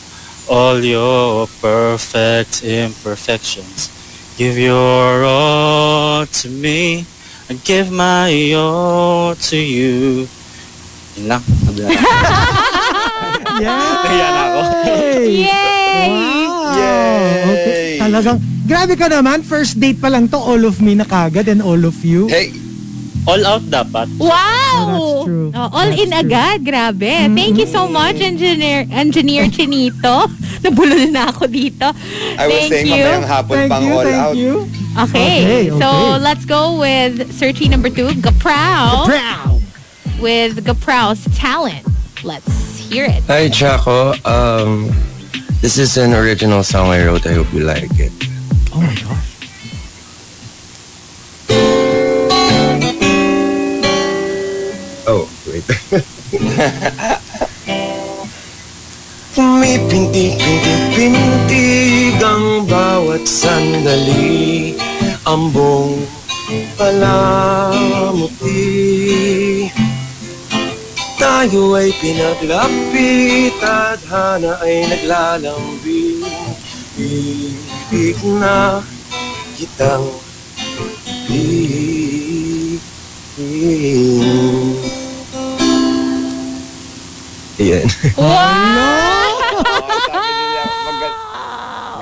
Speaker 10: All your perfect imperfections. Give your all to me. I give my all to you. Yun lang. Sabi na lang.
Speaker 5: Kaya
Speaker 10: na ako.
Speaker 6: Yay!
Speaker 5: Wow! Okay, talagang, grabe ka naman. First date pa lang to, all of me na kagad and all of you.
Speaker 8: Hey!
Speaker 10: All out dapat.
Speaker 6: Wow!
Speaker 5: that's true.
Speaker 6: Oh, all in agad. Grabe. Thank you so much, Engineer Engineer Chinito. *laughs* Nabulol na ako dito.
Speaker 8: I was
Speaker 6: thank
Speaker 8: saying
Speaker 6: you.
Speaker 8: mamayang hapon pang all out.
Speaker 6: Okay.
Speaker 8: Okay,
Speaker 6: So,
Speaker 8: okay.
Speaker 6: let's go with searching number two, Gaprow.
Speaker 5: Gaprow.
Speaker 6: With Gaprow's talent. Let's hear it.
Speaker 14: Hi, Chaco. Um, this is an original song I wrote. I hope you like it. *laughs*
Speaker 5: Oh my gosh.
Speaker 14: Oh, wait.
Speaker 11: Pintig-pintig ang bawat sandali Ambong palamuti Tayo ay pinaglapit Tadhana ay naglalambi Ibig na kitang bigin *laughs*
Speaker 14: Ayan.
Speaker 8: Oh,
Speaker 5: *laughs*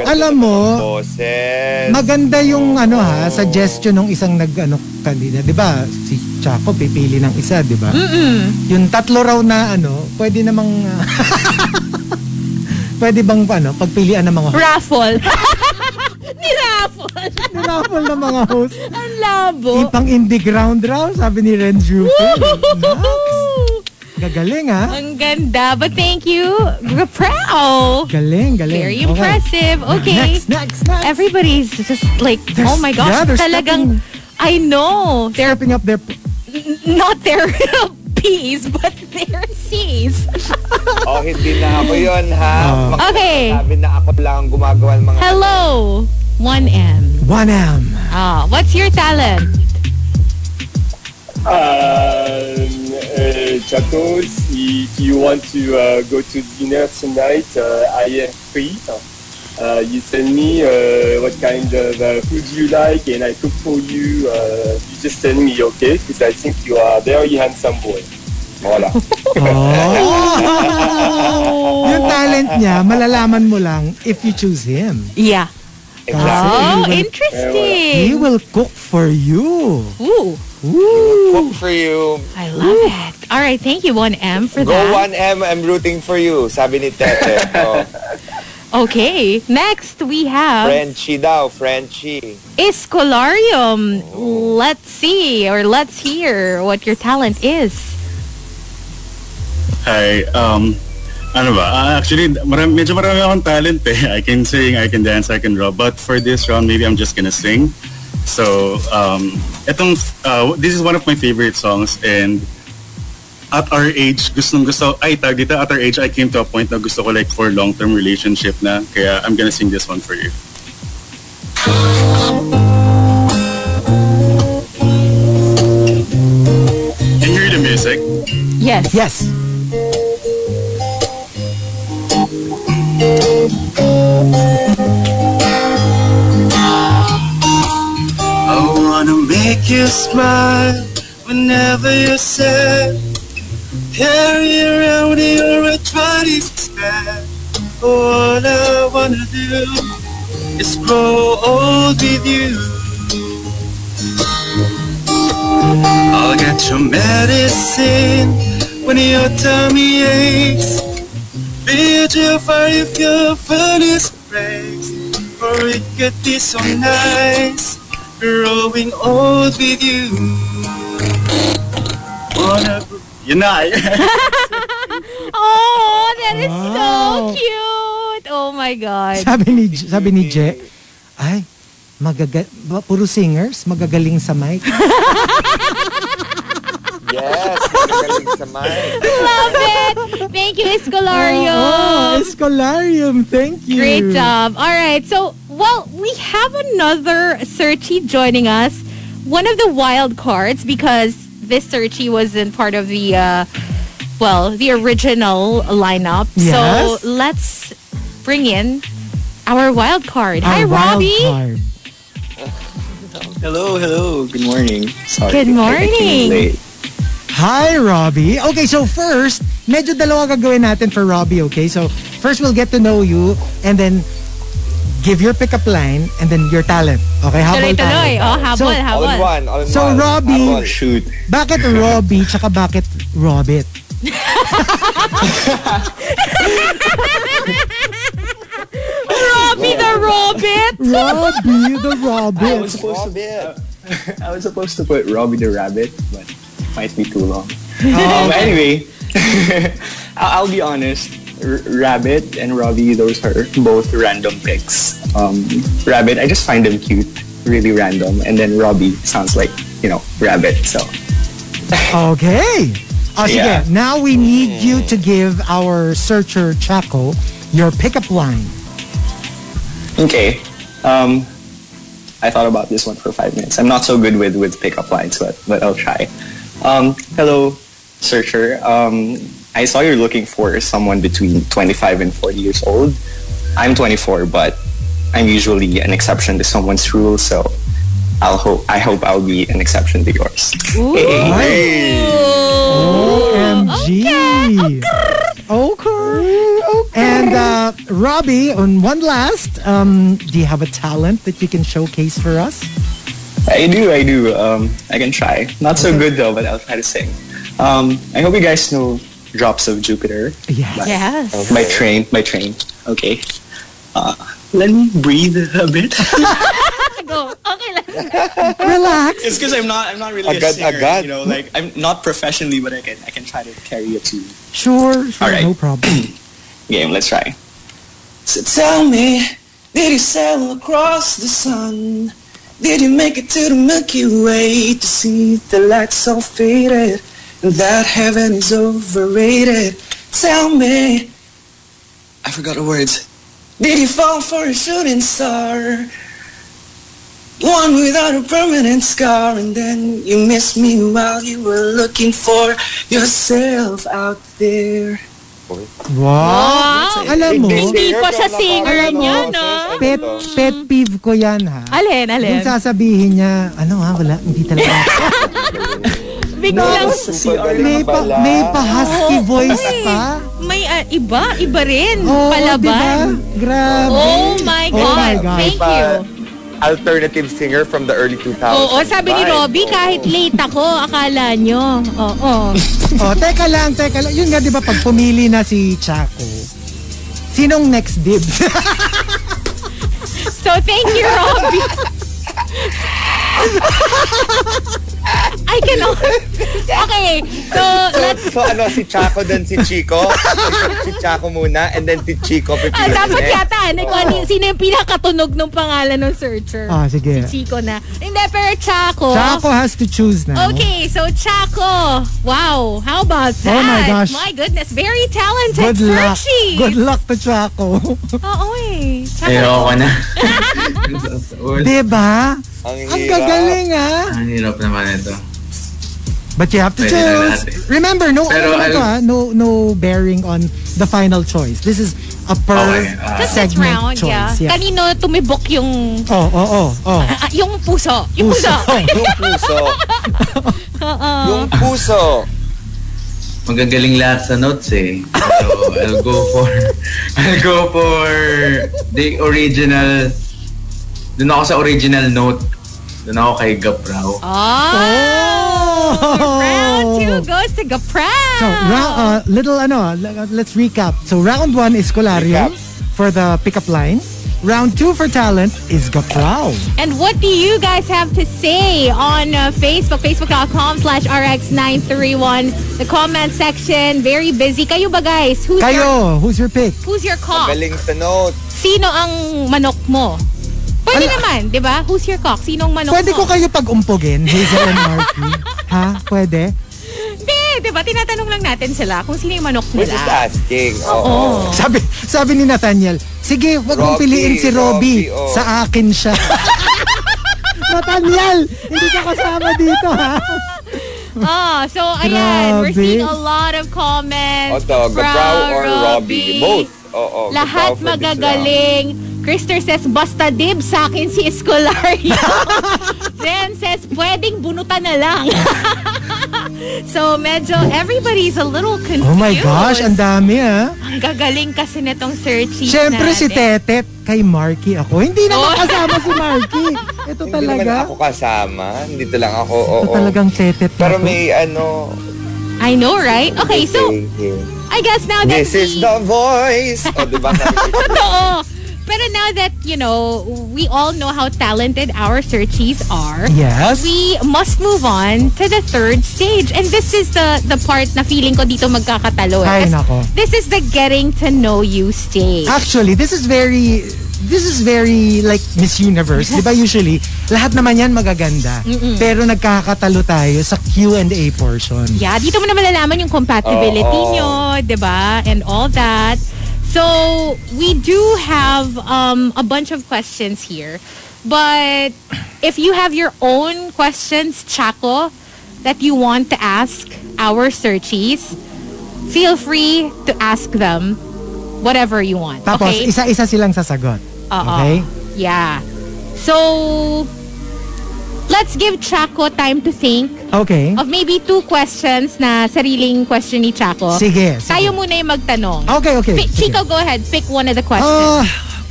Speaker 5: Alam mo,
Speaker 8: Boses.
Speaker 5: Maganda yung ano ha, suggestion ng isang nag ano kanina, 'di ba? Si Chaco pipili ng isa, 'di ba?
Speaker 6: Mm-mm.
Speaker 5: Yung tatlo raw na ano, pwede namang *laughs* ah, pwede bang ano, pagpilian ng mga
Speaker 6: Raffle. Ni Raffle.
Speaker 5: *laughs* Ni Raffle ng mga host.
Speaker 6: Ang labo.
Speaker 5: Ipang indie ground raw, sabi ni Renz Rufin. Gagaling ah. ha.
Speaker 6: Ang ganda. But thank you, Gaprow.
Speaker 5: Galing, galing.
Speaker 6: Very
Speaker 5: Okay.
Speaker 6: impressive. Okay.
Speaker 5: Next, next, next.
Speaker 6: Everybody's just like,
Speaker 5: There's-
Speaker 6: oh my gosh,
Speaker 5: yeah, they're
Speaker 6: talagang, I know. They're
Speaker 5: stepping up their,
Speaker 6: not their *laughs* P's, but their C's. *laughs*
Speaker 8: oh, hindi na ako yun, ha?
Speaker 5: Oh.
Speaker 8: Mga
Speaker 6: Okay.
Speaker 8: Sabi na ako lang ang gumagawa ng mga...
Speaker 6: Hello, 1M.
Speaker 5: 1M.
Speaker 6: Ah, what's your talent?
Speaker 12: Um, uh, Chacos, if you want to uh, go to dinner tonight, uh, I am free. Uh, you send me uh, what kind of uh, food you like, and I cook for you. Uh, you just send me, okay? Because I think you are very handsome boy. Voilà.
Speaker 5: Oh. yung talent niya, malalaman mo lang if you choose him.
Speaker 6: Yeah.
Speaker 5: Kasi he
Speaker 6: Oh,
Speaker 5: will-
Speaker 6: interesting.
Speaker 5: He will cook for you.
Speaker 6: Ooh.
Speaker 8: Cook for you.
Speaker 6: I love it. All right, thank you, 1M, for
Speaker 8: Go
Speaker 6: that.
Speaker 8: 1M, I'm rooting for you, sabi ni
Speaker 6: *laughs*
Speaker 8: Tete. Oh,
Speaker 6: Okay. Next, we have
Speaker 8: Frenchie daw, Frenchie.
Speaker 6: Escolarium. Let's see or let's hear what your talent is.
Speaker 13: Hi. Um, ano ba? Ah, actually, marami, medyo marami akong talent eh. I can sing, I can dance, I can draw. But for this round, maybe I'm just gonna sing. So, um, etong, uh, this is one of my favorite songs and at our age, gustong gusto, ay tag dito, at our age, I came to a point na gusto ko like for long-term relationship na. Kaya I'm gonna sing this one for you. Can you hear the music?
Speaker 6: Yes.
Speaker 5: Yes.
Speaker 9: I wanna make you smile whenever you're sad. Carry around your arthritis bag. All I wanna do is grow old with you. I'll get your medicine when your tummy aches. Build your fire if your furnace breaks. For it could be so nice growing old with you. Wanna
Speaker 13: Yun na.
Speaker 9: *laughs*
Speaker 6: Oh, that is
Speaker 5: Wow.
Speaker 6: so cute. Oh my God.
Speaker 5: Sabi ni, sabi ni Je, ay, magaga, ba- puro singers, magagaling sa mic.
Speaker 8: Yes, magagaling sa mic.
Speaker 6: Love it. Thank you,
Speaker 5: Oh,
Speaker 6: Escolarium.
Speaker 5: Escolarium, thank you.
Speaker 6: Great job. All right. So, well, we have another Searchy joining us. One of the wild cards because this Searchy wasn't part of the, uh, well, the original lineup.
Speaker 5: Yes.
Speaker 6: So let's bring in our wild card. Hi,
Speaker 16: Our wild
Speaker 6: Robbie. *laughs*
Speaker 5: card.
Speaker 16: Hello, hello. Good morning. Sorry.
Speaker 6: Good
Speaker 16: I came
Speaker 6: morning.
Speaker 16: late.
Speaker 5: Hi, Robbie. Okay, so first, medyo dalawa gagawin natin for Robbie, okay? So, first we'll get to know you and then give your pickup line and then your talent. Okay, habol
Speaker 6: Tuloy-tuloy.
Speaker 5: tayo.
Speaker 6: Oh, habol, habol. All in one, all in
Speaker 5: so,
Speaker 6: one.
Speaker 5: Robbie,
Speaker 6: Habol.
Speaker 16: Shoot.
Speaker 5: bakit Robbie tsaka bakit *laughs* Robit?
Speaker 6: *laughs* Robbie the Robin.
Speaker 5: Robbie the Robin.
Speaker 16: I was supposed to. I was supposed to put Robbie the Rabbit, but might be too
Speaker 6: *laughs*
Speaker 16: long.
Speaker 6: Oh.
Speaker 16: Um, but anyway, *laughs* I'll, I'll be honest. R- Rabbit and Robbie, those are both random picks. Um, Rabbit, I just find them cute, really random, and then Robbie sounds like you know rabbit. So
Speaker 5: Okay. Oh, sige.
Speaker 16: Yeah.
Speaker 5: Now we need you to give our searcher, Chaco, your pickup line.
Speaker 16: Okay. Um, I thought about this one for five minutes. I'm not so good with, with pickup lines, but, but I'll try. Um, hello, searcher. Um, I saw you're looking for someone between 25 and 40 years old. I'm 24, but I'm usually an exception to someone's rule, so I'll hope I hope I'll be an exception to yours.
Speaker 6: Ooh.
Speaker 5: OMG. Okay. And uh, Robbie, on one last, um, do you have a talent that you can showcase for us?
Speaker 16: I do, I do. Um, I can try. Not so good though, but I'll try to sing. Um, I hope you guys know "Drops of Jupiter."
Speaker 5: Yes.
Speaker 16: By,
Speaker 6: Yes.
Speaker 16: By train, by train. Okay. Uh, let me breathe a bit. *laughs*
Speaker 6: Go. Okay lang.
Speaker 5: Relax.
Speaker 16: it's because I'm not, I'm not really
Speaker 8: Agad,
Speaker 16: a singer.
Speaker 8: agad.
Speaker 16: You know, like I'm not professionally, but I can, I can try to carry a tune.
Speaker 5: Sure, sure,
Speaker 16: All right.
Speaker 5: no problem.
Speaker 16: *clears throat* Game. Let's try.
Speaker 9: So tell me, did you sail across the sun? Did you make it to the Milky Way to see the lights all faded and that heaven is overrated? Tell me, I forgot the words. Did you fall for a shooting star? One without a permanent scar, and then you missed me while you were looking for yourself out there.
Speaker 5: Wow.
Speaker 9: Wow.
Speaker 5: Alam mo,
Speaker 6: Hindi pa siya singer
Speaker 5: Alam mo,
Speaker 6: niya, no?
Speaker 5: pet, pet peeve ko yan, ha?
Speaker 6: Alin, alin?
Speaker 5: Yung sasabihin niya, ano ha, wala, hindi talaga.
Speaker 6: Biglang
Speaker 5: may, pa, may pa-husky
Speaker 6: Oo,
Speaker 5: voice
Speaker 6: uy.
Speaker 5: pa.
Speaker 6: May ah, iba, iba rin.
Speaker 5: Oo,
Speaker 6: Palaban.
Speaker 5: diba? Grabe.
Speaker 6: Oh my
Speaker 5: Oh
Speaker 6: God.
Speaker 5: my God.
Speaker 6: Thank
Speaker 8: May
Speaker 6: you.
Speaker 8: pa- alternative singer from the early 2000s.
Speaker 6: Oo, sabi ni
Speaker 8: Bye.
Speaker 6: Robby, kahit late ako, akala nyo. Oo.
Speaker 5: oh, teka lang, teka lang. Yun nga, di ba, pag pumili na si Chaco, sinong next dibs?
Speaker 6: *laughs* So, thank
Speaker 5: *laughs*
Speaker 6: you, Robby. I can Okay, so let's...
Speaker 8: So, ano, si Chaco then si
Speaker 6: *laughs*
Speaker 8: Chico. si Chaco muna, and then si Chico
Speaker 6: Ah,
Speaker 8: pipiliin.
Speaker 6: dapat
Speaker 8: next.
Speaker 6: yata. Ano, kung ano- sino yung pinakatunog ng pangalan ng searcher?
Speaker 5: Ah, sige.
Speaker 6: Si Chico na. Hindi, pero Chaco.
Speaker 5: Chaco has to choose now.
Speaker 6: Oh. Okay, so Chaco. Wow, how about that?
Speaker 5: Oh my gosh.
Speaker 6: My goodness, very
Speaker 5: Good
Speaker 6: talented
Speaker 5: luck.
Speaker 6: searchy.
Speaker 5: Good luck to Chaco.
Speaker 6: Oo eh. Chaco.
Speaker 9: Ayoko na.
Speaker 5: *laughs* diba?
Speaker 9: Ang
Speaker 5: Ang gagaling ah.
Speaker 9: Ang hirap naman ito.
Speaker 5: But you have to
Speaker 9: Pwede na
Speaker 5: choose.
Speaker 9: natin.
Speaker 5: Remember, no, ano
Speaker 9: Pero
Speaker 5: to,
Speaker 9: I'll-
Speaker 5: ah, no, no bearing on the final choice. This is a per
Speaker 9: Okay, ah.
Speaker 6: Just this
Speaker 5: segment
Speaker 6: round,
Speaker 5: choice.
Speaker 6: yeah. Kanino tumibok yung...
Speaker 5: Oh, oh, oh, oh.
Speaker 6: Ah, *laughs* yung puso.
Speaker 5: *laughs*
Speaker 6: Yung puso. *laughs*
Speaker 8: Yung puso.
Speaker 6: Oo.
Speaker 8: Yung puso.
Speaker 9: Magagaling lahat sa notes eh. So, I'll go for... *laughs* I'll go for the original... Doon ako sa original note. Doon ako kay Gapraw.
Speaker 6: Oh! Round two goes to Gapraw.
Speaker 5: Oh. So, ra- uh, little ano, l- let's recap. So, round one is Colario for the pickup line. Round two for talent is Gaprao.
Speaker 6: And what do you guys have to say on uh, Facebook? Facebook.com slash RX931. The comment section, very busy. Kayo ba guys? Who's Your,
Speaker 5: Kayo, who's your pick?
Speaker 6: who's your cock?
Speaker 8: Galing sa note.
Speaker 6: Sino ang manok mo? Pwede
Speaker 8: Ano?
Speaker 6: naman, di ba? Who's your cock? Sinong manok
Speaker 5: Pwede
Speaker 6: mo?
Speaker 5: ko kayo pag-umpugin, Hazel and
Speaker 6: *laughs*
Speaker 5: Marky. ha? Pwede?
Speaker 6: Hindi, di ba? Tinatanong lang natin sila kung sino yung manok
Speaker 8: We're just
Speaker 6: nila.
Speaker 8: asking.
Speaker 6: Oo.
Speaker 16: Oh.
Speaker 8: Oo.
Speaker 5: Sabi, sabi ni Nathaniel, sige, wag mong
Speaker 8: Robby,
Speaker 5: piliin si Robby.
Speaker 8: Robby, oh."
Speaker 5: Sa akin
Speaker 8: *laughs*
Speaker 5: siya. Nathaniel, hindi ka kasama dito, ha?
Speaker 6: Ah, so ayan, we're
Speaker 5: Grabe.
Speaker 6: seeing a lot of comments.
Speaker 8: Oto, Gabraw
Speaker 6: from
Speaker 8: or Robby. Both. Oo, Gabraw
Speaker 6: Lahat
Speaker 8: for this
Speaker 6: magagaling. Krister says, basta dib sa akin si
Speaker 8: *laughs*
Speaker 6: Escolario. Then says, pwedeng bunutan na lang. *laughs* so medyo everybody's a little confused.
Speaker 5: Oh my gosh, ang dami, ha?
Speaker 6: Ang gagaling kasi netong searching
Speaker 5: Siyempre
Speaker 6: natin.
Speaker 5: si Tetet kay Marky ako. Hindi na
Speaker 6: Oh.
Speaker 5: kasama si Marky. Ito
Speaker 8: Hindi naman
Speaker 5: talaga.
Speaker 8: ako kasama. Dito lang ako. *laughs* Oo.
Speaker 5: Ito talagang Tetet na
Speaker 8: Pero
Speaker 5: to.
Speaker 8: may ano...
Speaker 6: I know, right? Okay, so
Speaker 8: may thing.
Speaker 6: I guess now that
Speaker 8: This is the voice. O, di
Speaker 14: *laughs*
Speaker 8: ba?
Speaker 6: *laughs* Totoo. Pero now that, you know, we all know how talented our searchies are,
Speaker 5: Yes.
Speaker 6: we must move on to the third stage. And this is the the part na feeling ko dito magkakatalo. eh.
Speaker 5: Ay,
Speaker 6: Kasi
Speaker 5: nako.
Speaker 6: This is the getting to know you stage.
Speaker 5: Actually, this is very this is very like Miss Universe. Di ba usually, lahat naman yan magaganda.
Speaker 6: Mm-mm.
Speaker 5: Pero nagkakatalo tayo sa Q&A portion.
Speaker 6: Yeah, dito mo na malalaman yung compatibility
Speaker 5: Oo.
Speaker 6: nyo, di ba? And all that. So, we do have um, a bunch of questions here. But if you have your own questions, Chaco, that you want to ask our searchies, feel free to ask them whatever you want.
Speaker 5: Tapos,
Speaker 6: okay?
Speaker 5: isa-isa silang sasagot.
Speaker 6: Oo.
Speaker 5: Okay?
Speaker 6: Yeah. So, let's give Chaco time to think
Speaker 5: Okay.
Speaker 6: of maybe two questions na sariling question ni Chaco.
Speaker 5: Sige, sige.
Speaker 6: Tayo muna yung magtanong.
Speaker 5: Okay, okay,
Speaker 6: Pick-
Speaker 5: sige.
Speaker 6: Chico, go ahead. Pick one of the
Speaker 5: Ah,
Speaker 6: questions.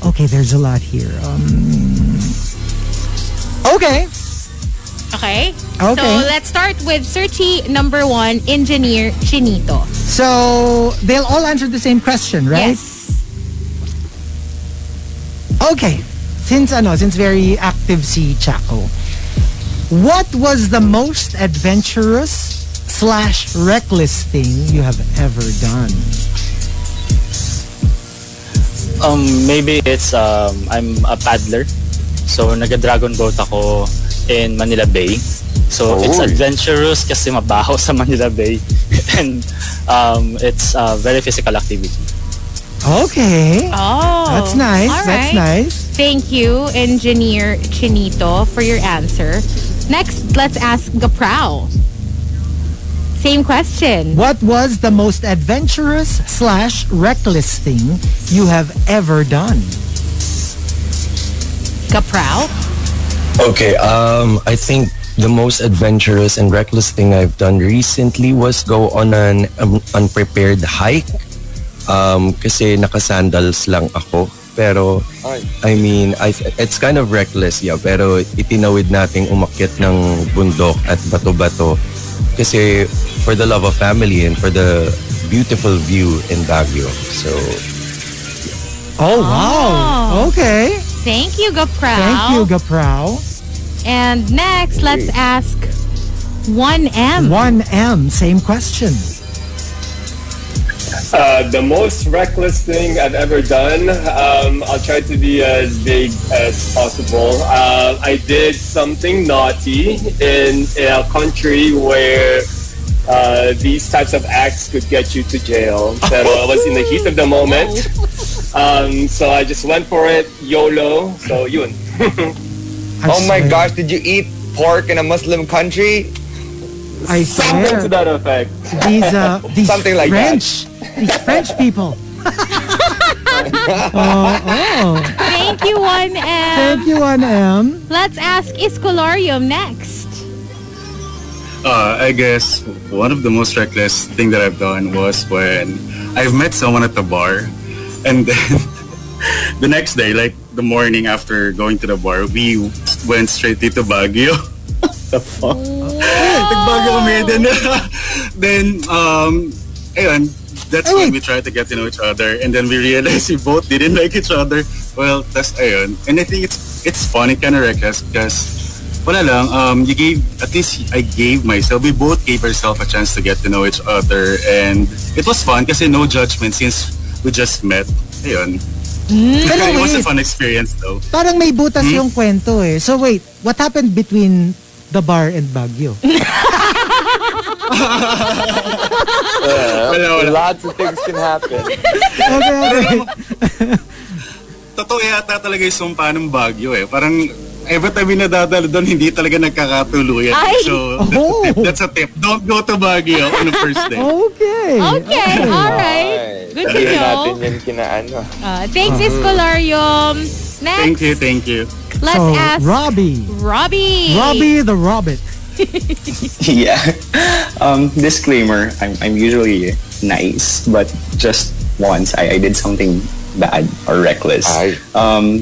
Speaker 5: okay, there's a lot here. Um, Uh, okay.
Speaker 6: okay? So,
Speaker 5: okay.
Speaker 6: let's start with searchy number one, Engineer Chinito.
Speaker 5: So, they'll all answer the same question, right? Yes. Okay. Since ano, since very active si Chaco, what was the most adventurous slash reckless thing you have ever done?
Speaker 10: Um, maybe it's um, I'm a paddler. So nag-dragon boat ako in Manila Bay. So it's
Speaker 17: Oy.
Speaker 10: adventurous kasi mabaho *laughs* sa Manila Bay and um, it's a very physical activity.
Speaker 5: Okay.
Speaker 6: Oh.
Speaker 5: That's nice,
Speaker 6: All
Speaker 5: that's
Speaker 6: right.
Speaker 5: nice.
Speaker 6: Thank you, Engineer Chinito, for your answer. Next, let's ask Gaprao. Same question.
Speaker 5: What was the most adventurous slash reckless thing you have ever done?
Speaker 6: Gaprao?
Speaker 11: Okay, um, I think the most adventurous and reckless thing I've done recently was go on an um, unprepared hike. Um, kasi nakasandals lang ako. Pero,
Speaker 8: Ay.
Speaker 11: I mean, I, it's kind of reckless, yeah. Pero itinawid nating umakyat ng bundok at bato-bato. Kasi for the love of family and for the beautiful view in Baguio. So,
Speaker 5: Oh, wow.
Speaker 14: Oh.
Speaker 5: Okay.
Speaker 14: Thank you, Gaprao.
Speaker 5: Thank you, Gaprao.
Speaker 14: And next, let's ask 1M.
Speaker 5: 1M, same question.
Speaker 12: Uh, the most reckless thing I've ever done. Um, I'll try to be as vague as possible. Uh, I did something naughty in, in a country where uh, these types of acts could get you to jail. Pero I was in the heat of the moment. Um, so I just went for it, YOLO. So *laughs* yun.
Speaker 8: oh my gosh, did you eat pork in a Muslim country?
Speaker 5: I
Speaker 8: Something
Speaker 5: swear.
Speaker 8: to that effect.
Speaker 5: These, uh, these
Speaker 8: Something like
Speaker 5: French, these French people. oh, oh.
Speaker 14: Thank you, 1M.
Speaker 5: Thank you, 1M.
Speaker 14: Let's ask Iscolarium next.
Speaker 13: Uh, I guess one of the most reckless thing that I've done was when I've met someone at the bar, and *laughs* then the next day, like the morning after going to the bar, we went straight to Baguio. *laughs* the fuck? Nagbago kami. Then, *laughs* then um, ayun, that's when we tried to get to know each other. And then we realized we both didn't *laughs* like each other. Well, that's ayun. And I think it's it's funny, kind of reckless, because wala lang, um, you gave, at least I gave myself, we both gave ourselves a chance to get to know each other. And it was fun kasi no judgment since we just met. Ayun.
Speaker 5: Pero
Speaker 13: *laughs* it was a
Speaker 5: wait.
Speaker 13: fun experience though.
Speaker 5: Parang may butas
Speaker 13: Hmm?
Speaker 5: yung kwento eh. So wait, what happened between the bar and Baguio?
Speaker 13: Wala, wala.
Speaker 8: Lots of things can happen.
Speaker 5: okay, okay.
Speaker 13: Totoo yata talaga yung sumpa ng Baguio eh. Parang every time yung nadadalo doon, hindi talaga nagkakatuluyan.
Speaker 14: Ay!
Speaker 13: So, that's, a tip. that's a tip. Don't go to Baguio on the first day.
Speaker 5: Okay.
Speaker 14: Okay, all right.
Speaker 8: Ay,
Speaker 14: Good to
Speaker 8: sabihin
Speaker 14: know.
Speaker 8: natin yun kina ano.
Speaker 14: Uh, thanks,
Speaker 5: Uh-huh.
Speaker 8: Mhm.
Speaker 14: Iscolarium. Next,
Speaker 13: Thank you, thank you.
Speaker 14: let's
Speaker 5: so,
Speaker 14: ask
Speaker 5: Robbie.
Speaker 14: Robbie.
Speaker 5: Robbie *laughs* the Robin.
Speaker 16: yeah. *laughs* Um, disclaimer: I'm, I'm usually nice, but just once I, I did something bad or reckless. Um,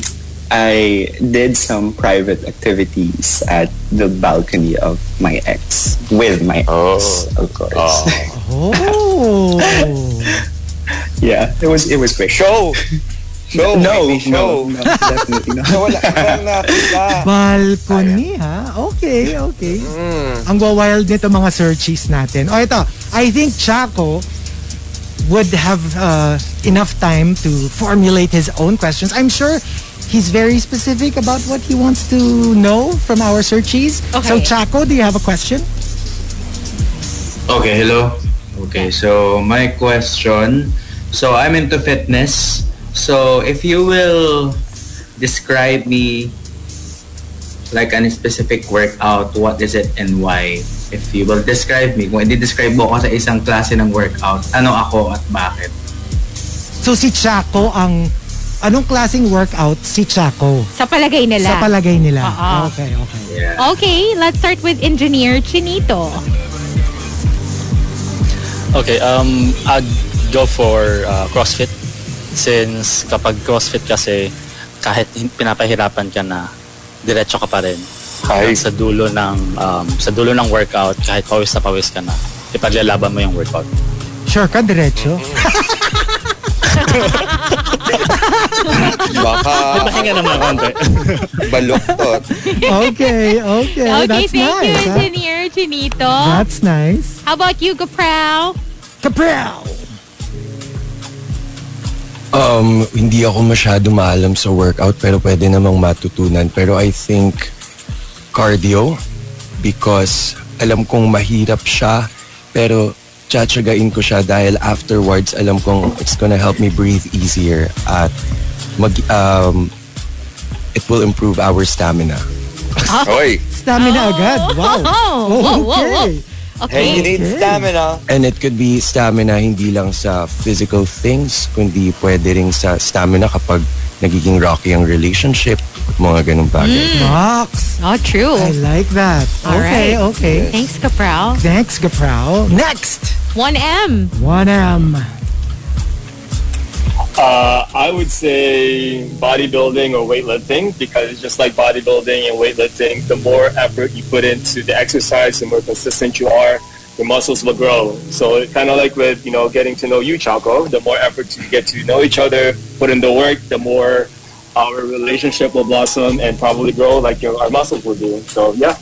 Speaker 16: I did some private activities at the balcony of my ex with my ex, of course.
Speaker 8: Oh.
Speaker 5: Oh.
Speaker 16: *laughs* yeah, it was it was quick. *laughs*
Speaker 8: Show. Show.
Speaker 16: No,
Speaker 8: baby, show.
Speaker 16: no, no, definitely not.
Speaker 8: *laughs* Wala, wala kita.
Speaker 5: Balcony ha? Okay, okay.
Speaker 14: Hmm.
Speaker 5: Ang wild nito mga searches natin. O ito, I think Chaco would have uh, enough time to formulate his own questions. I'm sure he's very specific about what he wants to know from our searches. So
Speaker 18: Okay.
Speaker 5: Chaco, do you have a question?
Speaker 18: Okay, hello. Okay, so my question. So I'm into fitness. So if you will describe me like any specific workout, what is it and why? If you will describe me, kung i-describe mo ako sa isang klase ng workout, ano ako at bakit?
Speaker 5: So si Chaco ang anong klaseng workout si Chaco?
Speaker 14: Sa palagay nila.
Speaker 5: Sa palagay nila.
Speaker 14: Oo.
Speaker 5: Okay, okay.
Speaker 14: Okay, let's start with Engineer Chinito.
Speaker 10: Okay, um, I'd go for uh, CrossFit. Since kapag CrossFit kasi, kahit hin- pinapahirapan ka na, diretso ka pa rin. Hanggang Sa dulo ng, um, sa dulo ng workout, kahit pawis na pawis ka na, ipaglalaban mo yung workout.
Speaker 5: Sure ka, diretso.
Speaker 8: Baka...
Speaker 10: Pahinga naman konti.
Speaker 14: *laughs*
Speaker 8: Baluktot.
Speaker 5: okay, okay.
Speaker 14: Okay,
Speaker 5: That's
Speaker 14: thank you,
Speaker 5: nice. ha?
Speaker 14: Engineer Chinito.
Speaker 5: That's nice.
Speaker 14: How about you, Gaprao?
Speaker 5: Kaprow!
Speaker 11: Um, hindi ako masyado maalam sa workout pero pwede namang matutunan. Pero I think cardio because alam kong mahirap siya pero tsatsagain ko siya dahil afterwards alam kong it's gonna help me breathe easier at mag, um, it will improve our stamina.
Speaker 8: Oy.
Speaker 5: Stamina agad. Wow.
Speaker 14: Oh. *laughs* whoa, whoa,
Speaker 5: okay.
Speaker 8: Hey, you need stamina.
Speaker 11: And it could be stamina hindi lang sa physical things, kundi pwede rin sa stamina kapag nagiging rocky ang relationship, mga ganung
Speaker 5: Mm.
Speaker 11: bagay.
Speaker 5: Rocks.
Speaker 14: Oh, Mm. true.
Speaker 5: I like that.
Speaker 14: All
Speaker 5: okay,
Speaker 14: right.
Speaker 5: okay.
Speaker 14: Thanks, Gaprao.
Speaker 5: Thanks, Gaprow. Next,
Speaker 14: 1M.
Speaker 5: 1M.
Speaker 12: Uh, I would say bodybuilding or weightlifting because just like bodybuilding and weightlifting, the more effort you put into the exercise, the more consistent you are, your muscles will grow. So kind of like with you know getting to know you, Chaco, the more effort you get to know each other, put in the work, the more our relationship will blossom and probably grow like your, our muscles will do. So yeah.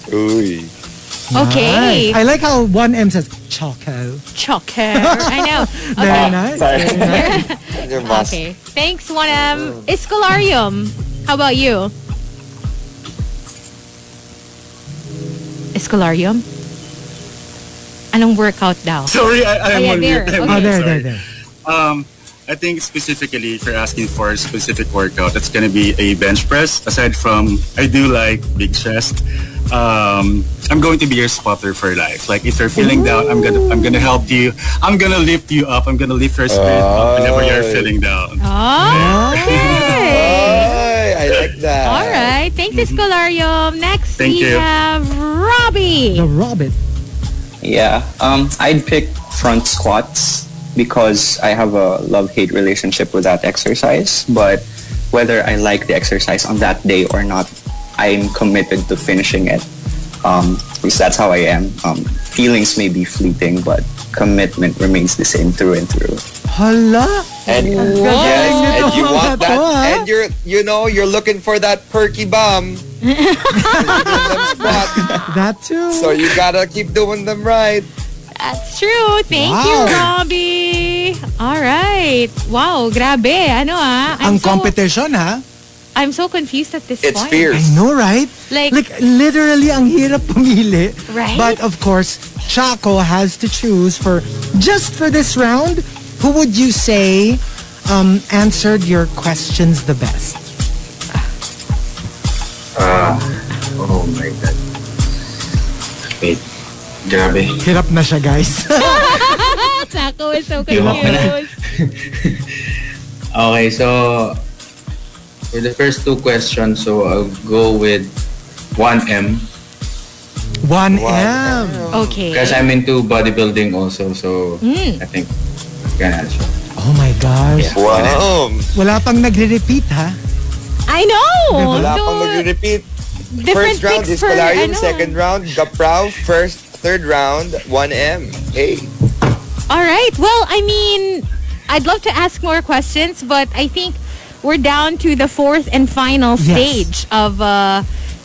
Speaker 6: Okay.
Speaker 5: Nice. I like how one M says choco.
Speaker 6: Choco. I know.
Speaker 5: *laughs*
Speaker 6: Okay.
Speaker 5: Very nice. Very nice.
Speaker 6: Okay. Thanks, 1M. Escolarium, how about you? Escolarium? Anong workout daw?
Speaker 13: *laughs* Sorry, *laughs* I, I'm
Speaker 6: Ayan,
Speaker 13: on
Speaker 6: Oh, there.
Speaker 13: mute. I'm
Speaker 6: Okay.
Speaker 13: on mute, sorry.
Speaker 5: Oh, there.
Speaker 13: Um, I think specifically if you're asking for a specific workout, that's going to be a bench press. Aside from, I do like big chest. Um, I'm going to be your spotter for life. Like if you're feeling down, I'm gonna I'm gonna help you. I'm gonna lift you up. I'm gonna lift your spirit up whenever you're feeling down.
Speaker 6: Oh, Okay.
Speaker 13: I like that.
Speaker 6: All right. Thanks,
Speaker 13: Mm-hmm.
Speaker 6: Escolarium. Next,
Speaker 16: Thank
Speaker 6: we
Speaker 16: you.
Speaker 6: have Robbie. The
Speaker 5: Robin.
Speaker 16: Yeah, um, I'd pick front squats because I have a love-hate relationship with that exercise. But whether I like the exercise on that day or not, I'm committed to finishing it. Um, because that's how I am. Um, feelings may be fleeting, but commitment remains the same through and through.
Speaker 5: Hala.
Speaker 8: And, yes, and you want that, and you're, you know, you're looking for that perky bum.
Speaker 5: *laughs* that too.
Speaker 8: So you gotta keep doing them right.
Speaker 6: That's true. Thank
Speaker 8: Wow.
Speaker 6: you, Robbie. All right. Wow, grabe. Ano ah? I'm
Speaker 5: Ang
Speaker 6: so,
Speaker 5: competition, ha?
Speaker 6: I'm so confused at this point.
Speaker 5: I know, right?
Speaker 6: Like-
Speaker 5: literally, ang hirap pumili.
Speaker 6: Right?
Speaker 5: But of course, Chaco has to choose for, just for this round, who would you say um, answered your questions the best?
Speaker 19: Ah, oh my God. Wait, grabe.
Speaker 5: *laughs* Hirap na siya, guys. *laughs*
Speaker 6: *laughs* Taco is so
Speaker 9: Yung ako na.
Speaker 6: confused.
Speaker 9: Okay, so for the first two questions, so I'll go with 1M
Speaker 5: 1M.
Speaker 6: Okay. Hmm.
Speaker 9: because I'm into bodybuilding also, so
Speaker 5: Mm.
Speaker 9: I think gonna siya.
Speaker 5: Oh my gosh.
Speaker 9: Yeah. Wow.
Speaker 5: Wala pang nagre-repeat, ha?
Speaker 6: I know.
Speaker 8: Wala
Speaker 6: So,
Speaker 8: pang nagre-repeat.
Speaker 6: different
Speaker 8: First round
Speaker 6: picks
Speaker 8: is
Speaker 6: for,
Speaker 8: Palarium,
Speaker 6: ano.
Speaker 8: second round Gaprao, first, third round 1M. Hey.
Speaker 6: All right. Well, I mean, I'd love to ask more questions, but I think we're down to the fourth and final stage of uh,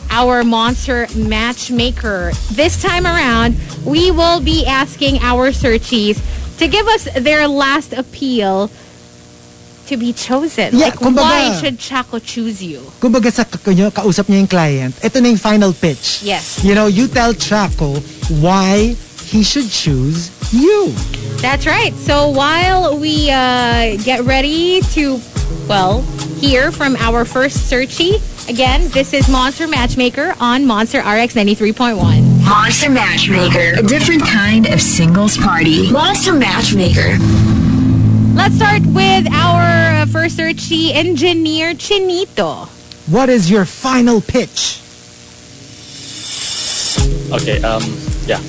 Speaker 6: our monster matchmaker. This time around, we will be asking our searchies to give us their last appeal to be chosen.
Speaker 5: Yeah,
Speaker 6: like,
Speaker 5: kumbaga-
Speaker 6: why should Chaco choose you?
Speaker 5: Kumbaga sa kunyo, kausap niya yung client, ito na yung final pitch.
Speaker 6: Yes.
Speaker 5: You know, you tell Chaco why he should choose you.
Speaker 6: That's right. So while we uh, get ready to, well, hear from our first searchie, again, this is Monster Matchmaker on Monster RX 93.1.
Speaker 20: Monster Matchmaker, a different kind of singles party. Monster Matchmaker.
Speaker 6: Let's start with our uh, first searchie, Engineer Chinito.
Speaker 5: What is your final pitch?
Speaker 10: Okay, um, yeah.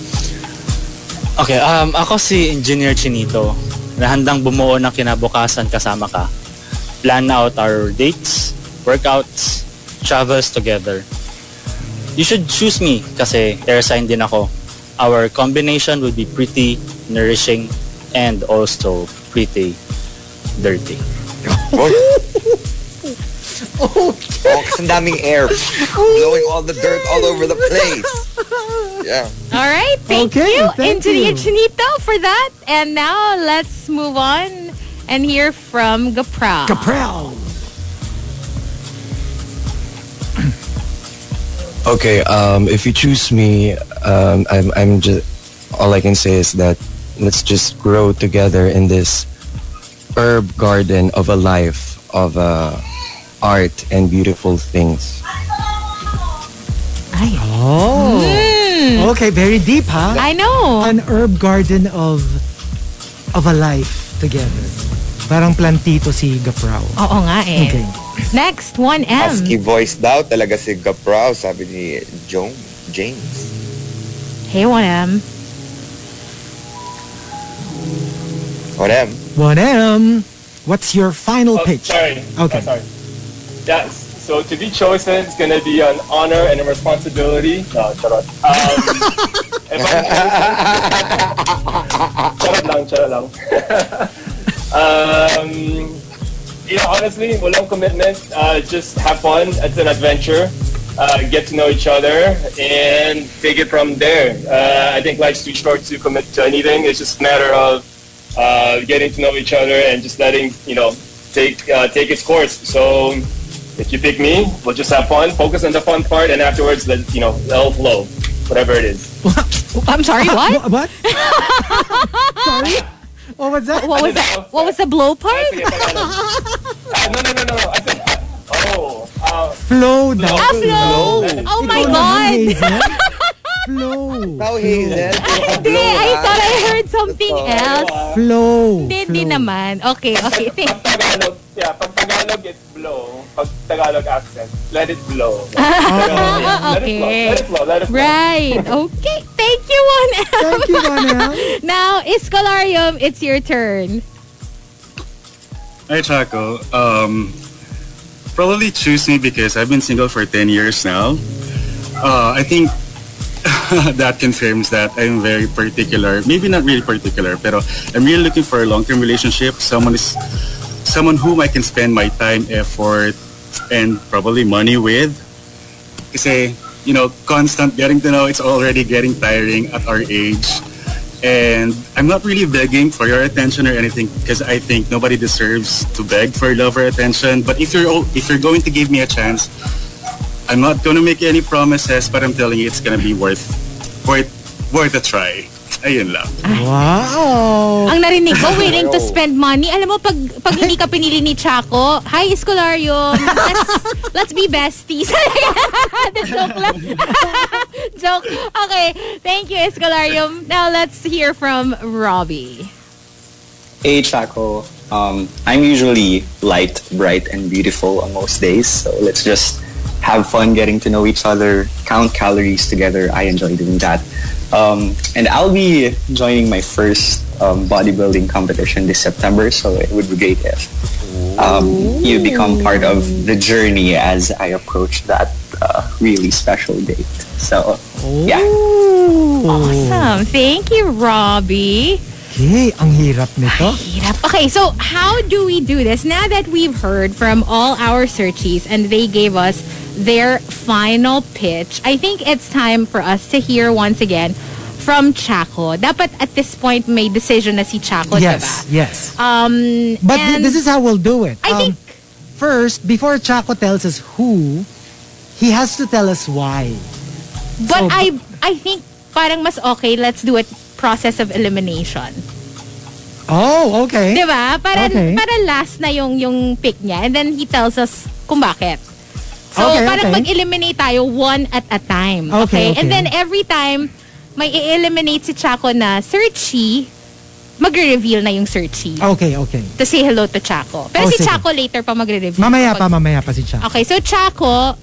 Speaker 10: Okay, um, ako si Engineer Chinito na handang bumuo ng kinabukasan kasama ka. Plan out our dates, workouts, travels together. You should choose me kasi airsign din ako. Our combination would be pretty, nourishing, and also pretty dirty.
Speaker 8: Oh, ang daming air.
Speaker 6: Oh,
Speaker 8: Blowing all the dirt all over the place. Yeah.
Speaker 6: All right, thank
Speaker 8: Okay,
Speaker 6: you,
Speaker 8: thank
Speaker 6: Engineer
Speaker 8: you.
Speaker 6: Chinito, for that. And now let's move on and hear from Gapral.
Speaker 5: Gapral.
Speaker 11: Okay, um, if you choose me, um, I'm, I'm just, all I can say is that let's just grow together in this herb garden of a life of uh, art and beautiful things.
Speaker 5: Oh. Okay, very deep, huh?
Speaker 6: Hmm. I know.
Speaker 5: An herb garden of of a life together. Parang plantito si Gaprao.
Speaker 6: Oo nga eh.
Speaker 5: Okay.
Speaker 6: Next, 1M.
Speaker 8: Husky voice daw talaga si Gaprao, sabi ni Joan, James.
Speaker 6: Hey, 1M.
Speaker 8: 1M.
Speaker 5: 1M. What's your final
Speaker 12: Oh,
Speaker 5: pitch?
Speaker 12: Sorry.
Speaker 5: Okay.
Speaker 12: Oh, sorry. Yes. So to be chosen is going to be an honor and a responsibility. No, shut up. Um, if *laughs* I'm- shut up lang, shut up lang. *laughs* um, you know, honestly, walang commitment. Uh, just have fun. It's an adventure. Uh, get to know each other and take it from there. Uh, I think life's too short to commit to anything. It's just a matter of uh, getting to know each other and just letting you know take uh, take its course. So if you pick me, we'll just have fun, focus on the fun part, and afterwards let you know it'll flow, whatever it is.
Speaker 6: I'm
Speaker 5: *laughs*
Speaker 6: sorry, what? *laughs*
Speaker 5: What?
Speaker 6: sorry?
Speaker 5: What was that?
Speaker 6: What was that? What was the blow part? *laughs*
Speaker 12: Ah, no, no, no, no. I said, oh, uh,
Speaker 5: Flow daw.
Speaker 6: Ah, flow! Oh my God!
Speaker 5: Flow!
Speaker 6: Flow, Hazel? *laughs* Hindi, I thought I heard something else.
Speaker 5: Flow!
Speaker 6: Hindi, hindi naman. Okay, okay. Thank-
Speaker 12: yeah, pag Tagalog it's blow, pag Tagalog accent, let it *laughs* blow.
Speaker 6: Ah,
Speaker 12: Let it flow,
Speaker 6: okay.
Speaker 12: let it flow, let it flow.
Speaker 6: Right. Okay. Thank you, One Thank you, One *laughs* Now, Escolarium, it's your turn.
Speaker 13: Hi, Chaco. Um, probably choose me because I've been single for 10 years now. Uh, I think *laughs* that confirms that I'm very particular. Maybe not really particular, pero I'm really looking for a long-term relationship. Someone is someone whom I can spend my time, effort, and probably money with. Kasi, you know, constant getting to know, it's already getting tiring at our age. And I'm not really begging for your attention or anything because I think nobody deserves to beg for love or attention. But if you're all, if you're going to give me a chance, I'm not gonna make any promises, but I'm telling you, it's gonna be worth worth worth a try. Ayun lang.
Speaker 5: Wow!
Speaker 6: Ang narinig ko, willing to spend money. Alam mo, pag, pag hindi ka pinili ni Chaco, Hi, Escolarium. Let's, let's be besties. *laughs* The joke lang. *laughs* joke. Okay. Thank you, Escolarium. Now, let's hear from Robbie.
Speaker 16: Hey, Chaco. Um, I'm usually light, bright, and beautiful on most days, so let's just have fun getting to know each other, count calories together. I enjoy doing that. Um, and I'll be joining my first um, bodybuilding competition this September, so it would be great if um, you become part of the journey as I approach that uh, really special date. So, yeah.
Speaker 6: Awesome. Thank you, Robbie.
Speaker 5: Okay, ang hirap nito.
Speaker 6: Hirap. Okay, so how do we do this? Now that we've heard from all our searchies and they gave us their final pitch, I think it's time for us to hear once again from Chaco. Dapat at this point may decision na si Chaco,
Speaker 5: Yes,
Speaker 6: diba?
Speaker 5: yes.
Speaker 6: Um,
Speaker 5: But thi-
Speaker 6: and
Speaker 5: this is how we'll do it. Um,
Speaker 6: I think-
Speaker 5: First, before Chaco tells us who, he has to tell us why.
Speaker 6: But I I think parang mas okay, let's do it process of elimination.
Speaker 5: Oh, okay.
Speaker 6: Diba? Para,
Speaker 5: Okay.
Speaker 6: para last na yung, yung pick niya. And then he tells us kung bakit. So,
Speaker 5: Okay,
Speaker 6: parang
Speaker 5: okay.
Speaker 6: mag-eliminate tayo one at a time.
Speaker 5: Okay, okay.
Speaker 6: And then every time may i-eliminate si Chaco na searchy, mag-reveal na yung searchy.
Speaker 5: Okay, okay.
Speaker 6: To say hello to Chaco. Pero
Speaker 5: Oh,
Speaker 6: si
Speaker 5: sige.
Speaker 6: Chaco later pa magre-reveal.
Speaker 5: Mamaya pa,
Speaker 6: Kapag-
Speaker 5: mamaya pa si Chaco.
Speaker 6: Okay, so Chaco,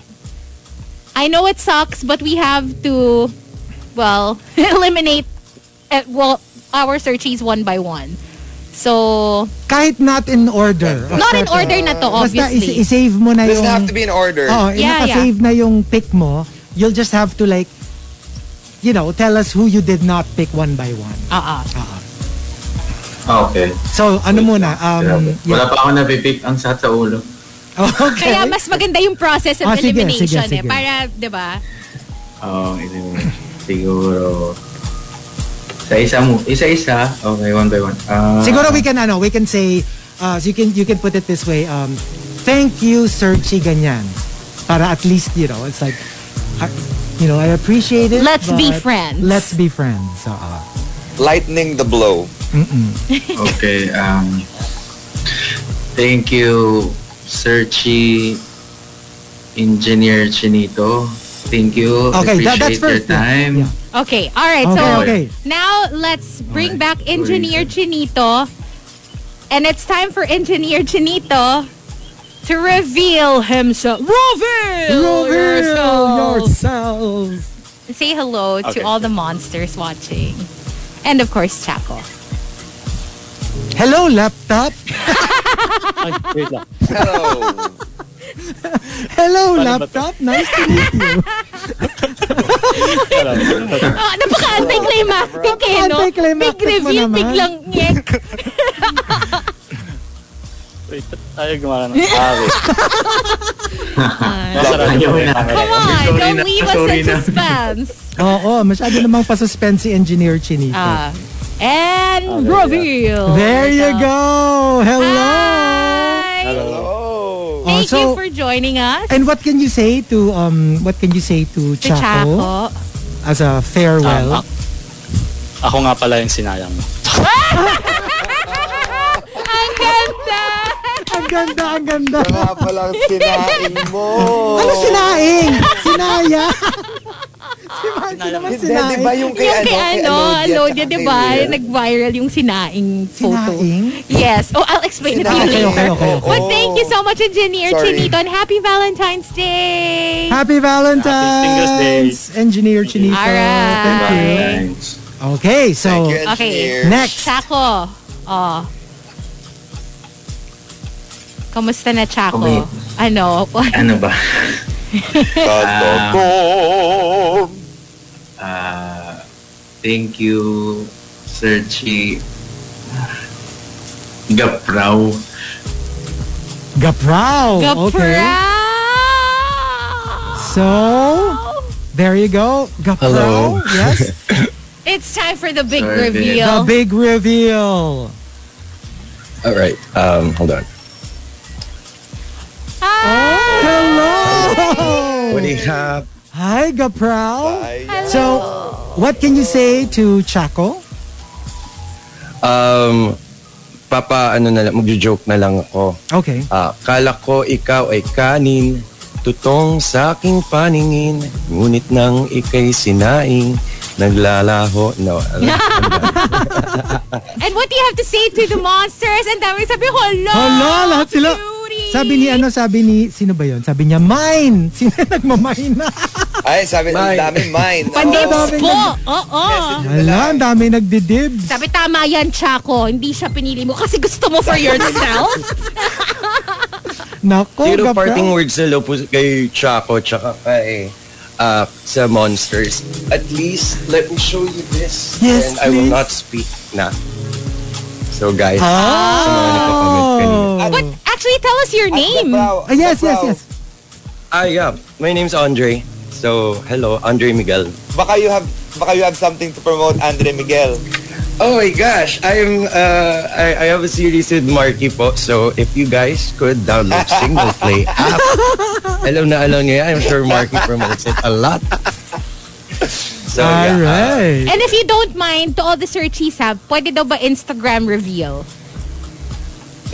Speaker 6: I know it sucks, but we have to, well, *laughs* eliminate uh, well, our searchies one by one. So,
Speaker 5: Kahit not in order. of
Speaker 6: Not in
Speaker 5: preference.
Speaker 6: order na to,
Speaker 5: Basta
Speaker 6: obviously.
Speaker 5: is- i-save mo na yung...
Speaker 8: Doesn't have to be in order.
Speaker 5: Oh,
Speaker 6: Yeah,
Speaker 5: naka-save na yung pick mo. You'll just have to like, you know, tell us who you did not pick one by one.
Speaker 6: ah, ah.
Speaker 9: Ah, okay.
Speaker 5: So, ano muna? Um, Oh.
Speaker 9: Wala pa ako napipick ang sat sa ulo.
Speaker 5: Okay.
Speaker 6: Kaya mas maganda yung process of
Speaker 9: Ah, sige,
Speaker 6: elimination
Speaker 9: sige,
Speaker 6: eh.
Speaker 9: sige.
Speaker 6: Para, di ba?
Speaker 9: Oo, oh, siguro. Sa isa mo, isa-isa. Okay, one by one. Ah,
Speaker 5: Siguro we can ano, we can say uh, so you can you can put it this way um thank you Searchy ganyan para at least you know it's like I- you know I appreciate it.
Speaker 6: Let's be
Speaker 5: but
Speaker 6: friends.
Speaker 5: Let's be friends. So, uh,
Speaker 8: Lightning the blow.
Speaker 5: mm-mm.
Speaker 9: Okay, um, thank you, Searchy Engineer Chinito. Thank you.
Speaker 5: Okay,
Speaker 9: Appreciate
Speaker 5: that- that's first,
Speaker 9: your time.
Speaker 6: Okay, all right. so,
Speaker 9: Okay, okay.
Speaker 6: now let's bring back Engineer Chinito. And it's time for Engineer Chinito to reveal himself. Reveal, yourself. Say hello
Speaker 5: Okay.
Speaker 6: to all the monsters watching. And of course, Chaco.
Speaker 5: Hello laptop.
Speaker 10: Ay, wait lang.
Speaker 5: Hello, laptop. Nice to meet you.
Speaker 10: Hello.
Speaker 6: Oh, napaka-anticlimactic eh, no?
Speaker 5: Napaka-anticlimactic
Speaker 6: Big reveal,
Speaker 5: mo Ano naman.
Speaker 6: biglang nyek.
Speaker 10: Wait, ayaw gumawa na. Ah,
Speaker 6: *laughs*
Speaker 10: wait. Nasarado
Speaker 9: Ayaw
Speaker 10: ko
Speaker 9: na.
Speaker 6: Come on,
Speaker 9: Sorry
Speaker 6: don't
Speaker 9: na,
Speaker 6: leave us
Speaker 9: sorry
Speaker 6: in
Speaker 9: na.
Speaker 6: suspense.
Speaker 5: *laughs* Oo, masyado namang pasuspense si Engineer Chinito.
Speaker 6: Ah. And reveal.
Speaker 5: There you go. Hello.
Speaker 6: Hello. Thank
Speaker 5: Oh, so-
Speaker 6: you for joining us.
Speaker 5: And what can you say to um what can you say to
Speaker 6: Si Chaco.
Speaker 5: Chaco as a farewell?
Speaker 10: Um, Ako nga pala yung sinayang mo.
Speaker 6: *laughs* Ang ganda!
Speaker 5: Ang ganda, ang ganda.
Speaker 6: Wala palang sinaing
Speaker 8: mo.
Speaker 5: Ano sinaing? Sinaya. si Marky naman
Speaker 8: Hindi,
Speaker 5: sinaing.
Speaker 8: di ba yung kay
Speaker 6: yung kay ano, Alodia,
Speaker 8: tsaka kay
Speaker 6: di ba?
Speaker 8: Will?
Speaker 6: Nag-viral yung sinaing photo. Yes. Oh, I'll explain it to you
Speaker 5: Sinaing. Okay, okay,
Speaker 6: later.
Speaker 5: okay, okay.
Speaker 6: But thank you so much, Engineer
Speaker 5: Sorry.
Speaker 6: Chinito, and happy Valentine's Day!
Speaker 5: Happy Valentine's, Engineer Chinito.
Speaker 6: Alright.
Speaker 5: Thank you. Okay, so
Speaker 6: Okay.
Speaker 5: next.
Speaker 6: Chaco. Oh. Kamusta na, Chaco?
Speaker 9: Kumit.
Speaker 6: Ano?
Speaker 9: Ano
Speaker 6: *laughs*
Speaker 9: ba?
Speaker 8: Um,
Speaker 9: *laughs* uh, thank you, Sir Chi. Gapraw.
Speaker 5: Gaprao. Okay. So, there you go. Gaprao.
Speaker 9: Hello.
Speaker 5: Yes.
Speaker 6: It's time for the big
Speaker 9: Sorry,
Speaker 5: the
Speaker 6: reveal.
Speaker 5: big reveal.
Speaker 11: All right. Um, hold on.
Speaker 5: Oh, Hello.
Speaker 11: What do you have?
Speaker 5: Hi, Gaprao. So, what can you say to Chaco?
Speaker 11: Um, papa, ano na lang, magjo-joke na lang ako.
Speaker 5: Okay.
Speaker 11: Ah, kala ko ikaw ay kanin, tutong sa aking paningin, ngunit nang ikay sinaing, naglalaho. No, ano-
Speaker 6: And what do you have to say to the monsters? And dami sabi, hello!
Speaker 5: Hala, lahat sila. Sabi ni ano, sabi ni, sino ba yon? Sabi niya, mine. *laughs* Sino nagmamine na?
Speaker 8: Ay, sabi, ang dami
Speaker 5: *laughs*
Speaker 8: mine.
Speaker 6: Pandibs po! Oo!
Speaker 5: Wala, ang dami nagdidibs.
Speaker 6: Sabi, tama yan, Chaco. Hindi siya pinili mo kasi gusto mo for yourself.
Speaker 5: *laughs* Nako,
Speaker 11: Zero
Speaker 5: Gaprao.
Speaker 11: parting words na low po kay Chaco tsaka kay ah, sa Monsters. At least, let me show you this.
Speaker 5: Yes,
Speaker 11: and I will
Speaker 5: please.
Speaker 11: not speak na. So guys,
Speaker 5: Ah.
Speaker 11: sa mga nagko-comment kanina.
Speaker 6: But actually, tell us your name.
Speaker 5: Ah, yes, yes, yes.
Speaker 11: Ah, yeah. My name's Andre. So, hello, Andre Miguel.
Speaker 8: Baka you have baka you have something to promote, Andre Miguel.
Speaker 11: Oh my gosh, I'm uh I, I have a series with Marky po. So if you guys could download Signal
Speaker 8: *laughs*
Speaker 11: Play app. Alam na alam niya, yan. I'm sure Marky promotes it a lot. So yeah. uh,
Speaker 5: Alright.
Speaker 6: And if you don't mind, to all the searchies have, pwede daw ba Instagram reveal?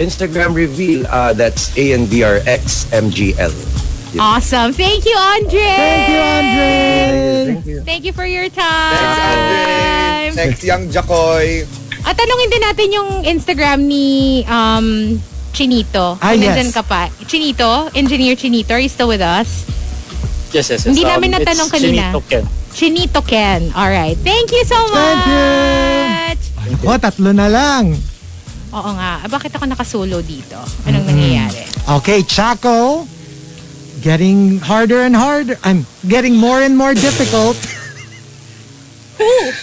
Speaker 11: Instagram reveal uh that's ANDRX MGL.
Speaker 6: Awesome. Thank you, Andre. Thank you,
Speaker 5: Andre.
Speaker 6: Thank you, for your time.
Speaker 8: Next, Young Jacoy.
Speaker 6: At tanungin din natin yung Instagram ni um, Chinito.
Speaker 10: Ah,
Speaker 6: Kung
Speaker 10: yes.
Speaker 6: nandyan ka pa. Chinito, Engineer Chinito, are you still with us?
Speaker 10: Yes, yes, yes.
Speaker 6: Hindi namin
Speaker 10: it's
Speaker 6: natanong kanina.
Speaker 10: Chinito Ken.
Speaker 6: Chinito Ken. Alright. Thank you so much. Thank you.
Speaker 5: Ako, tatlo na lang.
Speaker 6: Oo nga. Ah, Bakit ako nakasolo dito? Anong
Speaker 5: Mm-hmm.
Speaker 6: nangyayari?
Speaker 5: Okay, Chaco, getting harder and harder. I'm getting more and more difficult. *laughs*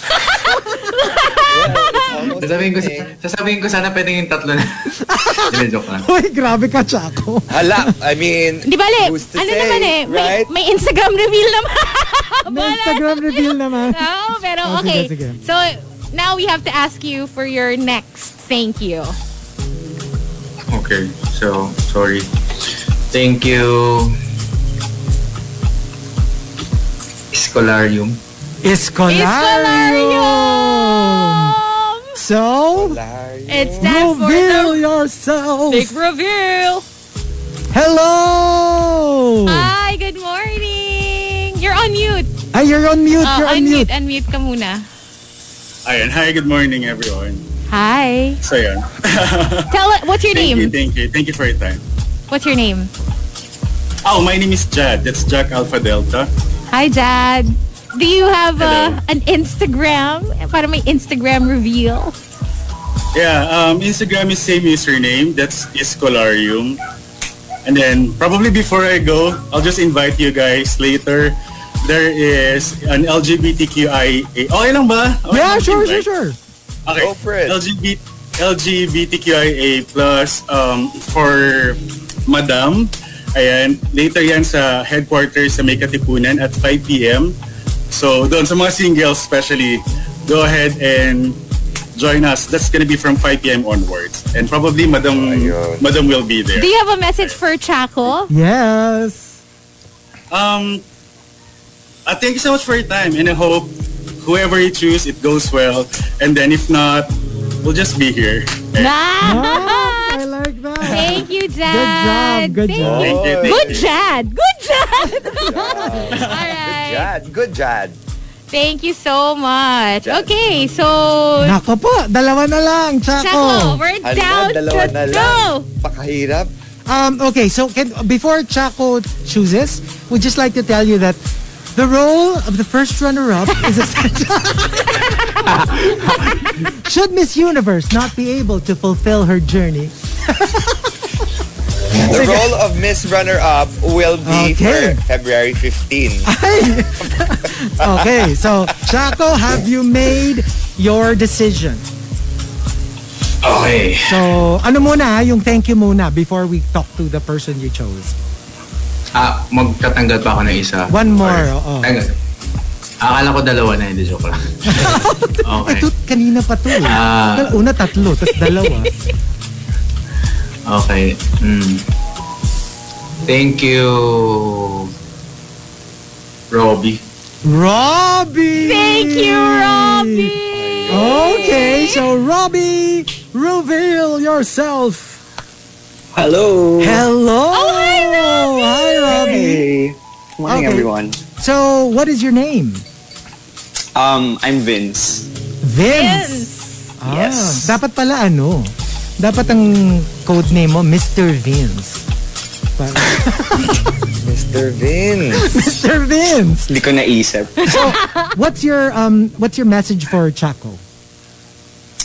Speaker 9: sasabihin ko, sasabihin ko sana pwede yung tatlo na. *laughs* Hindi, joke lang.
Speaker 5: Uy, grabe ka, Chaco.
Speaker 8: Hala, I mean,
Speaker 6: Di ba, Le?
Speaker 8: who's to
Speaker 6: Ano
Speaker 8: say,
Speaker 6: naman eh? May,
Speaker 8: right?
Speaker 6: may Instagram reveal naman.
Speaker 5: *laughs* May Instagram
Speaker 6: *laughs*
Speaker 5: reveal naman.
Speaker 6: Oo, pero
Speaker 5: Oh, sige,
Speaker 6: okay.
Speaker 5: sige.
Speaker 6: So, now we have to ask you for your next thank you.
Speaker 9: Okay, so, sorry. Thank you. Escolarium.
Speaker 5: Escolarium! So,
Speaker 6: It's time for
Speaker 5: reveal
Speaker 6: the
Speaker 5: yourself!
Speaker 6: big reveal.
Speaker 5: Hello!
Speaker 6: Hi, good morning. You're on mute.
Speaker 5: Ay, you're on mute,
Speaker 6: Oh,
Speaker 5: you're on mute.
Speaker 6: unmute, unmute ka muna.
Speaker 13: Ayan, hi, good morning everyone.
Speaker 5: *laughs*
Speaker 6: Hi.
Speaker 13: So yan.
Speaker 6: Tell it, what's your
Speaker 13: thank you,
Speaker 6: name?
Speaker 13: thank you. Thank you for your time.
Speaker 6: What's your name?
Speaker 13: Oh, my name is Jad. That's Jack Alpha Delta.
Speaker 6: Hi, Jad. Do you have uh, an Instagram? Para may Instagram reveal.
Speaker 13: Yeah, um, Instagram is same username. That's Iscolarium. And then probably before I go, I'll just invite you guys later. There is an LGBTQIA. Okay lang ba? Okay
Speaker 5: yeah,
Speaker 13: lang
Speaker 5: sure, sure,
Speaker 13: invite?
Speaker 5: sure.
Speaker 13: Okay. LGBT, LGBTQIA plus um, for Madam. Ayan, later yan sa headquarters sa May Katipunan at 5 p.m. So doon sa mga singles especially, go ahead and join us. That's gonna be from 5 p.m. onwards. And probably Madam Madam will be there.
Speaker 6: Do you have a message for Chaco?
Speaker 5: Yes.
Speaker 13: Um, uh, thank you so much for your time, and I hope whoever you choose, it goes well. And then if not, we'll just be here.
Speaker 6: I
Speaker 5: like that.
Speaker 6: Thank you, Jad.
Speaker 5: Good job. Good
Speaker 6: Thank
Speaker 8: job.
Speaker 6: You.
Speaker 8: Thank you,
Speaker 6: Good
Speaker 8: thank you.
Speaker 6: Jad. Good Jad. All
Speaker 8: Good
Speaker 6: right.
Speaker 8: Jad. Good Jad.
Speaker 6: Thank you so much. Okay, so
Speaker 5: Nako po, dalawa na lang, Chaco.
Speaker 6: Chaco, we're
Speaker 8: Ano,
Speaker 6: down
Speaker 8: dalawa
Speaker 6: to
Speaker 8: na lang?
Speaker 6: go.
Speaker 8: Pakahirap.
Speaker 5: Um, okay, so can, before Chaco chooses, we'd just like to tell you that the role of the first runner-up is a *laughs* Should Miss Universe not be able to fulfill her journey?
Speaker 8: The role of Miss Runner Up will be for February
Speaker 5: *laughs*
Speaker 8: 15.
Speaker 5: Okay, so Chaco, have you made your decision?
Speaker 9: Okay.
Speaker 5: So, ano muna, yung thank you muna before we talk to the person you chose.
Speaker 9: Ah, magtatanggal pa ako ng isa.
Speaker 5: One more,
Speaker 9: Or-
Speaker 5: oo.
Speaker 9: Tanggal. Akala ko dalawa na, hindi joke lang. okay.
Speaker 5: Ito, kanina pa to. eh.
Speaker 9: Ah.
Speaker 5: Una tatlo, tapos dalawa.
Speaker 9: Okay. Mm. Thank you, Robbie.
Speaker 5: Robbie! Thank you,
Speaker 6: Robbie!
Speaker 5: Okay, so Robbie, reveal yourself.
Speaker 16: Hello.
Speaker 5: Hello! Oh, hi, Robbie!
Speaker 16: Hey. Morning,
Speaker 5: Okay.
Speaker 16: everyone.
Speaker 5: So, what is your name?
Speaker 16: Um, I'm Vince.
Speaker 5: Vince! Ah,
Speaker 16: Yes.
Speaker 5: Dapat pala ano, dapat ang code name mo, Mr. Vince. Para-
Speaker 8: Mr. Vince.
Speaker 5: Mr. Vince!
Speaker 16: Hindi ko naisip.
Speaker 5: *laughs* So, what's your um what's your message for Chaco?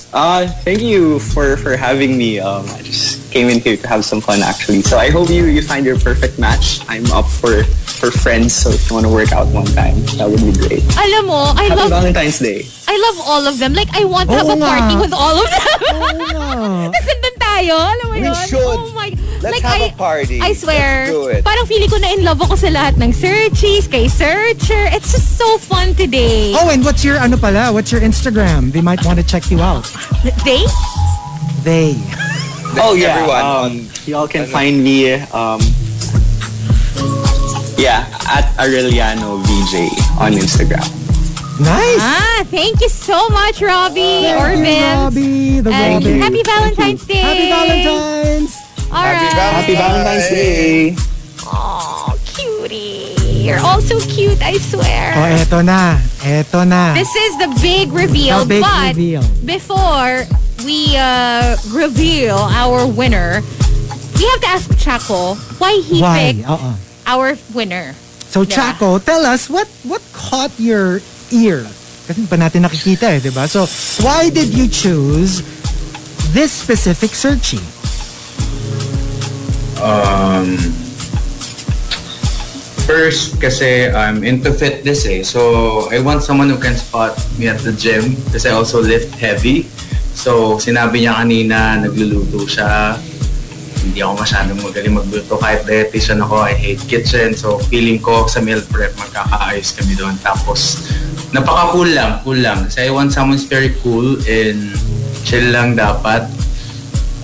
Speaker 16: Uh, thank you for, for having me. Um, I just came in here to have some fun, actually. So I hope you, you find your perfect match. I'm up for, for friends, so if you want to work out one time, that would be great.
Speaker 6: Alam mo, Oh, I
Speaker 16: Happy
Speaker 6: love
Speaker 16: Valentine's Day.
Speaker 6: I love all of them. Like, I want to
Speaker 16: Oo
Speaker 6: have a
Speaker 16: nga.
Speaker 6: party with all of them. *laughs* Tapos nandun tayo. Alam mo
Speaker 8: We
Speaker 6: yun?
Speaker 8: should.
Speaker 6: Oh my.
Speaker 8: Let's
Speaker 6: like,
Speaker 8: have
Speaker 6: I,
Speaker 8: a party.
Speaker 6: I swear.
Speaker 8: Let's do it.
Speaker 6: Parang feeling ko na in love ako sa lahat ng searchies, kay searcher. It's just so fun today.
Speaker 5: Oh, and what's your ano pala? What's your Instagram? They might want to check you out.
Speaker 6: They?
Speaker 5: They.
Speaker 16: Oh yeah, um, y'all can find me. Um, yeah, at Aureliano VJ on Instagram.
Speaker 5: Nice.
Speaker 6: Ah, thank you so much, Robbie. or
Speaker 5: you,
Speaker 6: Vince.
Speaker 5: Robbie, the
Speaker 6: And
Speaker 5: Robin.
Speaker 6: Happy Valentine's Day.
Speaker 5: Happy Valentine's.
Speaker 6: All right.
Speaker 16: Happy Valentine's Day.
Speaker 6: Oh, cutie. You're all so cute, I swear.
Speaker 5: Oh, eto na. Eto na.
Speaker 6: This is the big reveal,
Speaker 5: The big
Speaker 6: but
Speaker 5: reveal.
Speaker 6: before we uh, reveal our winner, we have to ask Chaco why he
Speaker 5: Why?
Speaker 6: picked
Speaker 5: Uh-uh.
Speaker 6: our winner.
Speaker 5: So
Speaker 6: Diba?
Speaker 5: Chaco, tell us what what caught your ear? Kasi hindi pa natin nakikita eh, 'di ba? So, why did you choose this specific searching?
Speaker 9: Um, first, kasi I'm into fitness eh. So, I want someone who can spot me at the gym kasi I also lift heavy. So, sinabi niya kanina, nagluluto siya. Hindi ako masyadong magaling magluto. Kahit dietitian ako, I hate kitchen. So, feeling ko sa meal prep, magkakaayos kami doon. Tapos, napaka-cool lang, cool lang. Kasi I want someone who's very cool and chill lang dapat.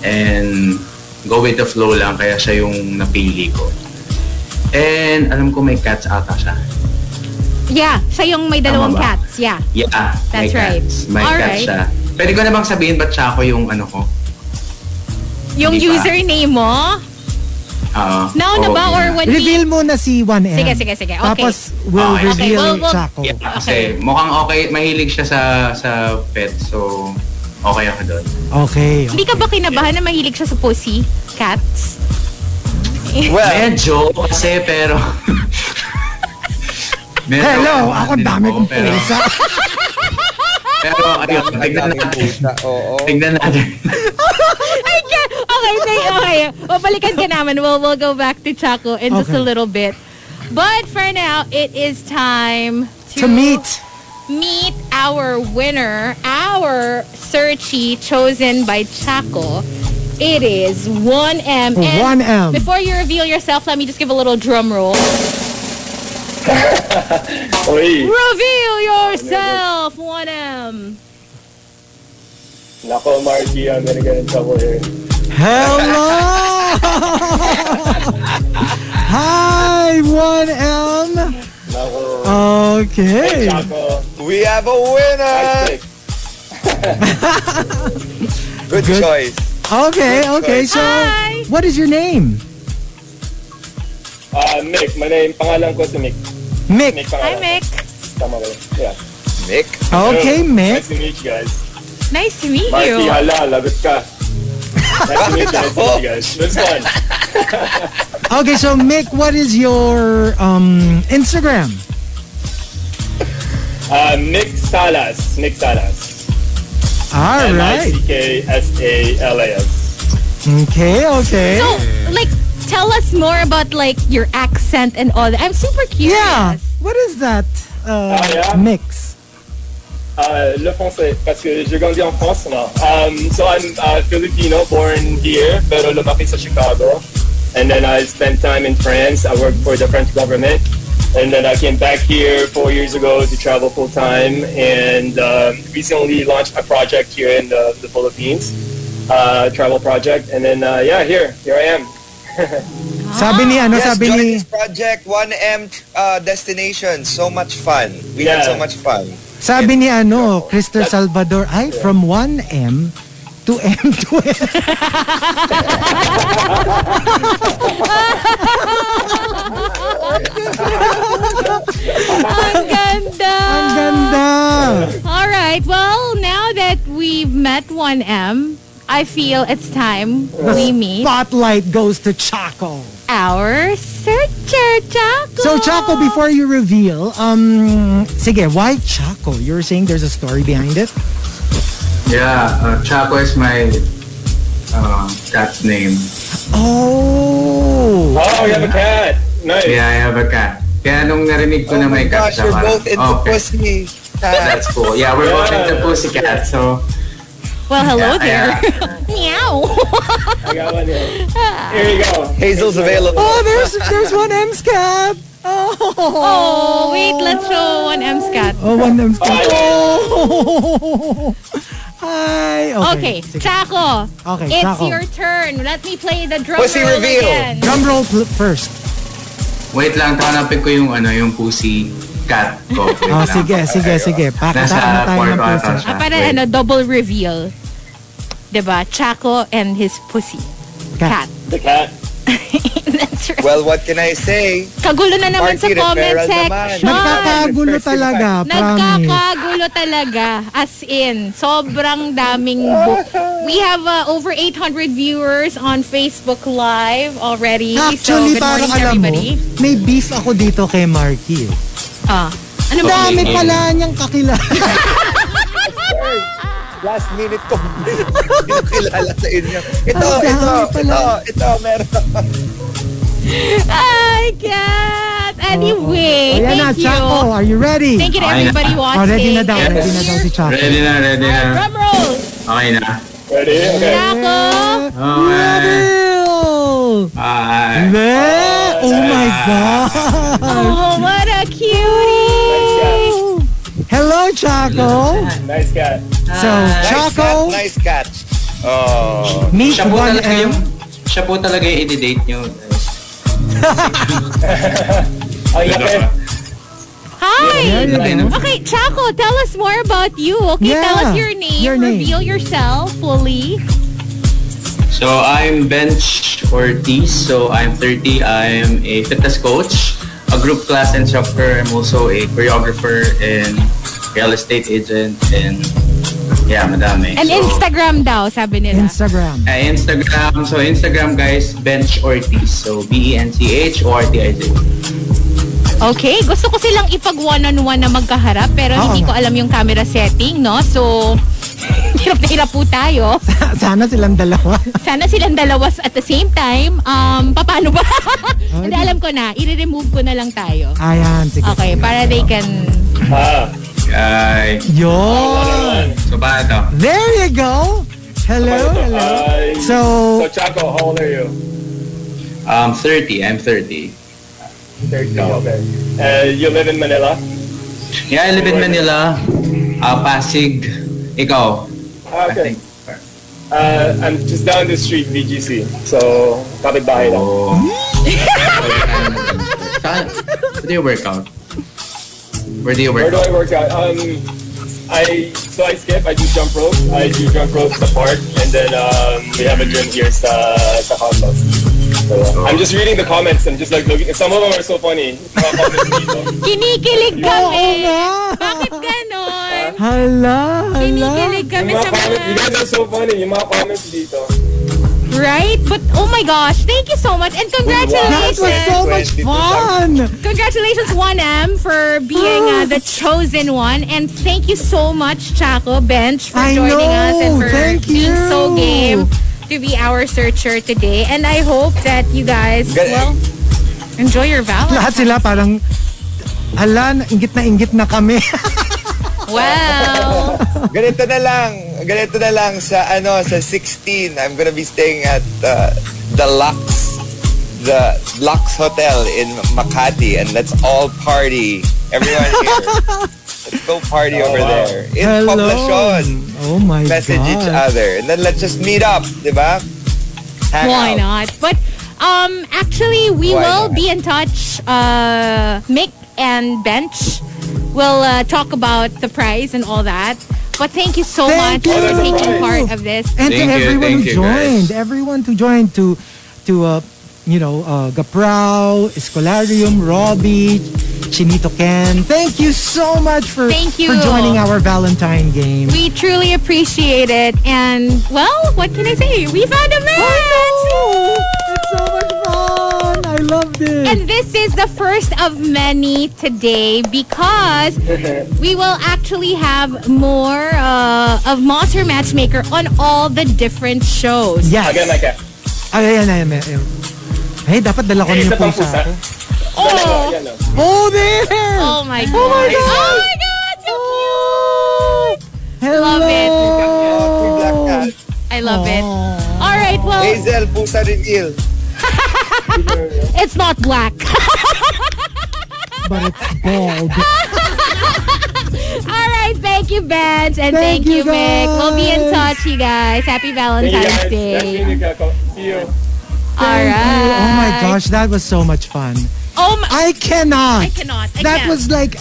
Speaker 9: And go with the flow lang kaya siya yung napili ko. And alam ko may cats ata siya.
Speaker 6: Yeah, siya yung may dalawang
Speaker 9: Tama ba?
Speaker 6: cats. Yeah.
Speaker 9: Yeah, may
Speaker 6: That's right.
Speaker 9: cats. May
Speaker 6: All
Speaker 9: cats
Speaker 6: right.
Speaker 9: siya. Pwede ko na bang sabihin ba't siya ako yung ano ko?
Speaker 6: Yung
Speaker 9: Hindi pa.
Speaker 6: username mo?
Speaker 9: Oo.
Speaker 6: Now na
Speaker 9: Oo,
Speaker 6: ba
Speaker 9: Ah, oh, yun
Speaker 6: or
Speaker 9: na.
Speaker 6: when
Speaker 5: Reveal mo na si 1M.
Speaker 6: Sige, sige, sige. Okay.
Speaker 5: Tapos, we'll
Speaker 9: Okay.
Speaker 5: reveal
Speaker 6: Okay, we'll- we'll-
Speaker 5: Chaco.
Speaker 9: Yeah, kasi mukhang okay, mahilig siya sa sa pet. So, okay ako
Speaker 6: *laughs*
Speaker 9: doon.
Speaker 5: Okay.
Speaker 6: Hindi ka ba kinabahan na mahilig siya sa pussy? Cats?
Speaker 9: Well, medyo kasi pero...
Speaker 5: Hello, ako dami kong
Speaker 9: ano pero-
Speaker 5: pusa.
Speaker 9: *laughs* Pero ayun, tignan natin. Tignan natin.
Speaker 6: I can't. Okay, say, okay. O, balikan ka namin. We'll, we'll go back to Chaco in just
Speaker 5: Okay.
Speaker 6: a little bit. But for now, it is time to,
Speaker 5: To meet.
Speaker 6: meet our winner, our searchy chosen by Chaco. It is 1M. And
Speaker 5: 1M.
Speaker 6: Before you reveal yourself, let me just give a little drum roll.
Speaker 12: Oy.
Speaker 6: Reveal yourself, 1M.
Speaker 12: Nako, Marky, I'm gonna get in trouble here.
Speaker 5: Hello! *laughs* Hi, 1M! Okay.
Speaker 8: We have a winner! *laughs* Good, choice.
Speaker 5: Okay, okay. So, what is your name?
Speaker 12: Uh, Mick, my name, pangalan ko si Mick.
Speaker 5: Mick.
Speaker 12: pangalan ko. Tama ba? yun? Yeah.
Speaker 8: Mick?
Speaker 5: Okay, Mick.
Speaker 12: Nice to meet you guys.
Speaker 6: Nice to meet
Speaker 12: Marky,
Speaker 6: you.
Speaker 12: hala, lagot ka. Nice to
Speaker 5: *laughs*
Speaker 12: meet you, nice to meet you guys. That's fun.
Speaker 5: Okay, so Mick, what is your um Instagram?
Speaker 12: Uh, Mick Salas. Mick Salas.
Speaker 5: All Ah, right.
Speaker 12: M-I-C-K-S-A-L-A-S.
Speaker 5: Okay, okay.
Speaker 6: So, like, tell us more about like your accent and all that. I'm super curious.
Speaker 5: Yeah. What is that uh,
Speaker 12: Ah, yeah?
Speaker 5: mix?
Speaker 12: Uh, le français, parce que j'ai grandi en France now. Um, so I'm uh, Filipino, born here, pero lumaki sa Chicago. And then I spent time in France. I worked for the French government. And then I came back here four years ago to travel full time and um, recently launched a project here in the, the Philippines, uh, travel project. And then, uh, yeah, here, here I am.
Speaker 5: Sabi ni ano,
Speaker 8: yes,
Speaker 5: sabi
Speaker 8: join
Speaker 5: ni
Speaker 8: this project, 1M uh, destination. So much fun. We had so much fun.
Speaker 5: sabi ni ano, Crystal Salvador, ay from 1M to M to M.
Speaker 6: Ang ganda. Ang
Speaker 5: ganda.
Speaker 6: All right. Well, now that we've met 1M, I feel it's time we meet
Speaker 5: Spotlight goes to Chaco.
Speaker 6: our searcher, Chaco.
Speaker 5: So Chaco, before you reveal, um, sige, why Chaco? You were saying there's a story behind it.
Speaker 9: Yeah, uh, Chaco is my um, cat's name.
Speaker 5: Oh.
Speaker 12: Oh, you have a cat. Nice.
Speaker 9: Yeah, I have a cat. Kaya nung narinig
Speaker 5: Oh
Speaker 9: ko na may cat
Speaker 8: Gosh,
Speaker 9: siya,
Speaker 8: we're
Speaker 9: parang, "Oh,
Speaker 8: both into
Speaker 9: okay,
Speaker 8: pussy.
Speaker 9: that's cool. Yeah, we're both into pussycat, so...
Speaker 6: Well, hello
Speaker 9: Yeah,
Speaker 6: there. *laughs* Meow.
Speaker 12: I got one here. Here you go. Hazel's available.
Speaker 5: Oh, there's there's one M's cat. Oh.
Speaker 6: Oh, wait. Let's show 1M's cat.
Speaker 5: Oh, one M's cat. Oh. Hi. Okay.
Speaker 6: Okay, Chaco.
Speaker 5: Okay,
Speaker 6: it's
Speaker 5: Chaco.
Speaker 6: your turn. Let me play the drum
Speaker 5: Pussy
Speaker 6: roll
Speaker 5: reveal.
Speaker 6: again.
Speaker 5: Drum roll pl- first.
Speaker 9: Wait lang, tanapin ko yung ano, yung pussy cat
Speaker 5: *laughs*
Speaker 9: ko. Wait
Speaker 5: Oh,
Speaker 9: lang.
Speaker 5: sige, sige, sige. Pakita
Speaker 9: Nasa
Speaker 5: na tayo ng
Speaker 9: kwarto ata
Speaker 5: pusa.
Speaker 9: siya.
Speaker 6: Ah, para ano, double reveal. 'Di ba? Chaco and his pussy. Cat.
Speaker 12: The cat.
Speaker 6: *laughs* That's right.
Speaker 8: Well, what can I say?
Speaker 6: Kagulo na naman sa
Speaker 8: Marky
Speaker 6: comment
Speaker 8: referral naman.
Speaker 6: section.
Speaker 5: Nagkakagulo talaga, promise.
Speaker 6: Nagkakagulo talaga. As in, sobrang daming book. We have uh, over 800 viewers on Facebook Live already.
Speaker 5: Actually,
Speaker 6: so, good
Speaker 5: parang
Speaker 6: morning
Speaker 5: alam
Speaker 6: everybody.
Speaker 5: mo, may beef ako dito kay Marky. eh.
Speaker 6: Ah. Ano
Speaker 5: Ang
Speaker 6: ba?
Speaker 5: dami pala niyang kakilala.
Speaker 8: *laughs* Last minute ko. *laughs* Hindi ko kilala sa inyo. Ito,
Speaker 5: Ang
Speaker 8: ito,
Speaker 5: dami
Speaker 8: ito, ito, meron.
Speaker 6: I can't. Anyway,
Speaker 5: Oh, Ayan na,
Speaker 6: thank you.
Speaker 5: Chaco, are you ready?
Speaker 6: Thank you to
Speaker 9: Okay na.
Speaker 6: everybody watching.
Speaker 5: Oh, ready na daw, ready na daw si Chaco.
Speaker 9: Ready na, ready na.
Speaker 6: Drum roll.
Speaker 9: Okay na.
Speaker 12: Ready? Okay.
Speaker 6: Chaco.
Speaker 9: Okay.
Speaker 5: Oh,
Speaker 9: Bye.
Speaker 5: Le- oh my God!
Speaker 6: Oh, what a cutie.
Speaker 5: Hello, Chaco!
Speaker 12: Nice cat.
Speaker 5: So,
Speaker 6: Ah.
Speaker 8: Ah,
Speaker 5: Chaco,
Speaker 8: Nice cat.
Speaker 9: Oh.
Speaker 5: Meet
Speaker 9: siya po
Speaker 5: one
Speaker 9: talaga
Speaker 5: M.
Speaker 9: yung, siya po talaga yung i-date nyo.
Speaker 12: Ay,
Speaker 9: Diba?
Speaker 12: okay.
Speaker 6: Hi.
Speaker 9: Yeah, yeah, yeah.
Speaker 6: Okay, Chaco, tell us more about you. Okay,
Speaker 9: Yeah.
Speaker 6: tell us your name.
Speaker 9: Your name.
Speaker 6: Reveal yourself fully.
Speaker 9: So I'm Bench Ortiz. So I'm 30. I'm a fitness coach, a group class instructor. I'm also a choreographer and real estate agent. And yeah, madami.
Speaker 6: And
Speaker 9: so,
Speaker 6: Instagram daw, sabi nila.
Speaker 5: Instagram.
Speaker 9: uh, Instagram. So Instagram guys, Bench Ortiz. So B E N C H O R T I Z.
Speaker 6: Okay, gusto ko silang ipag one-on-one na magkaharap pero
Speaker 5: Oo
Speaker 6: hindi ko
Speaker 5: nga.
Speaker 6: alam yung camera setting, no? So, *laughs* hirap na hirap po
Speaker 9: *laughs*
Speaker 6: tayo.
Speaker 5: Sana silang dalawa.
Speaker 6: Sana silang dalawas at the same time. Um, paano ba?
Speaker 9: Oh,
Speaker 6: *laughs* Hindi, alam ko na. I-remove ko na lang tayo.
Speaker 5: Ayan, sige.
Speaker 6: Okay, para they can...
Speaker 12: Ah.
Speaker 9: Ay.
Speaker 5: Yun.
Speaker 9: So, paano ito?
Speaker 5: There you go. Hello, hello. So,
Speaker 12: So, Chaco, how old are you?
Speaker 9: Um, 30. I'm 30.
Speaker 12: 30, okay. Uh, you live in Manila?
Speaker 9: Yeah, I live in Manila. Uh, Pasig. Ikaw?
Speaker 12: Ah, okay. Uh, I'm just down the street, BGC. So, kapit-bahay lang.
Speaker 9: Oh. Saan? Where do you work out? Where do you
Speaker 12: Where
Speaker 9: work
Speaker 12: do
Speaker 9: out?
Speaker 12: I work out? Um, I so I skip. I do jump rope. I do jump rope at the park, and then um, we have a gym here sa sa Hotbox. So, uh,
Speaker 9: Oh.
Speaker 12: I'm just reading the comments. I'm just like looking. Some of them are so funny. Mga comments dito.
Speaker 6: Kinikilig kami! Bakit ganon?
Speaker 5: oh, Hala,
Speaker 6: Kinikilig kami
Speaker 12: Yung
Speaker 6: sa
Speaker 12: mga comments, you
Speaker 6: mga...
Speaker 12: guys are so funny. Yung mga comments dito.
Speaker 6: Right? But oh my gosh, thank you so much and
Speaker 12: That
Speaker 6: congratulations.
Speaker 12: was so much fun.
Speaker 6: Congratulations 1M for being uh, the chosen one and thank you so much Chaco Bench for
Speaker 5: I
Speaker 6: joining
Speaker 5: know.
Speaker 6: us and for
Speaker 5: Thank
Speaker 6: being
Speaker 5: you.
Speaker 6: so game to be our searcher today and I hope that you guys will enjoy your
Speaker 5: lahat
Speaker 6: Valentine's.
Speaker 5: sila parang, ala, ingit na ingit na kami.
Speaker 6: *laughs*
Speaker 5: *laughs*
Speaker 6: Wow.
Speaker 8: ganito na lang. Ganito na lang sa ano sa 16. I'm gonna be staying at uh, the Lux the Lux Hotel in Makati and let's all party. Everyone here. let's go party over
Speaker 5: wow.
Speaker 8: there. In
Speaker 5: Hello.
Speaker 8: Poblacion.
Speaker 5: Oh my
Speaker 8: Message
Speaker 5: God.
Speaker 8: each other and then let's just meet up, di ba? Hang
Speaker 6: Why
Speaker 8: out.
Speaker 6: not? But um, actually, we
Speaker 8: Why not?
Speaker 6: will be in touch. Uh, Mick and Bench will uh, talk about the prize and all that. But thank you so
Speaker 5: Thank
Speaker 6: much for
Speaker 5: you.
Speaker 6: taking part of this.
Speaker 5: And to everyone who joined, everyone who joined to to uh, you know uh, Gaprao, Escolarium, Robbie, Chinito Ken. Thank you so much for
Speaker 6: Thank you.
Speaker 5: for joining our Valentine game.
Speaker 6: We truly appreciate it. And well, what can I say? We found a match.
Speaker 5: It's so much fun. I love this.
Speaker 6: And this is the first of many today
Speaker 5: *laughs*
Speaker 6: because we will actually have more uh, of Monster Matchmaker on all the different shows.
Speaker 5: Yes. Ah, Again, like
Speaker 12: that.
Speaker 5: Ay, ayan, ayan, ayan. Ay, dapat dala ko na yung pusa. ko.
Speaker 12: Oh.
Speaker 5: Oh, there!
Speaker 6: Oh my god.
Speaker 5: Oh my God.
Speaker 6: Oh my god, so Oh
Speaker 5: cute. Hello.
Speaker 6: Love it.
Speaker 8: Black cat.
Speaker 6: I love it. All right, well,
Speaker 8: Hazel, pusa rin il.
Speaker 6: it's not black.
Speaker 5: But it's
Speaker 6: *laughs*
Speaker 5: bald.
Speaker 6: all right, thank you, Benj, and
Speaker 5: Thank
Speaker 6: thank,
Speaker 5: you,
Speaker 6: you, Mick. We'll be in
Speaker 5: guys.
Speaker 6: touch, you guys. Happy
Speaker 12: Thank you,
Speaker 6: Valentine's
Speaker 12: guys.
Speaker 6: Day.
Speaker 12: Nice meeting you, Chaco. See you.
Speaker 6: All right.
Speaker 5: Oh my gosh, that was so much fun.
Speaker 6: Oh my,
Speaker 5: I cannot.
Speaker 6: I cannot. I
Speaker 5: that
Speaker 6: can't.
Speaker 5: was like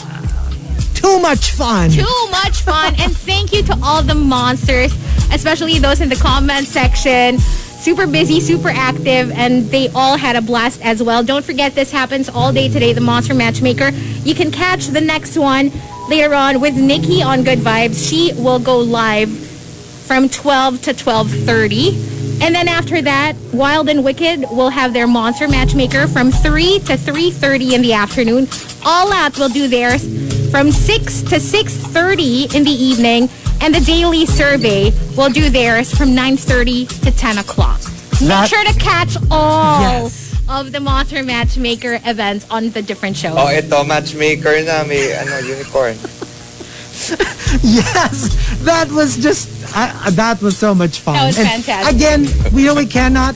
Speaker 5: too much fun.
Speaker 6: Too much fun. and thank you to all the monsters, especially those in the comment section. Super busy, super active, and they all had a blast as well. Don't forget, this happens all day today, the Monster Matchmaker. You can catch the next one later on with Nikki on Good Vibes. She will go live from 12 to 12.30. And then after that, Wild and Wicked will have their Monster Matchmaker from 3 to 3.30 in the afternoon. All Out will do theirs from 6 to 6.30 in the evening. And the Daily Survey will do theirs from 9.30 to 10 o'clock. Make
Speaker 8: That-
Speaker 6: sure to catch all
Speaker 8: Yes.
Speaker 6: of the Monster Matchmaker events on the different shows.
Speaker 8: Oh, ito, matchmaker na. May, ano, unicorn.
Speaker 5: *laughs* yes, that was just uh, that was so much fun.
Speaker 6: That was
Speaker 5: And
Speaker 6: fantastic.
Speaker 5: Again, we really cannot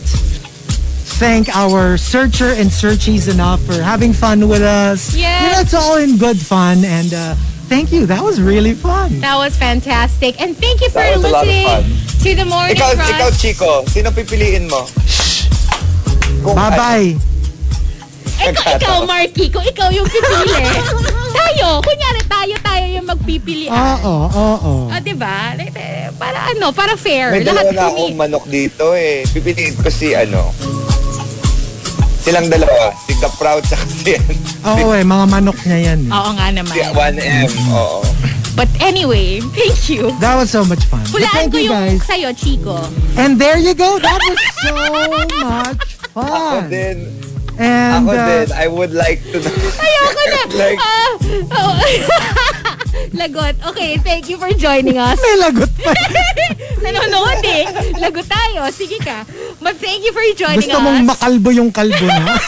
Speaker 5: thank our searcher and searchies enough for having fun with us.
Speaker 6: Yes.
Speaker 5: You know, it's all in good fun, and uh, thank you. That was really fun.
Speaker 6: That was fantastic. And thank you for
Speaker 8: That was a lot of
Speaker 6: listening
Speaker 8: fun.
Speaker 6: to the Morning
Speaker 8: ikaw,
Speaker 6: Rush.
Speaker 8: ikaw, Chico, sino pipiliin mo?
Speaker 5: Bye bye.
Speaker 6: Ikaw, ikaw, Marky, kung ikaw yung
Speaker 5: *laughs*
Speaker 6: pipili, tayo, kunyari tayo, tayo yung magpipilian.
Speaker 5: Oo, oo.
Speaker 6: Ah, diba? Like, eh, Para ano, para fair.
Speaker 8: May dalawa
Speaker 6: Lahat
Speaker 8: na akong
Speaker 6: kami.
Speaker 8: manok dito eh. Pipiliin ko si ano. Silang dalawa. Si Kaproud sa si,
Speaker 5: Oo, eh, mga manok niya yan. eh.
Speaker 6: Oo nga naman.
Speaker 8: si 1M. Oo.
Speaker 6: But anyway, thank you.
Speaker 5: That was so much fun. But
Speaker 6: Hulaan
Speaker 5: thank
Speaker 6: ko
Speaker 5: you
Speaker 6: yung
Speaker 5: guys.
Speaker 6: sa'yo, Chico.
Speaker 5: And there you go. That was so much
Speaker 8: Ako
Speaker 5: fun.
Speaker 8: din.
Speaker 5: And,
Speaker 8: Ako
Speaker 5: uh,
Speaker 8: din, I would like to know.
Speaker 6: Ayoko
Speaker 8: *laughs*
Speaker 6: na.
Speaker 8: Like-
Speaker 6: Ah, oh. *laughs* lagot. Okay, thank you for joining us.
Speaker 5: May lagot pa.
Speaker 6: *laughs* Nanonood eh. Lagot tayo. Sige ka. But thank you for joining
Speaker 5: Gusto
Speaker 6: us.
Speaker 5: mong makalbo yung kalbo na?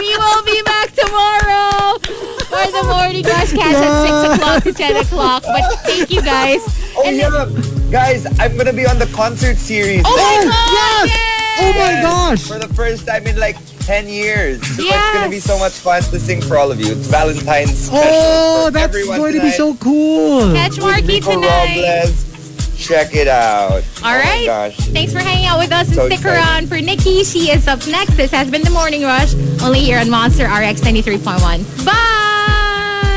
Speaker 6: We will be back tomorrow for the morning rush catch at 6 o'clock to 10 o'clock. But thank you guys.
Speaker 8: *laughs* Oh, yeah. Guys, I'm gonna be on the concert series.
Speaker 6: Oh my God,
Speaker 5: Yes! Oh my gosh!
Speaker 8: For the first time in like 10 years. So
Speaker 5: Yes!
Speaker 8: it's gonna be so much fun to sing for all of you. It's Valentine's special.
Speaker 5: oh,
Speaker 8: for
Speaker 5: that's
Speaker 8: everyone
Speaker 5: going to be
Speaker 8: tonight.
Speaker 5: so cool.
Speaker 6: Catch Marky
Speaker 8: Rico
Speaker 6: tonight.
Speaker 8: Robles. Check it out.
Speaker 6: All right.
Speaker 8: Oh my gosh.
Speaker 6: Thanks for hanging out with us and
Speaker 8: So
Speaker 6: stick
Speaker 8: excited.
Speaker 6: around for Nikki. She is up next. This has been the Morning Rush, only here on Monster RX 93.1. Bye!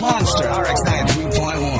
Speaker 4: Monster RX 93.1.